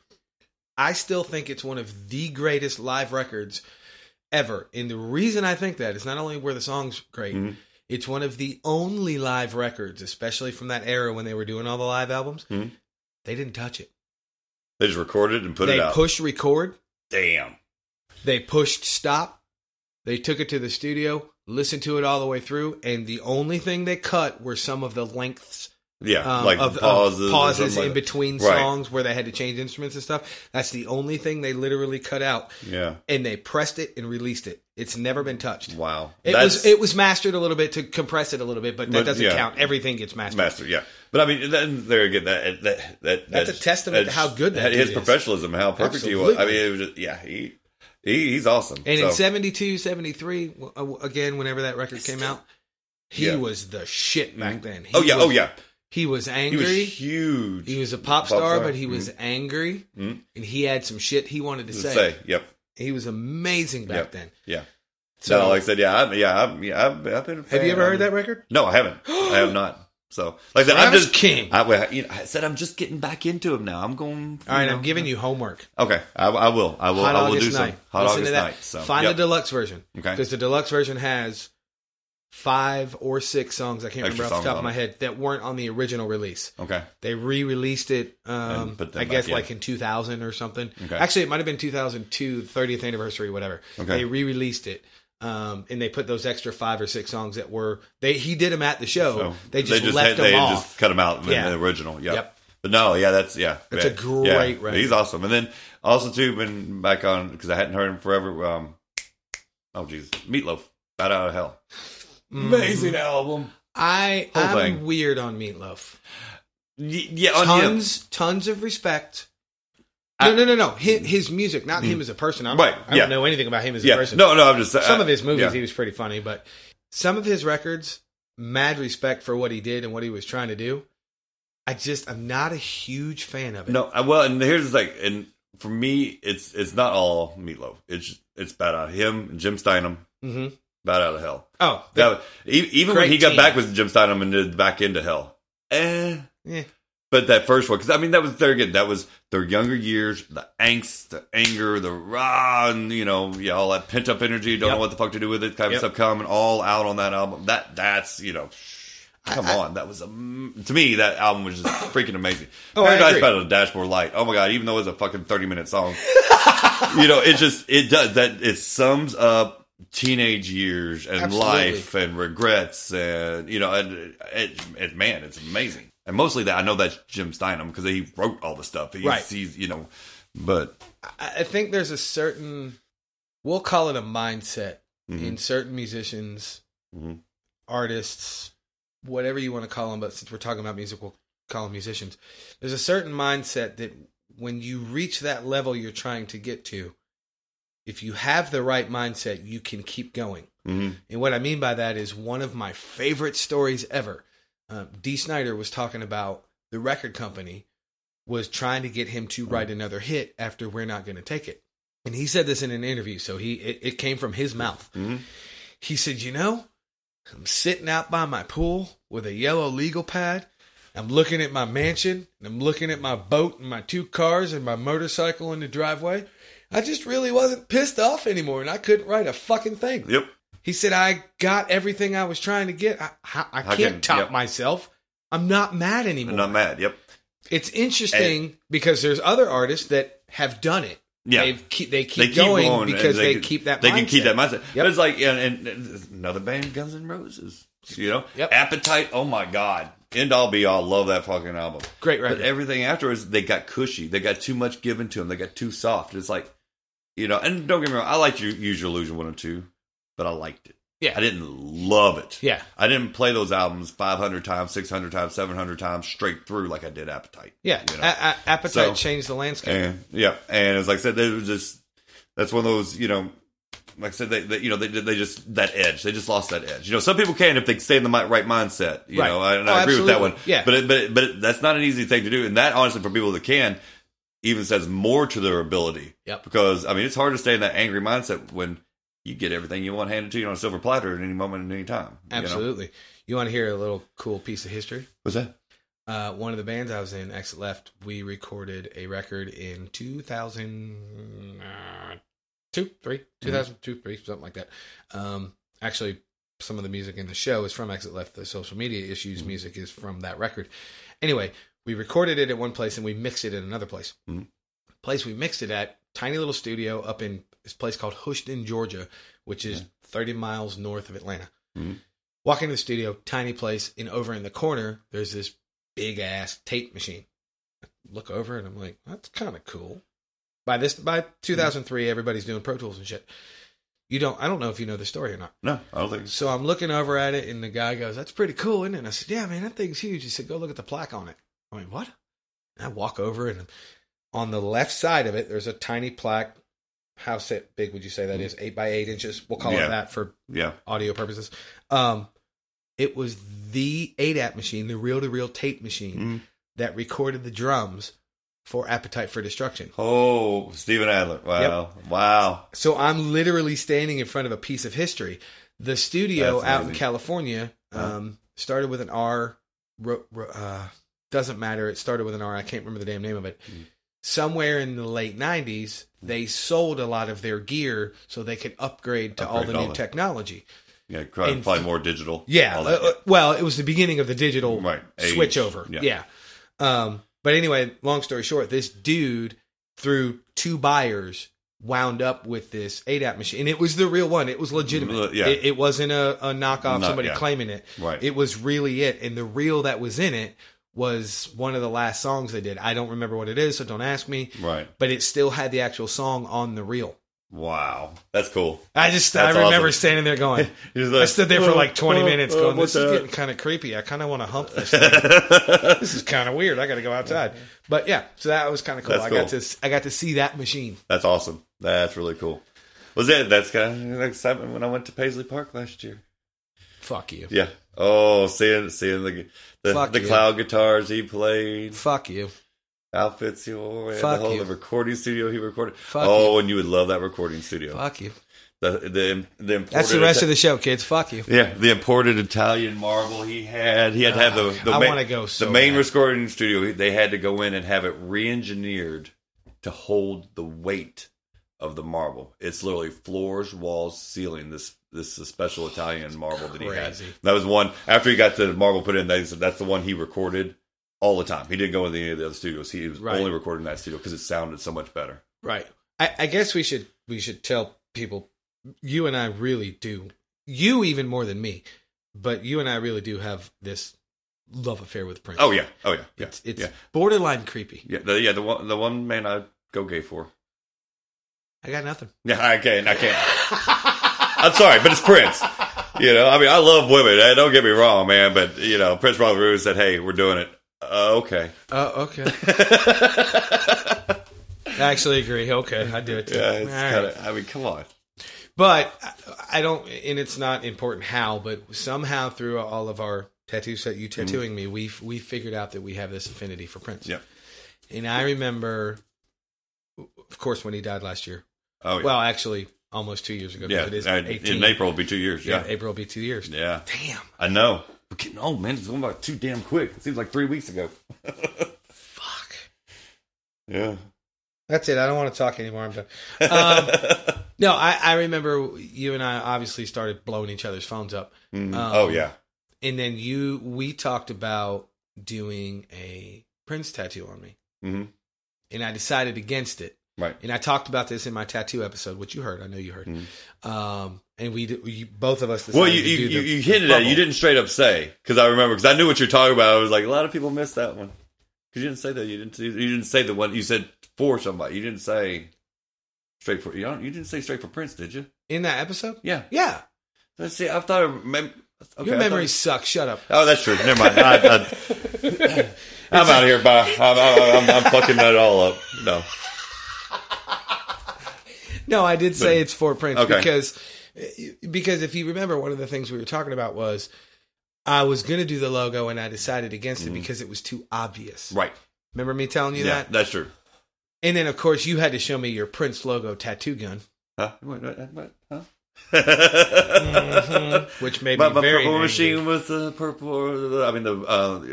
[SPEAKER 1] I still think it's one of the greatest live records ever. And the reason I think that is not only were the songs great,
[SPEAKER 3] Mhm.
[SPEAKER 1] it's one of the only live records, especially from that era when they were doing all the live albums.
[SPEAKER 3] Mhm.
[SPEAKER 1] They didn't touch it.
[SPEAKER 3] They just recorded and put
[SPEAKER 1] they
[SPEAKER 3] it out.
[SPEAKER 1] pushed record,
[SPEAKER 3] Damn.
[SPEAKER 1] they pushed stop, they took it to the studio, listened to it all the way through, and the only thing they cut were some of the lengths
[SPEAKER 3] Yeah,
[SPEAKER 1] um,
[SPEAKER 3] like
[SPEAKER 1] of, of
[SPEAKER 3] pauses, or
[SPEAKER 1] pauses
[SPEAKER 3] something like
[SPEAKER 1] in
[SPEAKER 3] that.
[SPEAKER 1] between
[SPEAKER 3] Right.
[SPEAKER 1] songs where they had to change instruments and stuff. That's the only thing they literally cut out,
[SPEAKER 3] Yeah.
[SPEAKER 1] and they pressed it and released it. It's never been touched.
[SPEAKER 3] Wow.
[SPEAKER 1] It was it was mastered a little bit to compress it a little bit, but that
[SPEAKER 3] But,
[SPEAKER 1] doesn't
[SPEAKER 3] yeah.
[SPEAKER 1] count. Everything gets mastered.
[SPEAKER 3] master. Yeah. But I mean, then there again, that that, that
[SPEAKER 1] That's a testament to how good that
[SPEAKER 3] his
[SPEAKER 1] dude is.
[SPEAKER 3] professionalism, how perfect he was. I
[SPEAKER 1] Absolutely.
[SPEAKER 3] mean, it was just, yeah, he, he he's awesome.
[SPEAKER 1] And
[SPEAKER 3] So,
[SPEAKER 1] in 72, 73, w- uh, w- again, whenever that record came out, he
[SPEAKER 3] Yeah.
[SPEAKER 1] was the shit back then. He
[SPEAKER 3] oh yeah,
[SPEAKER 1] was-
[SPEAKER 3] oh yeah,
[SPEAKER 1] He was
[SPEAKER 3] he
[SPEAKER 1] angry.
[SPEAKER 3] was
[SPEAKER 1] He was,
[SPEAKER 3] huge.
[SPEAKER 1] a pop
[SPEAKER 3] Pop
[SPEAKER 1] star,
[SPEAKER 3] star.
[SPEAKER 1] but he was angry.
[SPEAKER 3] Mhm.
[SPEAKER 1] And he had some shit he wanted to
[SPEAKER 3] to
[SPEAKER 1] say.
[SPEAKER 3] say, yep,
[SPEAKER 1] He was amazing back
[SPEAKER 3] Yep.
[SPEAKER 1] then.
[SPEAKER 3] yeah.
[SPEAKER 1] So,
[SPEAKER 3] So no, like I said, yeah, I'm, yeah, I'm, yeah, I've, I've been. a
[SPEAKER 1] have you
[SPEAKER 3] fan.
[SPEAKER 1] ever heard that record?
[SPEAKER 3] No, I haven't. I have not. So like I said, I'm
[SPEAKER 1] Travis
[SPEAKER 3] just
[SPEAKER 1] King.
[SPEAKER 3] I, well, you know, I said I'm just getting back into him now. I'm going.
[SPEAKER 1] All right,
[SPEAKER 3] you
[SPEAKER 1] I'm
[SPEAKER 3] know.
[SPEAKER 1] giving you homework.
[SPEAKER 3] Okay, I, I will. I will.
[SPEAKER 1] Hot
[SPEAKER 3] I will
[SPEAKER 1] August
[SPEAKER 3] do
[SPEAKER 1] Night.
[SPEAKER 3] some hot
[SPEAKER 1] Listen
[SPEAKER 3] August
[SPEAKER 1] to that.
[SPEAKER 3] night. So
[SPEAKER 1] Find
[SPEAKER 3] yep.
[SPEAKER 1] the deluxe version.
[SPEAKER 3] Okay.
[SPEAKER 1] Because the deluxe version has five or six songs, I can't remember
[SPEAKER 3] Extra
[SPEAKER 1] off
[SPEAKER 3] songs
[SPEAKER 1] the top
[SPEAKER 3] on
[SPEAKER 1] of my
[SPEAKER 3] it.
[SPEAKER 1] head, that weren't on the original release.
[SPEAKER 3] okay.
[SPEAKER 1] They re-released it, um,
[SPEAKER 3] And put them
[SPEAKER 1] I
[SPEAKER 3] back
[SPEAKER 1] guess,
[SPEAKER 3] in.
[SPEAKER 1] like in 2000 or something.
[SPEAKER 3] Okay.
[SPEAKER 1] Actually, it might have been 2002, 30th anniversary, whatever.
[SPEAKER 3] Okay.
[SPEAKER 1] They re-released it, um, and they put those extra five or six songs that were they. He did them at the show.
[SPEAKER 3] So
[SPEAKER 1] they just
[SPEAKER 3] had-
[SPEAKER 1] left
[SPEAKER 3] Oh, they
[SPEAKER 1] them
[SPEAKER 3] had
[SPEAKER 1] off.
[SPEAKER 3] Just cut them out in
[SPEAKER 1] Yeah.
[SPEAKER 3] the original. Yeah.
[SPEAKER 1] Yep.
[SPEAKER 3] But no, yeah, that's yeah.
[SPEAKER 1] That's
[SPEAKER 3] yeah.
[SPEAKER 1] a great
[SPEAKER 3] yeah.
[SPEAKER 1] record.
[SPEAKER 3] He's awesome. And then also too been back on because I hadn't heard him forever. Um, oh jeez, Meatloaf, Bat Out of Hell,
[SPEAKER 1] Mm.
[SPEAKER 3] amazing album.
[SPEAKER 1] I
[SPEAKER 3] Whole
[SPEAKER 1] I'm
[SPEAKER 3] thing.
[SPEAKER 1] weird on Meatloaf.
[SPEAKER 3] Y- yeah, on him.
[SPEAKER 1] Tons, tons of respect.
[SPEAKER 3] I- Mm.
[SPEAKER 1] No, no, no, no. His, his music, not him as a person. I don't,
[SPEAKER 3] Right,
[SPEAKER 1] I don't
[SPEAKER 3] yeah.
[SPEAKER 1] know anything about him as a
[SPEAKER 3] Yeah.
[SPEAKER 1] person.
[SPEAKER 3] No, no, I'm just
[SPEAKER 1] some
[SPEAKER 3] I-
[SPEAKER 1] of his movies
[SPEAKER 3] yeah.
[SPEAKER 1] he was pretty funny, but some of his records, mad respect for what he did and what he was trying to do. I just I'm not a huge fan of it.
[SPEAKER 3] No, I- well, and here's the thing, and for me, it's it's not all meatloaf. It's it's bad out him, and Jim Steinem,
[SPEAKER 1] hmm
[SPEAKER 3] bad out of hell.
[SPEAKER 1] Oh,
[SPEAKER 3] That was- e- even when
[SPEAKER 1] Great
[SPEAKER 3] he got
[SPEAKER 1] team.
[SPEAKER 3] back with Jim Steinem and did back into hell, eh?
[SPEAKER 1] yeah.
[SPEAKER 3] But that first one, because I mean, that was their again, that was their younger years, the angst, the anger, the raw, and you know, yeah, all that pent up energy, don't
[SPEAKER 1] Yep.
[SPEAKER 3] know what the fuck to do with it, kind
[SPEAKER 1] Yep.
[SPEAKER 3] of stuff coming all out on that album. That that's you know, come on, that was am- to me that album was just freaking amazing.
[SPEAKER 1] Oh, I
[SPEAKER 3] Paradise
[SPEAKER 1] agree.
[SPEAKER 3] by the Dashboard Light. Oh my god, even though it's a fucking thirty minute song, you know, it just it does that. It sums up teenage years and
[SPEAKER 1] Absolutely.
[SPEAKER 3] life and regrets and you know and it, it man it's amazing and mostly that i know that's jim steinem because he wrote all the stuff he's,
[SPEAKER 1] Right.
[SPEAKER 3] he's you know but
[SPEAKER 1] I, I think there's a certain we'll call it a mindset in certain musicians,
[SPEAKER 3] Mhm.
[SPEAKER 1] artists, whatever you want to call them. But since we're talking about music, we'll call them musicians. There's a certain mindset that when you reach that level you're trying to get to, if you have the right mindset, you can keep going.
[SPEAKER 3] mhm.
[SPEAKER 1] And what I mean by that is one of my favorite stories ever. Um, D. Snyder was talking about the record company was trying to get him to write another hit after We're Not Going to Take It. And he said this in an interview, so he it, it came from his mouth.
[SPEAKER 3] Mhm.
[SPEAKER 1] He said, "You know, I'm sitting out by my pool with a yellow legal pad. I'm looking at my mansion, and I'm looking at my boat and my two cars and my motorcycle in the driveway. I just really wasn't pissed off anymore, and I couldn't write a fucking thing."
[SPEAKER 3] yep
[SPEAKER 1] He said, I got everything I was trying to get. I, I, I
[SPEAKER 3] I
[SPEAKER 1] can't
[SPEAKER 3] can-
[SPEAKER 1] top
[SPEAKER 3] yep.
[SPEAKER 1] myself. I'm not mad
[SPEAKER 3] i'm
[SPEAKER 1] anymore.
[SPEAKER 3] not mad yep
[SPEAKER 1] It's interesting because there's other artists that have done it.
[SPEAKER 3] Yeah.
[SPEAKER 1] They've keep, they keep going
[SPEAKER 3] and
[SPEAKER 1] because they,
[SPEAKER 3] can-
[SPEAKER 1] keep that
[SPEAKER 3] They
[SPEAKER 1] mindset.
[SPEAKER 3] can keep that mindset.
[SPEAKER 1] Yep.
[SPEAKER 3] But it's like yeah, and, and another band, Guns N' Roses. You know,
[SPEAKER 1] Yep.
[SPEAKER 3] Appetite. Oh my God, end all be all. Love that fucking album.
[SPEAKER 1] Great
[SPEAKER 3] But
[SPEAKER 1] record.
[SPEAKER 3] everything afterwards, they got cushy. They got too much given to them. They got too soft. It's like, you know, and don't get me wrong, I liked U- Use Your Illusion one and two, but I liked it.
[SPEAKER 1] Yeah.
[SPEAKER 3] I didn't love it.
[SPEAKER 1] Yeah.
[SPEAKER 3] I didn't play those albums 500 times, 600 times, 700 times straight through like I did Appetite.
[SPEAKER 1] yeah.
[SPEAKER 3] you know.
[SPEAKER 1] A- a- appetite
[SPEAKER 3] So-
[SPEAKER 1] changed the landscape.
[SPEAKER 3] And yeah, and as I said, they were just that's one of those you know, like I said, they, they you know they they just that edge. They just lost that edge. You know, some people can if they stay in the mi- right mindset. You
[SPEAKER 1] Right.
[SPEAKER 3] know, and
[SPEAKER 1] Oh,
[SPEAKER 3] I agree with that
[SPEAKER 1] absolutely.
[SPEAKER 3] one.
[SPEAKER 1] Yeah.
[SPEAKER 3] but it, but it, but it, that's not an easy thing to do. And that honestly, for people that can, even says more to their ability.
[SPEAKER 1] Yep.
[SPEAKER 3] Because I mean, it's hard to stay in that angry mindset when. You get everything you want handed to you on a silver platter at any moment, at any time. you know?
[SPEAKER 1] Absolutely. You, want to hear a little cool piece of history?
[SPEAKER 3] What's that?
[SPEAKER 1] Uh, one of the bands I was in, Exit Left, we recorded a record in 2002, 3, 2002, 3, something like that. Um, actually, some of the music in the show is from Exit Left. The social media issues music is from that record. Anyway, we recorded it at one place and we mixed it in another place.
[SPEAKER 3] Mhm.
[SPEAKER 1] Place we mixed it at, tiny little studio up in this place called Houston, Georgia, which is 30 miles north of Atlanta.
[SPEAKER 3] Mhm.
[SPEAKER 1] Walk into the studio, tiny place, and over in the corner, there's this big ass tape machine. Look over and I'm like, that's kind of cool. By this, by 2003, everybody's doing Pro Tools and shit. You don't, I don't know if you know the story or not.
[SPEAKER 3] No, I don't think.
[SPEAKER 1] So I'm looking over at it, and the guy goes, "That's pretty cool, isn't it?" And I said, "Yeah, man, that thing's huge." He said, "Go look at the plaque on it." I mean, what? And I walk over, and on the left side of it, there's a tiny plaque. How set big would you say that is? Eight by eight inches. We'll call
[SPEAKER 3] Yeah.
[SPEAKER 1] it that for
[SPEAKER 3] Yeah,
[SPEAKER 1] audio purposes. Um, it was the ADAP machine, the reel-to-reel tape machine
[SPEAKER 3] Mm.
[SPEAKER 1] that recorded the drums for Appetite for Destruction.
[SPEAKER 3] Oh, Steven Adler. Wow. Wow.
[SPEAKER 1] So I'm literally standing in front of a piece of history. The studio
[SPEAKER 3] That's
[SPEAKER 1] out in
[SPEAKER 3] amazing. Uh-huh.
[SPEAKER 1] California um, started with an R. Ro, ro, uh, doesn't matter. It started with an R. I can't remember the damn name of it.
[SPEAKER 3] Mm-hmm.
[SPEAKER 1] Somewhere in the late 90s, they sold a lot of their gear so they could upgrade to all
[SPEAKER 3] Upgrade
[SPEAKER 1] the
[SPEAKER 3] all
[SPEAKER 1] new
[SPEAKER 3] that.
[SPEAKER 1] technology.
[SPEAKER 3] Yeah, probably,
[SPEAKER 1] And-
[SPEAKER 3] probably more digital.
[SPEAKER 1] Yeah.
[SPEAKER 3] All that.
[SPEAKER 1] uh, uh, well, it was the beginning of the digital
[SPEAKER 3] Right. Age.
[SPEAKER 1] switchover.
[SPEAKER 3] Yeah.
[SPEAKER 1] Yeah. Um, but anyway, long story short, this dude through two buyers wound up with this ADAP machine, and it was the real one. It was legitimate.
[SPEAKER 3] Uh, yeah.
[SPEAKER 1] It, it wasn't a, a knockoff.
[SPEAKER 3] Not-
[SPEAKER 1] somebody
[SPEAKER 3] yeah.
[SPEAKER 1] claiming it.
[SPEAKER 3] Right.
[SPEAKER 1] It was really it, and the reel that was in it was one of the last songs they did. I don't remember what it is, so don't ask me.
[SPEAKER 3] right.
[SPEAKER 1] But it still had the actual song on the reel.
[SPEAKER 3] Wow. That's cool.
[SPEAKER 1] I just
[SPEAKER 3] That's
[SPEAKER 1] I remember
[SPEAKER 3] awesome.
[SPEAKER 1] standing there going.
[SPEAKER 3] He's
[SPEAKER 1] I
[SPEAKER 3] like,
[SPEAKER 1] stood there for like 20
[SPEAKER 3] oh,
[SPEAKER 1] minutes
[SPEAKER 3] oh,
[SPEAKER 1] going,
[SPEAKER 3] what's
[SPEAKER 1] this is
[SPEAKER 3] that?
[SPEAKER 1] getting kind of creepy. I kind of want to hump this. Thing. this is kind of weird. I got to go outside. But yeah, so that was kind of cool.
[SPEAKER 3] That's
[SPEAKER 1] I
[SPEAKER 3] cool.
[SPEAKER 1] got to s- I got to see that machine.
[SPEAKER 3] That's awesome. That's really cool. Was that that's kind of excitement when I went to Paisley Park last year?
[SPEAKER 1] Fuck you.
[SPEAKER 3] Yeah. Oh, seeing seeing the the,
[SPEAKER 1] Fuck
[SPEAKER 3] the
[SPEAKER 1] yeah.
[SPEAKER 3] cloud guitars he played,
[SPEAKER 1] Fuck you.
[SPEAKER 3] outfits he wore, and the
[SPEAKER 1] Fuck
[SPEAKER 3] whole
[SPEAKER 1] you.
[SPEAKER 3] the recording studio he recorded.
[SPEAKER 1] Fuck
[SPEAKER 3] oh, and you would love that recording studio.
[SPEAKER 1] Fuck you.
[SPEAKER 3] The the the imported
[SPEAKER 1] That's the rest of the show, kids. Fuck you.
[SPEAKER 3] yeah the imported Italian marble he had. He had to have the the
[SPEAKER 1] Ah, I
[SPEAKER 3] main-
[SPEAKER 1] wanna go so
[SPEAKER 3] the main
[SPEAKER 1] bad.
[SPEAKER 3] recording studio. They had to go in and have it re-engineered to hold the weight of the marble. It's literally floors, walls, ceiling. This this is special Italian marble that he had.
[SPEAKER 1] crazy.
[SPEAKER 3] That was one after he got the marble put in. They said that's the one he recorded all the time. He didn't go into any of the other studios. He was
[SPEAKER 1] Right.
[SPEAKER 3] only recording that studio because it sounded so much better.
[SPEAKER 1] Right. I, I guess we should we should tell people you and I really do you even more than me, but you and I really do have this love affair with Prince.
[SPEAKER 3] Oh yeah, oh yeah, yeah,
[SPEAKER 1] It's it's
[SPEAKER 3] yeah,
[SPEAKER 1] borderline creepy.
[SPEAKER 3] yeah. The, yeah, the one the one man I would go gay for.
[SPEAKER 1] I got nothing.
[SPEAKER 3] Yeah, I can't. I can't. I'm sorry, but it's Prince. You know, I mean, I love women. eh, Don't get me wrong, man. But you know, Prince Robert Rue said, "Hey, we're doing it." Uh, okay.
[SPEAKER 1] Oh, okay. I actually agree. Okay, I do it too.
[SPEAKER 3] Yeah, it's
[SPEAKER 1] All right.
[SPEAKER 3] kind of. I mean, come on.
[SPEAKER 1] But I- I don't, and it's not important how, but somehow through all of our tattoos that you tattooing me, we we figured out that we have this affinity for Prince.
[SPEAKER 3] Mm-hmm. Yep.
[SPEAKER 1] And I remember, of course, when he died last year.
[SPEAKER 3] Oh yeah.
[SPEAKER 1] Well, actually, almost two years ago. 'cause
[SPEAKER 3] yeah.
[SPEAKER 1] it is
[SPEAKER 3] uh,
[SPEAKER 1] 18.
[SPEAKER 3] in April will be two years.
[SPEAKER 1] Yeah,
[SPEAKER 3] Yeah.
[SPEAKER 1] April will be two years.
[SPEAKER 3] Yeah.
[SPEAKER 1] Damn,
[SPEAKER 3] I know. We're getting old, man. It's going by too damn quick. It seems like three weeks ago.
[SPEAKER 1] fuck.
[SPEAKER 3] Yeah.
[SPEAKER 1] That's it. I don't want to talk anymore. I'm done.
[SPEAKER 3] Mm-hmm.
[SPEAKER 1] Um, no, I, I remember you and I obviously started blowing each other's phones up.
[SPEAKER 3] Mhm.
[SPEAKER 1] Um,
[SPEAKER 3] oh yeah.
[SPEAKER 1] and then you we talked about doing a prince tattoo on me
[SPEAKER 3] hmm
[SPEAKER 1] and i decided against it
[SPEAKER 3] Right.
[SPEAKER 1] and i talked about this in my tattoo episode which you heard i know you heard
[SPEAKER 3] Mhm.
[SPEAKER 1] um and we, did- we both of us decided
[SPEAKER 3] Well, you
[SPEAKER 1] to
[SPEAKER 3] you,
[SPEAKER 1] do
[SPEAKER 3] you,
[SPEAKER 1] the
[SPEAKER 3] you hinted at it.
[SPEAKER 1] bubble.
[SPEAKER 3] You didn't straight up say because I remember because I knew what you're talking about. I was like, a lot of people missed that one because you didn't say that. You didn't you didn't say the one you said for somebody. You didn't say straight for you. Don't, you didn't say straight for Prince, did you?
[SPEAKER 1] in that episode
[SPEAKER 3] Yeah.
[SPEAKER 1] yeah
[SPEAKER 3] Let's see. I thought. I remem- okay,
[SPEAKER 1] your
[SPEAKER 3] I thought-
[SPEAKER 1] memory sucks shut up
[SPEAKER 3] Oh, that's true. Never mind. I, am out of here. Bye. I'm, I'm, I'm, I'm fucking that all up. No.
[SPEAKER 1] no i did say it's for prince
[SPEAKER 3] Okay.
[SPEAKER 1] because because if you remember one of the things we were talking about was i was going to do the logo and i decided against it because it was too obvious
[SPEAKER 3] Mm-hmm. Right.
[SPEAKER 1] remember me telling you
[SPEAKER 3] Yeah.
[SPEAKER 1] that
[SPEAKER 3] That's true.
[SPEAKER 1] and then of course you had to show me your prince logo tattoo gun
[SPEAKER 3] Huh? What, what, what, huh?
[SPEAKER 1] which made
[SPEAKER 3] But
[SPEAKER 1] me
[SPEAKER 3] my
[SPEAKER 1] very
[SPEAKER 3] purple
[SPEAKER 1] angry.
[SPEAKER 3] machine with the purple. I mean the uh,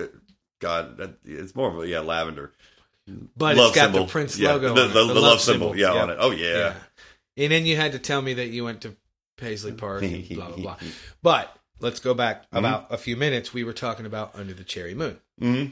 [SPEAKER 3] God, that, it's more of a, yeah lavender.
[SPEAKER 1] But it's got the Prince
[SPEAKER 3] yeah.
[SPEAKER 1] logo,
[SPEAKER 3] the,
[SPEAKER 1] on it,
[SPEAKER 3] the, the love, symbol, yeah, on it. Oh yeah,
[SPEAKER 1] And then you had to tell me that you went to Paisley Park and blah blah
[SPEAKER 3] Mm-hmm.
[SPEAKER 1] blah. But let's go back about a few minutes. We were talking about Under the Cherry Moon.
[SPEAKER 3] hmm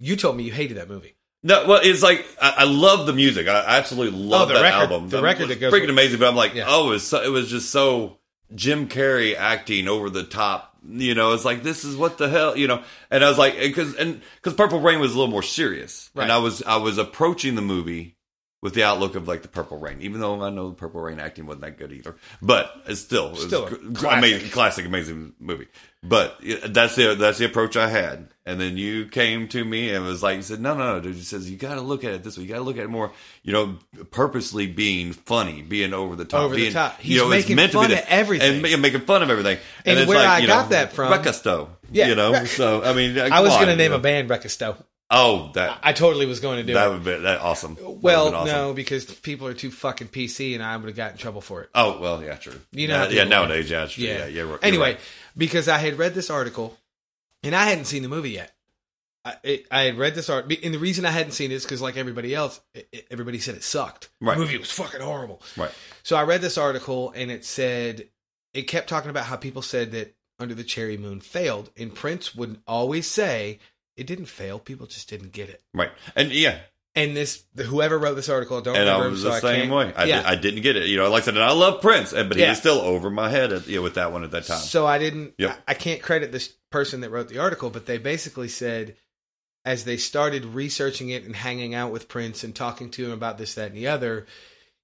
[SPEAKER 1] You told me you hated that movie.
[SPEAKER 3] No, well, it's like I, I love the music. I absolutely love
[SPEAKER 1] Oh, the
[SPEAKER 3] that
[SPEAKER 1] record-
[SPEAKER 3] album.
[SPEAKER 1] the
[SPEAKER 3] That
[SPEAKER 1] record
[SPEAKER 3] was
[SPEAKER 1] that goes
[SPEAKER 3] freaking
[SPEAKER 1] with-
[SPEAKER 3] oh, amazing. But I'm like,
[SPEAKER 1] Yeah.
[SPEAKER 3] oh, it was, so, it was just so Jim Carrey acting over the top you know, it's like this is what the hell, you know. And I was like, because and because Purple Rain was a little more serious,
[SPEAKER 1] Right.
[SPEAKER 3] and I was I was approaching the movie with the outlook of like the Purple Rain, even though I know the Purple Rain acting wasn't that good either, but it's still it was
[SPEAKER 1] Still a
[SPEAKER 3] gr-
[SPEAKER 1] classic.
[SPEAKER 3] amazing, classic, amazing movie. But yeah, that's the that's the approach I had, and then you came to me and was like, you said, no, no, no, dude, you says you got to look at it this way, you got to look at it more, you know, purposely being funny, being over the top,
[SPEAKER 1] Over the
[SPEAKER 3] being-
[SPEAKER 1] top.
[SPEAKER 3] you
[SPEAKER 1] He's
[SPEAKER 3] know, it's
[SPEAKER 1] making
[SPEAKER 3] meant to be
[SPEAKER 1] fun
[SPEAKER 3] that-
[SPEAKER 1] of everything.
[SPEAKER 3] and ma- and making fun of everything.
[SPEAKER 1] And
[SPEAKER 3] it's
[SPEAKER 1] where
[SPEAKER 3] like,
[SPEAKER 1] I
[SPEAKER 3] you
[SPEAKER 1] got
[SPEAKER 3] know,
[SPEAKER 1] that from-
[SPEAKER 3] Recasto.
[SPEAKER 1] Yeah,
[SPEAKER 3] you know.
[SPEAKER 1] right.
[SPEAKER 3] So I mean,
[SPEAKER 1] I was going to
[SPEAKER 3] to
[SPEAKER 1] name a band Breakfast
[SPEAKER 3] Oh, that
[SPEAKER 1] I totally was going to do
[SPEAKER 3] that
[SPEAKER 1] it.
[SPEAKER 3] would be that awesome. That would've
[SPEAKER 1] well,
[SPEAKER 3] been awesome.
[SPEAKER 1] no, because people are too fucking PC, and I would have got in trouble for it.
[SPEAKER 3] Oh well, yeah, true.
[SPEAKER 1] You know
[SPEAKER 3] yeah,
[SPEAKER 1] how
[SPEAKER 3] yeah
[SPEAKER 1] people are.
[SPEAKER 3] nowadays, yeah, true. yeah, yeah. you're- you're
[SPEAKER 1] anyway,
[SPEAKER 3] right.
[SPEAKER 1] because I had read this article, and I hadn't seen the movie yet. I it, I had read this art, and the reason I hadn't seen it is because, like everybody else, it, it- everybody said it sucked.
[SPEAKER 3] Right.
[SPEAKER 1] The movie was fucking horrible.
[SPEAKER 3] Right.
[SPEAKER 1] So I read this article, and it said it kept talking about how people said that Under the Cherry Moon failed, and Prince would always say it didn't fail. People just didn't get it.
[SPEAKER 3] right, and yeah,
[SPEAKER 1] And this, whoever wrote this article, I don't
[SPEAKER 3] and
[SPEAKER 1] remember
[SPEAKER 3] I
[SPEAKER 1] him,
[SPEAKER 3] was
[SPEAKER 1] Oh, so
[SPEAKER 3] the
[SPEAKER 1] I
[SPEAKER 3] same
[SPEAKER 1] can't-
[SPEAKER 3] way. I,
[SPEAKER 1] yeah.
[SPEAKER 3] did, I didn't get it. You know, like I said, and I love Prince, and but he
[SPEAKER 1] Yeah.
[SPEAKER 3] was still over my head at, you know, with that one at that time.
[SPEAKER 1] So I didn't.
[SPEAKER 3] Yep.
[SPEAKER 1] I, I can't credit this person that wrote the article, but they basically said, as they started researching it and hanging out with Prince and talking to him about this, that, and the other,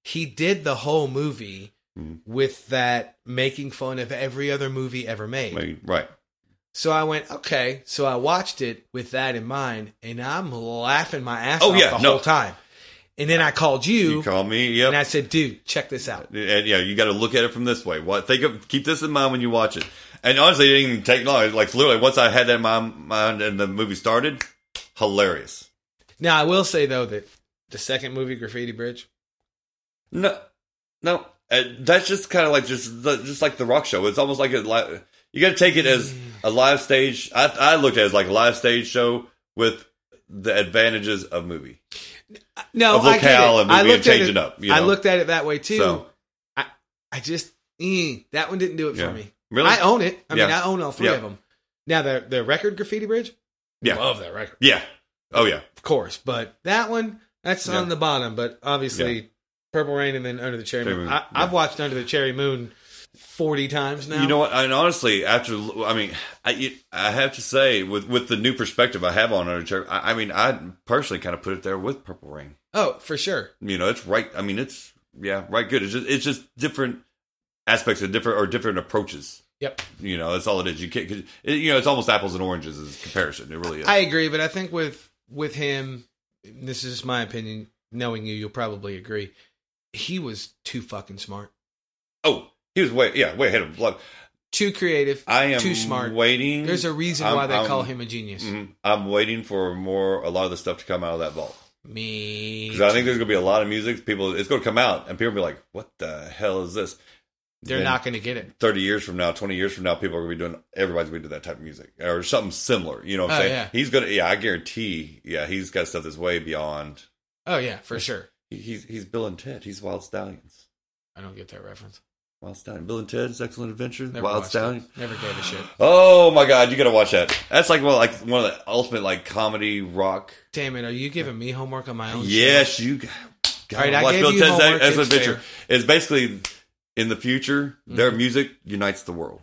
[SPEAKER 1] he did the whole movie
[SPEAKER 3] Mhm.
[SPEAKER 1] with that making fun of every other movie ever made.
[SPEAKER 3] I mean, right,
[SPEAKER 1] So I went, okay. So I watched it with that in mind, and I'm laughing my ass
[SPEAKER 3] Oh,
[SPEAKER 1] off
[SPEAKER 3] yeah,
[SPEAKER 1] the
[SPEAKER 3] no.
[SPEAKER 1] whole time. And then I called you,
[SPEAKER 3] you call me.
[SPEAKER 1] and
[SPEAKER 3] Yep,
[SPEAKER 1] I said, dude, check this out.
[SPEAKER 3] and yeah, you got to look at it from this way. What think of keep this in mind when you watch it. And honestly, it didn't even take long. Like literally, once I had that in my mind and the movie started, hilarious.
[SPEAKER 1] Now I will say though that the second movie, Graffiti Bridge,
[SPEAKER 3] No, no, uh, that's just kind of like just the, just like the rock show. It's almost like a live. You got to take it as a live stage. I I looked at it as like a live stage show with the advantages of movie.
[SPEAKER 1] no,
[SPEAKER 3] of
[SPEAKER 1] Oh, I get
[SPEAKER 3] locale
[SPEAKER 1] it.
[SPEAKER 3] and
[SPEAKER 1] I
[SPEAKER 3] maybe
[SPEAKER 1] looked at
[SPEAKER 3] change
[SPEAKER 1] it.
[SPEAKER 3] it up, you
[SPEAKER 1] I
[SPEAKER 3] know?
[SPEAKER 1] looked at it that way too.
[SPEAKER 3] So
[SPEAKER 1] I, I just eh, that one didn't do it
[SPEAKER 3] Yeah.
[SPEAKER 1] for me.
[SPEAKER 3] really,
[SPEAKER 1] I own it. I mean,
[SPEAKER 3] Yeah.
[SPEAKER 1] I own all three
[SPEAKER 3] Yeah.
[SPEAKER 1] of them. Now the the record Graffiti Bridge,
[SPEAKER 3] Yeah.
[SPEAKER 1] love that record,
[SPEAKER 3] yeah, oh yeah,
[SPEAKER 1] of course. But that one, that's
[SPEAKER 3] Yeah.
[SPEAKER 1] on the bottom. But obviously, Purple Rain and then Under the Cherry
[SPEAKER 3] Cherry
[SPEAKER 1] Moon.
[SPEAKER 3] Moon,
[SPEAKER 1] I,
[SPEAKER 3] yeah.
[SPEAKER 1] I've watched Under the Cherry Moon forty times now.
[SPEAKER 3] You know what? And honestly, after I mean, I you- I have to say with with the new perspective I have on Undertaker, I, I mean, I personally kind of put it there with Purple Rain.
[SPEAKER 1] Oh, for sure.
[SPEAKER 3] You know, it's right. I mean, it's yeah, right. Good. It's just it's just different aspects of different or different approaches.
[SPEAKER 1] Yep.
[SPEAKER 3] You know, that's all it is. You can't. 'cause It, you know, it's almost apples and oranges as comparison. It really is.
[SPEAKER 1] I agree, but I think with with him, this is just my opinion. Knowing you, you'll probably agree. He was too fucking smart,
[SPEAKER 3] oh, he was way yeah way ahead of luck.
[SPEAKER 1] too creative,
[SPEAKER 3] I am
[SPEAKER 1] too smart.
[SPEAKER 3] Waiting.
[SPEAKER 1] There's a reason
[SPEAKER 3] I'm-
[SPEAKER 1] why they
[SPEAKER 3] I'm-
[SPEAKER 1] call him a genius.
[SPEAKER 3] Mhm. I'm waiting for more a lot of the stuff to come out of that vault.
[SPEAKER 1] Me,
[SPEAKER 3] Because Mm-hmm. I think there's going to be a lot of music. People, it's going to come out, and people will be like, "What the hell is this?"
[SPEAKER 1] they're
[SPEAKER 3] Then
[SPEAKER 1] not going to get it.
[SPEAKER 3] Thirty years from now, twenty years from now, people are going to be doing. Everybody's going to do that type of music or something similar. You know what I'm
[SPEAKER 1] Oh,
[SPEAKER 3] saying?
[SPEAKER 1] yeah.
[SPEAKER 3] He's going to. Yeah, I guarantee. Yeah, he's got stuff that's way beyond.
[SPEAKER 1] Oh yeah, for sure.
[SPEAKER 3] He- He's he's Bill and Ted. He's Wild Stallions.
[SPEAKER 1] I don't get that reference.
[SPEAKER 3] Wild Stallion. Bill and Ted's Excellent Adventure.
[SPEAKER 1] Never
[SPEAKER 3] Wild
[SPEAKER 1] watched it.
[SPEAKER 3] Stallion.
[SPEAKER 1] Never gave a shit.
[SPEAKER 3] Oh my God, you got to watch that. That's like well, like one of the ultimate like comedy rock.
[SPEAKER 1] Damn it! Are you giving me homework on my own? Oh, shit?
[SPEAKER 3] Yes, you. got-
[SPEAKER 1] All right, I
[SPEAKER 3] watch
[SPEAKER 1] gave
[SPEAKER 3] Bill
[SPEAKER 1] you
[SPEAKER 3] Ted's
[SPEAKER 1] homework,
[SPEAKER 3] Excellent
[SPEAKER 1] it's
[SPEAKER 3] Adventure. It's basically in the future, their
[SPEAKER 1] Mhm.
[SPEAKER 3] music unites the world.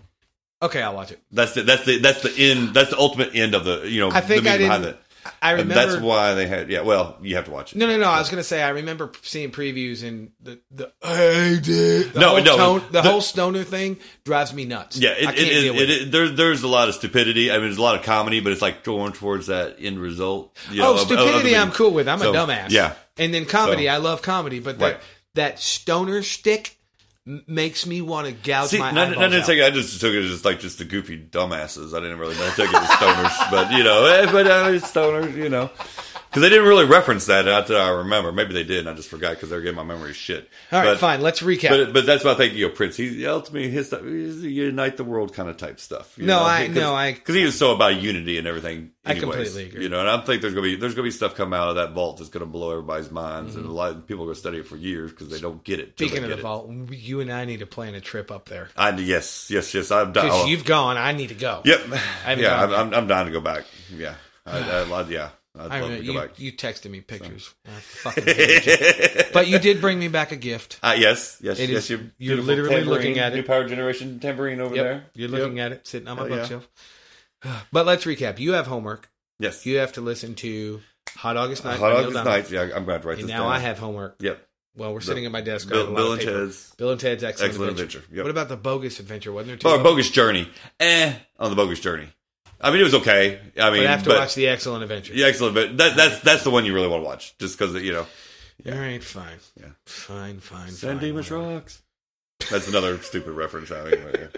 [SPEAKER 1] Okay, I'll watch it.
[SPEAKER 3] That's the that's the that's the end. That's the ultimate end of the you know.
[SPEAKER 1] I think
[SPEAKER 3] the
[SPEAKER 1] I
[SPEAKER 3] meaning behind
[SPEAKER 1] didn't-
[SPEAKER 3] it.
[SPEAKER 1] I- I
[SPEAKER 3] And
[SPEAKER 1] remember.
[SPEAKER 3] that's why they had. Yeah, well, you have to watch it.
[SPEAKER 1] no, no, no. I was gonna say I remember seeing previews and the the I did the
[SPEAKER 3] No,
[SPEAKER 1] whole
[SPEAKER 3] no,
[SPEAKER 1] the,
[SPEAKER 3] the-
[SPEAKER 1] whole stoner thing drives me nuts.
[SPEAKER 3] Yeah,
[SPEAKER 1] I
[SPEAKER 3] it,
[SPEAKER 1] can't
[SPEAKER 3] it, it,
[SPEAKER 1] deal
[SPEAKER 3] it,
[SPEAKER 1] with
[SPEAKER 3] it- there, there's a lot of stupidity. I mean, there's a lot of comedy, but it's like going towards that end result. You know,
[SPEAKER 1] oh,
[SPEAKER 3] of- of- of
[SPEAKER 1] stupidity
[SPEAKER 3] the-
[SPEAKER 1] I'm cool with. I'm
[SPEAKER 3] So,
[SPEAKER 1] a dumbass.
[SPEAKER 3] Yeah,
[SPEAKER 1] And then comedy,
[SPEAKER 3] So-
[SPEAKER 1] I love comedy, but that
[SPEAKER 3] Right.
[SPEAKER 1] that stoner shtick m- makes me want to gouge
[SPEAKER 3] See,
[SPEAKER 1] my
[SPEAKER 3] none,
[SPEAKER 1] eyeballs
[SPEAKER 3] none of
[SPEAKER 1] out.
[SPEAKER 3] the thing- I just took it as like just the goofy dumbasses. I didn't really I took it as stoners, but you know, eh, but uh, it's stoners, you know, because they didn't really reference that. Not that I remember. Maybe they did, and I just forgot because they were getting my memory shit.
[SPEAKER 1] All right,
[SPEAKER 3] But-
[SPEAKER 1] fine. Let's recap.
[SPEAKER 3] But but that's why I think you know Prince. He's ultimately his stuff. He's the unite the world kind of type stuff. you
[SPEAKER 1] No,
[SPEAKER 3] know?
[SPEAKER 1] I-
[SPEAKER 3] He-
[SPEAKER 1] no, I-
[SPEAKER 3] because he was so about unity and everything.
[SPEAKER 1] I
[SPEAKER 3] anyways,
[SPEAKER 1] completely agree.
[SPEAKER 3] You know, and I think there's gonna be there's gonna be stuff come out of that vault that's gonna blow everybody's minds, and a lot of people are gonna study it for years because they don't get it. till they
[SPEAKER 1] Mm-hmm. Speaking of
[SPEAKER 3] get
[SPEAKER 1] the
[SPEAKER 3] it.
[SPEAKER 1] vault, you and I need to plan a trip up there
[SPEAKER 3] I, yes, yes, yes. I've done.
[SPEAKER 1] because you've gone. I need to go.
[SPEAKER 3] Yep.
[SPEAKER 1] haven't
[SPEAKER 3] yeah,
[SPEAKER 1] gone
[SPEAKER 3] I'm,
[SPEAKER 1] yet.
[SPEAKER 3] I'm, I'm dying to go back. Yeah. I, I, I, yeah. I'd
[SPEAKER 1] I
[SPEAKER 3] love
[SPEAKER 1] remember
[SPEAKER 3] to go
[SPEAKER 1] you,
[SPEAKER 3] back.
[SPEAKER 1] you texted me pictures. I fucking hated you. But you did bring me back a gift.
[SPEAKER 3] Ah, yes, yes,
[SPEAKER 1] It
[SPEAKER 3] yes.
[SPEAKER 1] is-
[SPEAKER 3] your
[SPEAKER 1] you're
[SPEAKER 3] beautiful
[SPEAKER 1] literally
[SPEAKER 3] tambourine,
[SPEAKER 1] looking at
[SPEAKER 3] new
[SPEAKER 1] it.
[SPEAKER 3] power generation tambourine over
[SPEAKER 1] Yep.
[SPEAKER 3] there.
[SPEAKER 1] You're
[SPEAKER 3] Yep.
[SPEAKER 1] looking at it sitting on my
[SPEAKER 3] Hell yeah.
[SPEAKER 1] bookshelf. But let's recap. You have homework.
[SPEAKER 3] Yes,
[SPEAKER 1] You have to listen to Hot August Night. by
[SPEAKER 3] Hot
[SPEAKER 1] Neil
[SPEAKER 3] August
[SPEAKER 1] Diamond.
[SPEAKER 3] Nights. Yeah, I'm glad to write
[SPEAKER 1] And
[SPEAKER 3] this
[SPEAKER 1] now
[SPEAKER 3] down.
[SPEAKER 1] I have homework.
[SPEAKER 3] Yep.
[SPEAKER 1] Well, we're
[SPEAKER 3] The-
[SPEAKER 1] sitting at my desk. I have
[SPEAKER 3] Bill,
[SPEAKER 1] a lot
[SPEAKER 3] Bill
[SPEAKER 1] of
[SPEAKER 3] and
[SPEAKER 1] paper.
[SPEAKER 3] Ted's
[SPEAKER 1] Bill and Ted's Excellent,
[SPEAKER 3] Excellent
[SPEAKER 1] Adventure.
[SPEAKER 3] Adventure. Yep.
[SPEAKER 1] What about the Bogus Adventure? Wasn't there two?
[SPEAKER 3] Oh,
[SPEAKER 1] of them?
[SPEAKER 3] bogus journey. Eh, on the bogus journey. I mean, it was okay. I mean,
[SPEAKER 1] but I have to
[SPEAKER 3] but-
[SPEAKER 1] watch the Excellent Adventure.
[SPEAKER 3] Yeah, excellent. But that, that's that's the one you really want to watch, just because you know.
[SPEAKER 1] All right, fine.
[SPEAKER 3] Yeah.
[SPEAKER 1] Fine, fine,
[SPEAKER 3] San
[SPEAKER 1] fine.
[SPEAKER 3] Dimas
[SPEAKER 1] whatever.
[SPEAKER 3] rocks. That's another stupid reference. I mean, but, yeah.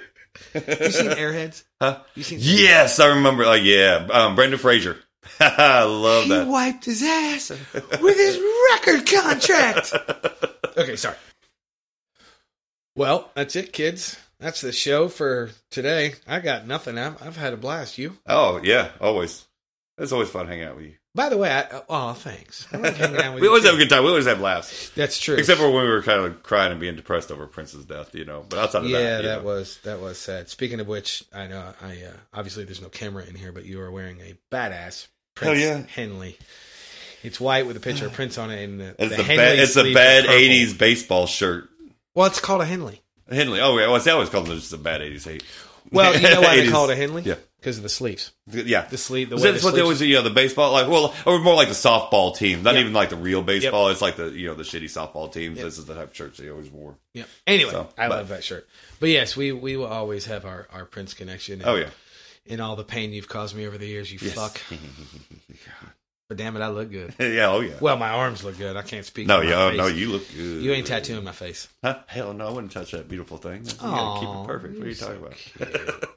[SPEAKER 1] You seen Airheads?
[SPEAKER 3] Huh?
[SPEAKER 1] You seen
[SPEAKER 3] Yes, I remember. Like, yeah, um, Brendan Fraser. I love
[SPEAKER 1] He
[SPEAKER 3] that.
[SPEAKER 1] wiped his ass with his record contract. okay, sorry. Well, that's it, kids. That's the show for today. I got nothing. I've, I've had a blast. You?
[SPEAKER 3] Oh yeah, always. It's always fun hanging out with you.
[SPEAKER 1] By the way, I, oh, thanks. I like hanging out with
[SPEAKER 3] we
[SPEAKER 1] you,
[SPEAKER 3] always
[SPEAKER 1] too.
[SPEAKER 3] have a good time. We always have laughs,
[SPEAKER 1] That's true.
[SPEAKER 3] except for when we were kind of crying and being depressed over Prince's death, you know. But outside of
[SPEAKER 1] yeah, that,
[SPEAKER 3] that, you know.
[SPEAKER 1] was that was sad. Speaking of which, I know I uh, obviously there's no camera in here, but you are wearing a badass
[SPEAKER 3] Hell
[SPEAKER 1] Prince
[SPEAKER 3] yeah.
[SPEAKER 1] Henley. It's white with a picture of Prince on it, and the,
[SPEAKER 3] it's
[SPEAKER 1] the
[SPEAKER 3] a
[SPEAKER 1] Henley
[SPEAKER 3] bad, it's a
[SPEAKER 1] sleeves are
[SPEAKER 3] bad
[SPEAKER 1] purple.
[SPEAKER 3] '80s baseball shirt.
[SPEAKER 1] Well, it's called a Henley.
[SPEAKER 3] Henley. Oh, yeah. Well, see, I always called it just a bad 80s hate.
[SPEAKER 1] Well, you know why they
[SPEAKER 3] 80s.
[SPEAKER 1] call it a Henley?
[SPEAKER 3] Yeah.
[SPEAKER 1] because of the sleeves.
[SPEAKER 3] Yeah.
[SPEAKER 1] The sleeve. The
[SPEAKER 3] So
[SPEAKER 1] way
[SPEAKER 3] that's
[SPEAKER 1] the
[SPEAKER 3] what they
[SPEAKER 1] sleeves-
[SPEAKER 3] always, you know, the baseball, like, well, or more like the softball team. Not
[SPEAKER 1] Yeah.
[SPEAKER 3] even like the real baseball. It's like the, you know, the shitty softball teams. This is the type of church they always wore.
[SPEAKER 1] Yeah. Anyway,
[SPEAKER 3] So,
[SPEAKER 1] I
[SPEAKER 3] but-
[SPEAKER 1] love that shirt. But yes, we we will always have our our Prince connection. And,
[SPEAKER 3] Oh, yeah.
[SPEAKER 1] and all the pain you've caused me over the years, you
[SPEAKER 3] Yes.
[SPEAKER 1] fuck. But damn it, I look good.
[SPEAKER 3] yeah. Oh, yeah.
[SPEAKER 1] Well, my arms look good. I can't speak.
[SPEAKER 3] no,
[SPEAKER 1] for my
[SPEAKER 3] yeah. oh,
[SPEAKER 1] face.
[SPEAKER 3] No, you look good.
[SPEAKER 1] You ain't tattooing my face.
[SPEAKER 3] Huh? Hell no. I wouldn't touch that beautiful thing. You got to keep
[SPEAKER 1] Aw,
[SPEAKER 3] it perfect. What are you
[SPEAKER 1] you're
[SPEAKER 3] talking
[SPEAKER 1] so
[SPEAKER 3] about?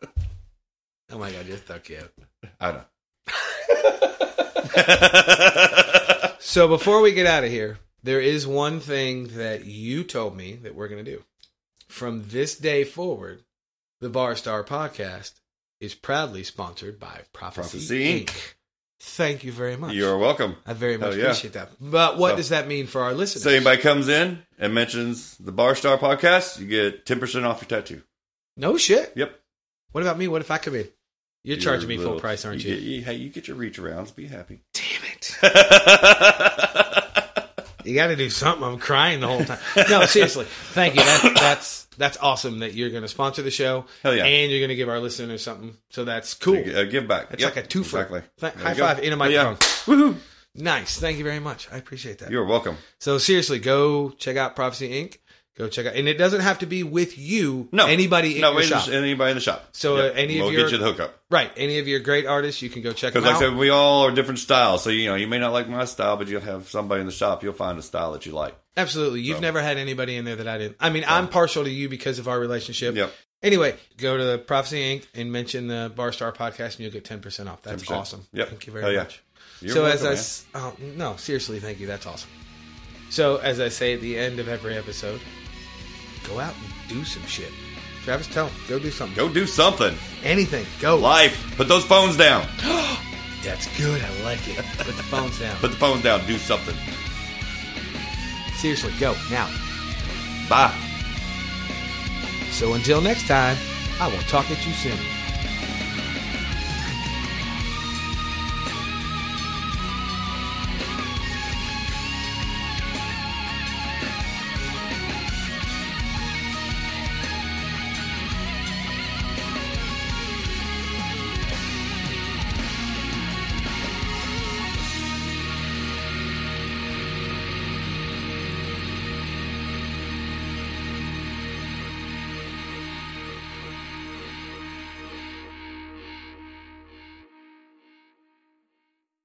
[SPEAKER 1] Oh my god, you're so cute.
[SPEAKER 3] I know.
[SPEAKER 1] So before we get out of here, there is one thing that you told me that we're gonna do. From this day forward, the Bar Star Podcast is proudly sponsored by Prophecy,
[SPEAKER 3] Prophecy
[SPEAKER 1] Inc. Thank you very much.
[SPEAKER 3] You're welcome.
[SPEAKER 1] I very much
[SPEAKER 3] Hell yeah.
[SPEAKER 1] appreciate that. But what
[SPEAKER 3] So-
[SPEAKER 1] does that mean for our listeners?
[SPEAKER 3] So anybody comes in and mentions the Bar Star podcast, you get 10% off your tattoo.
[SPEAKER 1] no shit.
[SPEAKER 3] Yep.
[SPEAKER 1] What about me? What if I come in? You're charging me full
[SPEAKER 3] little-
[SPEAKER 1] price, aren't you?
[SPEAKER 3] Get, hey, you get your reach arounds. Be happy.
[SPEAKER 1] Damn it. You got to do something. I'm crying the whole time. No, seriously. Thank you. That, that's that's awesome that you're going to sponsor the show.
[SPEAKER 3] Hell yeah.
[SPEAKER 1] And you're going to give our listeners something. So that's cool.
[SPEAKER 3] Give- uh, give back.
[SPEAKER 1] It's
[SPEAKER 3] Yep,
[SPEAKER 1] like a twofer.
[SPEAKER 3] Exactly.
[SPEAKER 1] Th-
[SPEAKER 3] There
[SPEAKER 1] high
[SPEAKER 3] you go.
[SPEAKER 1] five in a
[SPEAKER 3] Hell yeah.
[SPEAKER 1] microphone.
[SPEAKER 3] Woohoo.
[SPEAKER 1] Nice. Thank you very much. I appreciate that.
[SPEAKER 3] You're welcome.
[SPEAKER 1] so seriously, go check out Prophecy Inc. Go check out, and it doesn't have to be with you.
[SPEAKER 3] No,
[SPEAKER 1] anybody in
[SPEAKER 3] no,
[SPEAKER 1] your
[SPEAKER 3] in the
[SPEAKER 1] shop.
[SPEAKER 3] sh- anybody in the shop.
[SPEAKER 1] So, uh, any of
[SPEAKER 3] we'll
[SPEAKER 1] your-
[SPEAKER 3] get you the hookup
[SPEAKER 1] right? Any of your great artists, you can go check them
[SPEAKER 3] because, like I
[SPEAKER 1] out.
[SPEAKER 3] said, we all are different styles. So you know, you may not like my style, but you'll have somebody in the shop. You'll find a style that you like.
[SPEAKER 1] Absolutely. You've
[SPEAKER 3] So-
[SPEAKER 1] never had anybody in there that I didn't. I mean, I'm partial to you because of our relationship.
[SPEAKER 3] Yep.
[SPEAKER 1] Anyway, go to Prophecy Inc. and mention the Barstar podcast, and you'll get ten percent off. That's
[SPEAKER 3] 10%.
[SPEAKER 1] awesome.
[SPEAKER 3] Yep.
[SPEAKER 1] Thank you very
[SPEAKER 3] Hell yeah.
[SPEAKER 1] much.
[SPEAKER 3] You're
[SPEAKER 1] so
[SPEAKER 3] welcome,
[SPEAKER 1] as I s- oh, no seriously, thank you. That's awesome. So as I say at the end of every episode, go out and do some shit. Travis, tell him, go do something.
[SPEAKER 3] man. go do something.
[SPEAKER 1] Anything. Go.
[SPEAKER 3] Life. Put those phones down.
[SPEAKER 1] That's good. I like it. Put the phones down.
[SPEAKER 3] Put the phones down. Do something.
[SPEAKER 1] seriously, go now.
[SPEAKER 3] Bye.
[SPEAKER 1] So until next time, I will talk at you soon.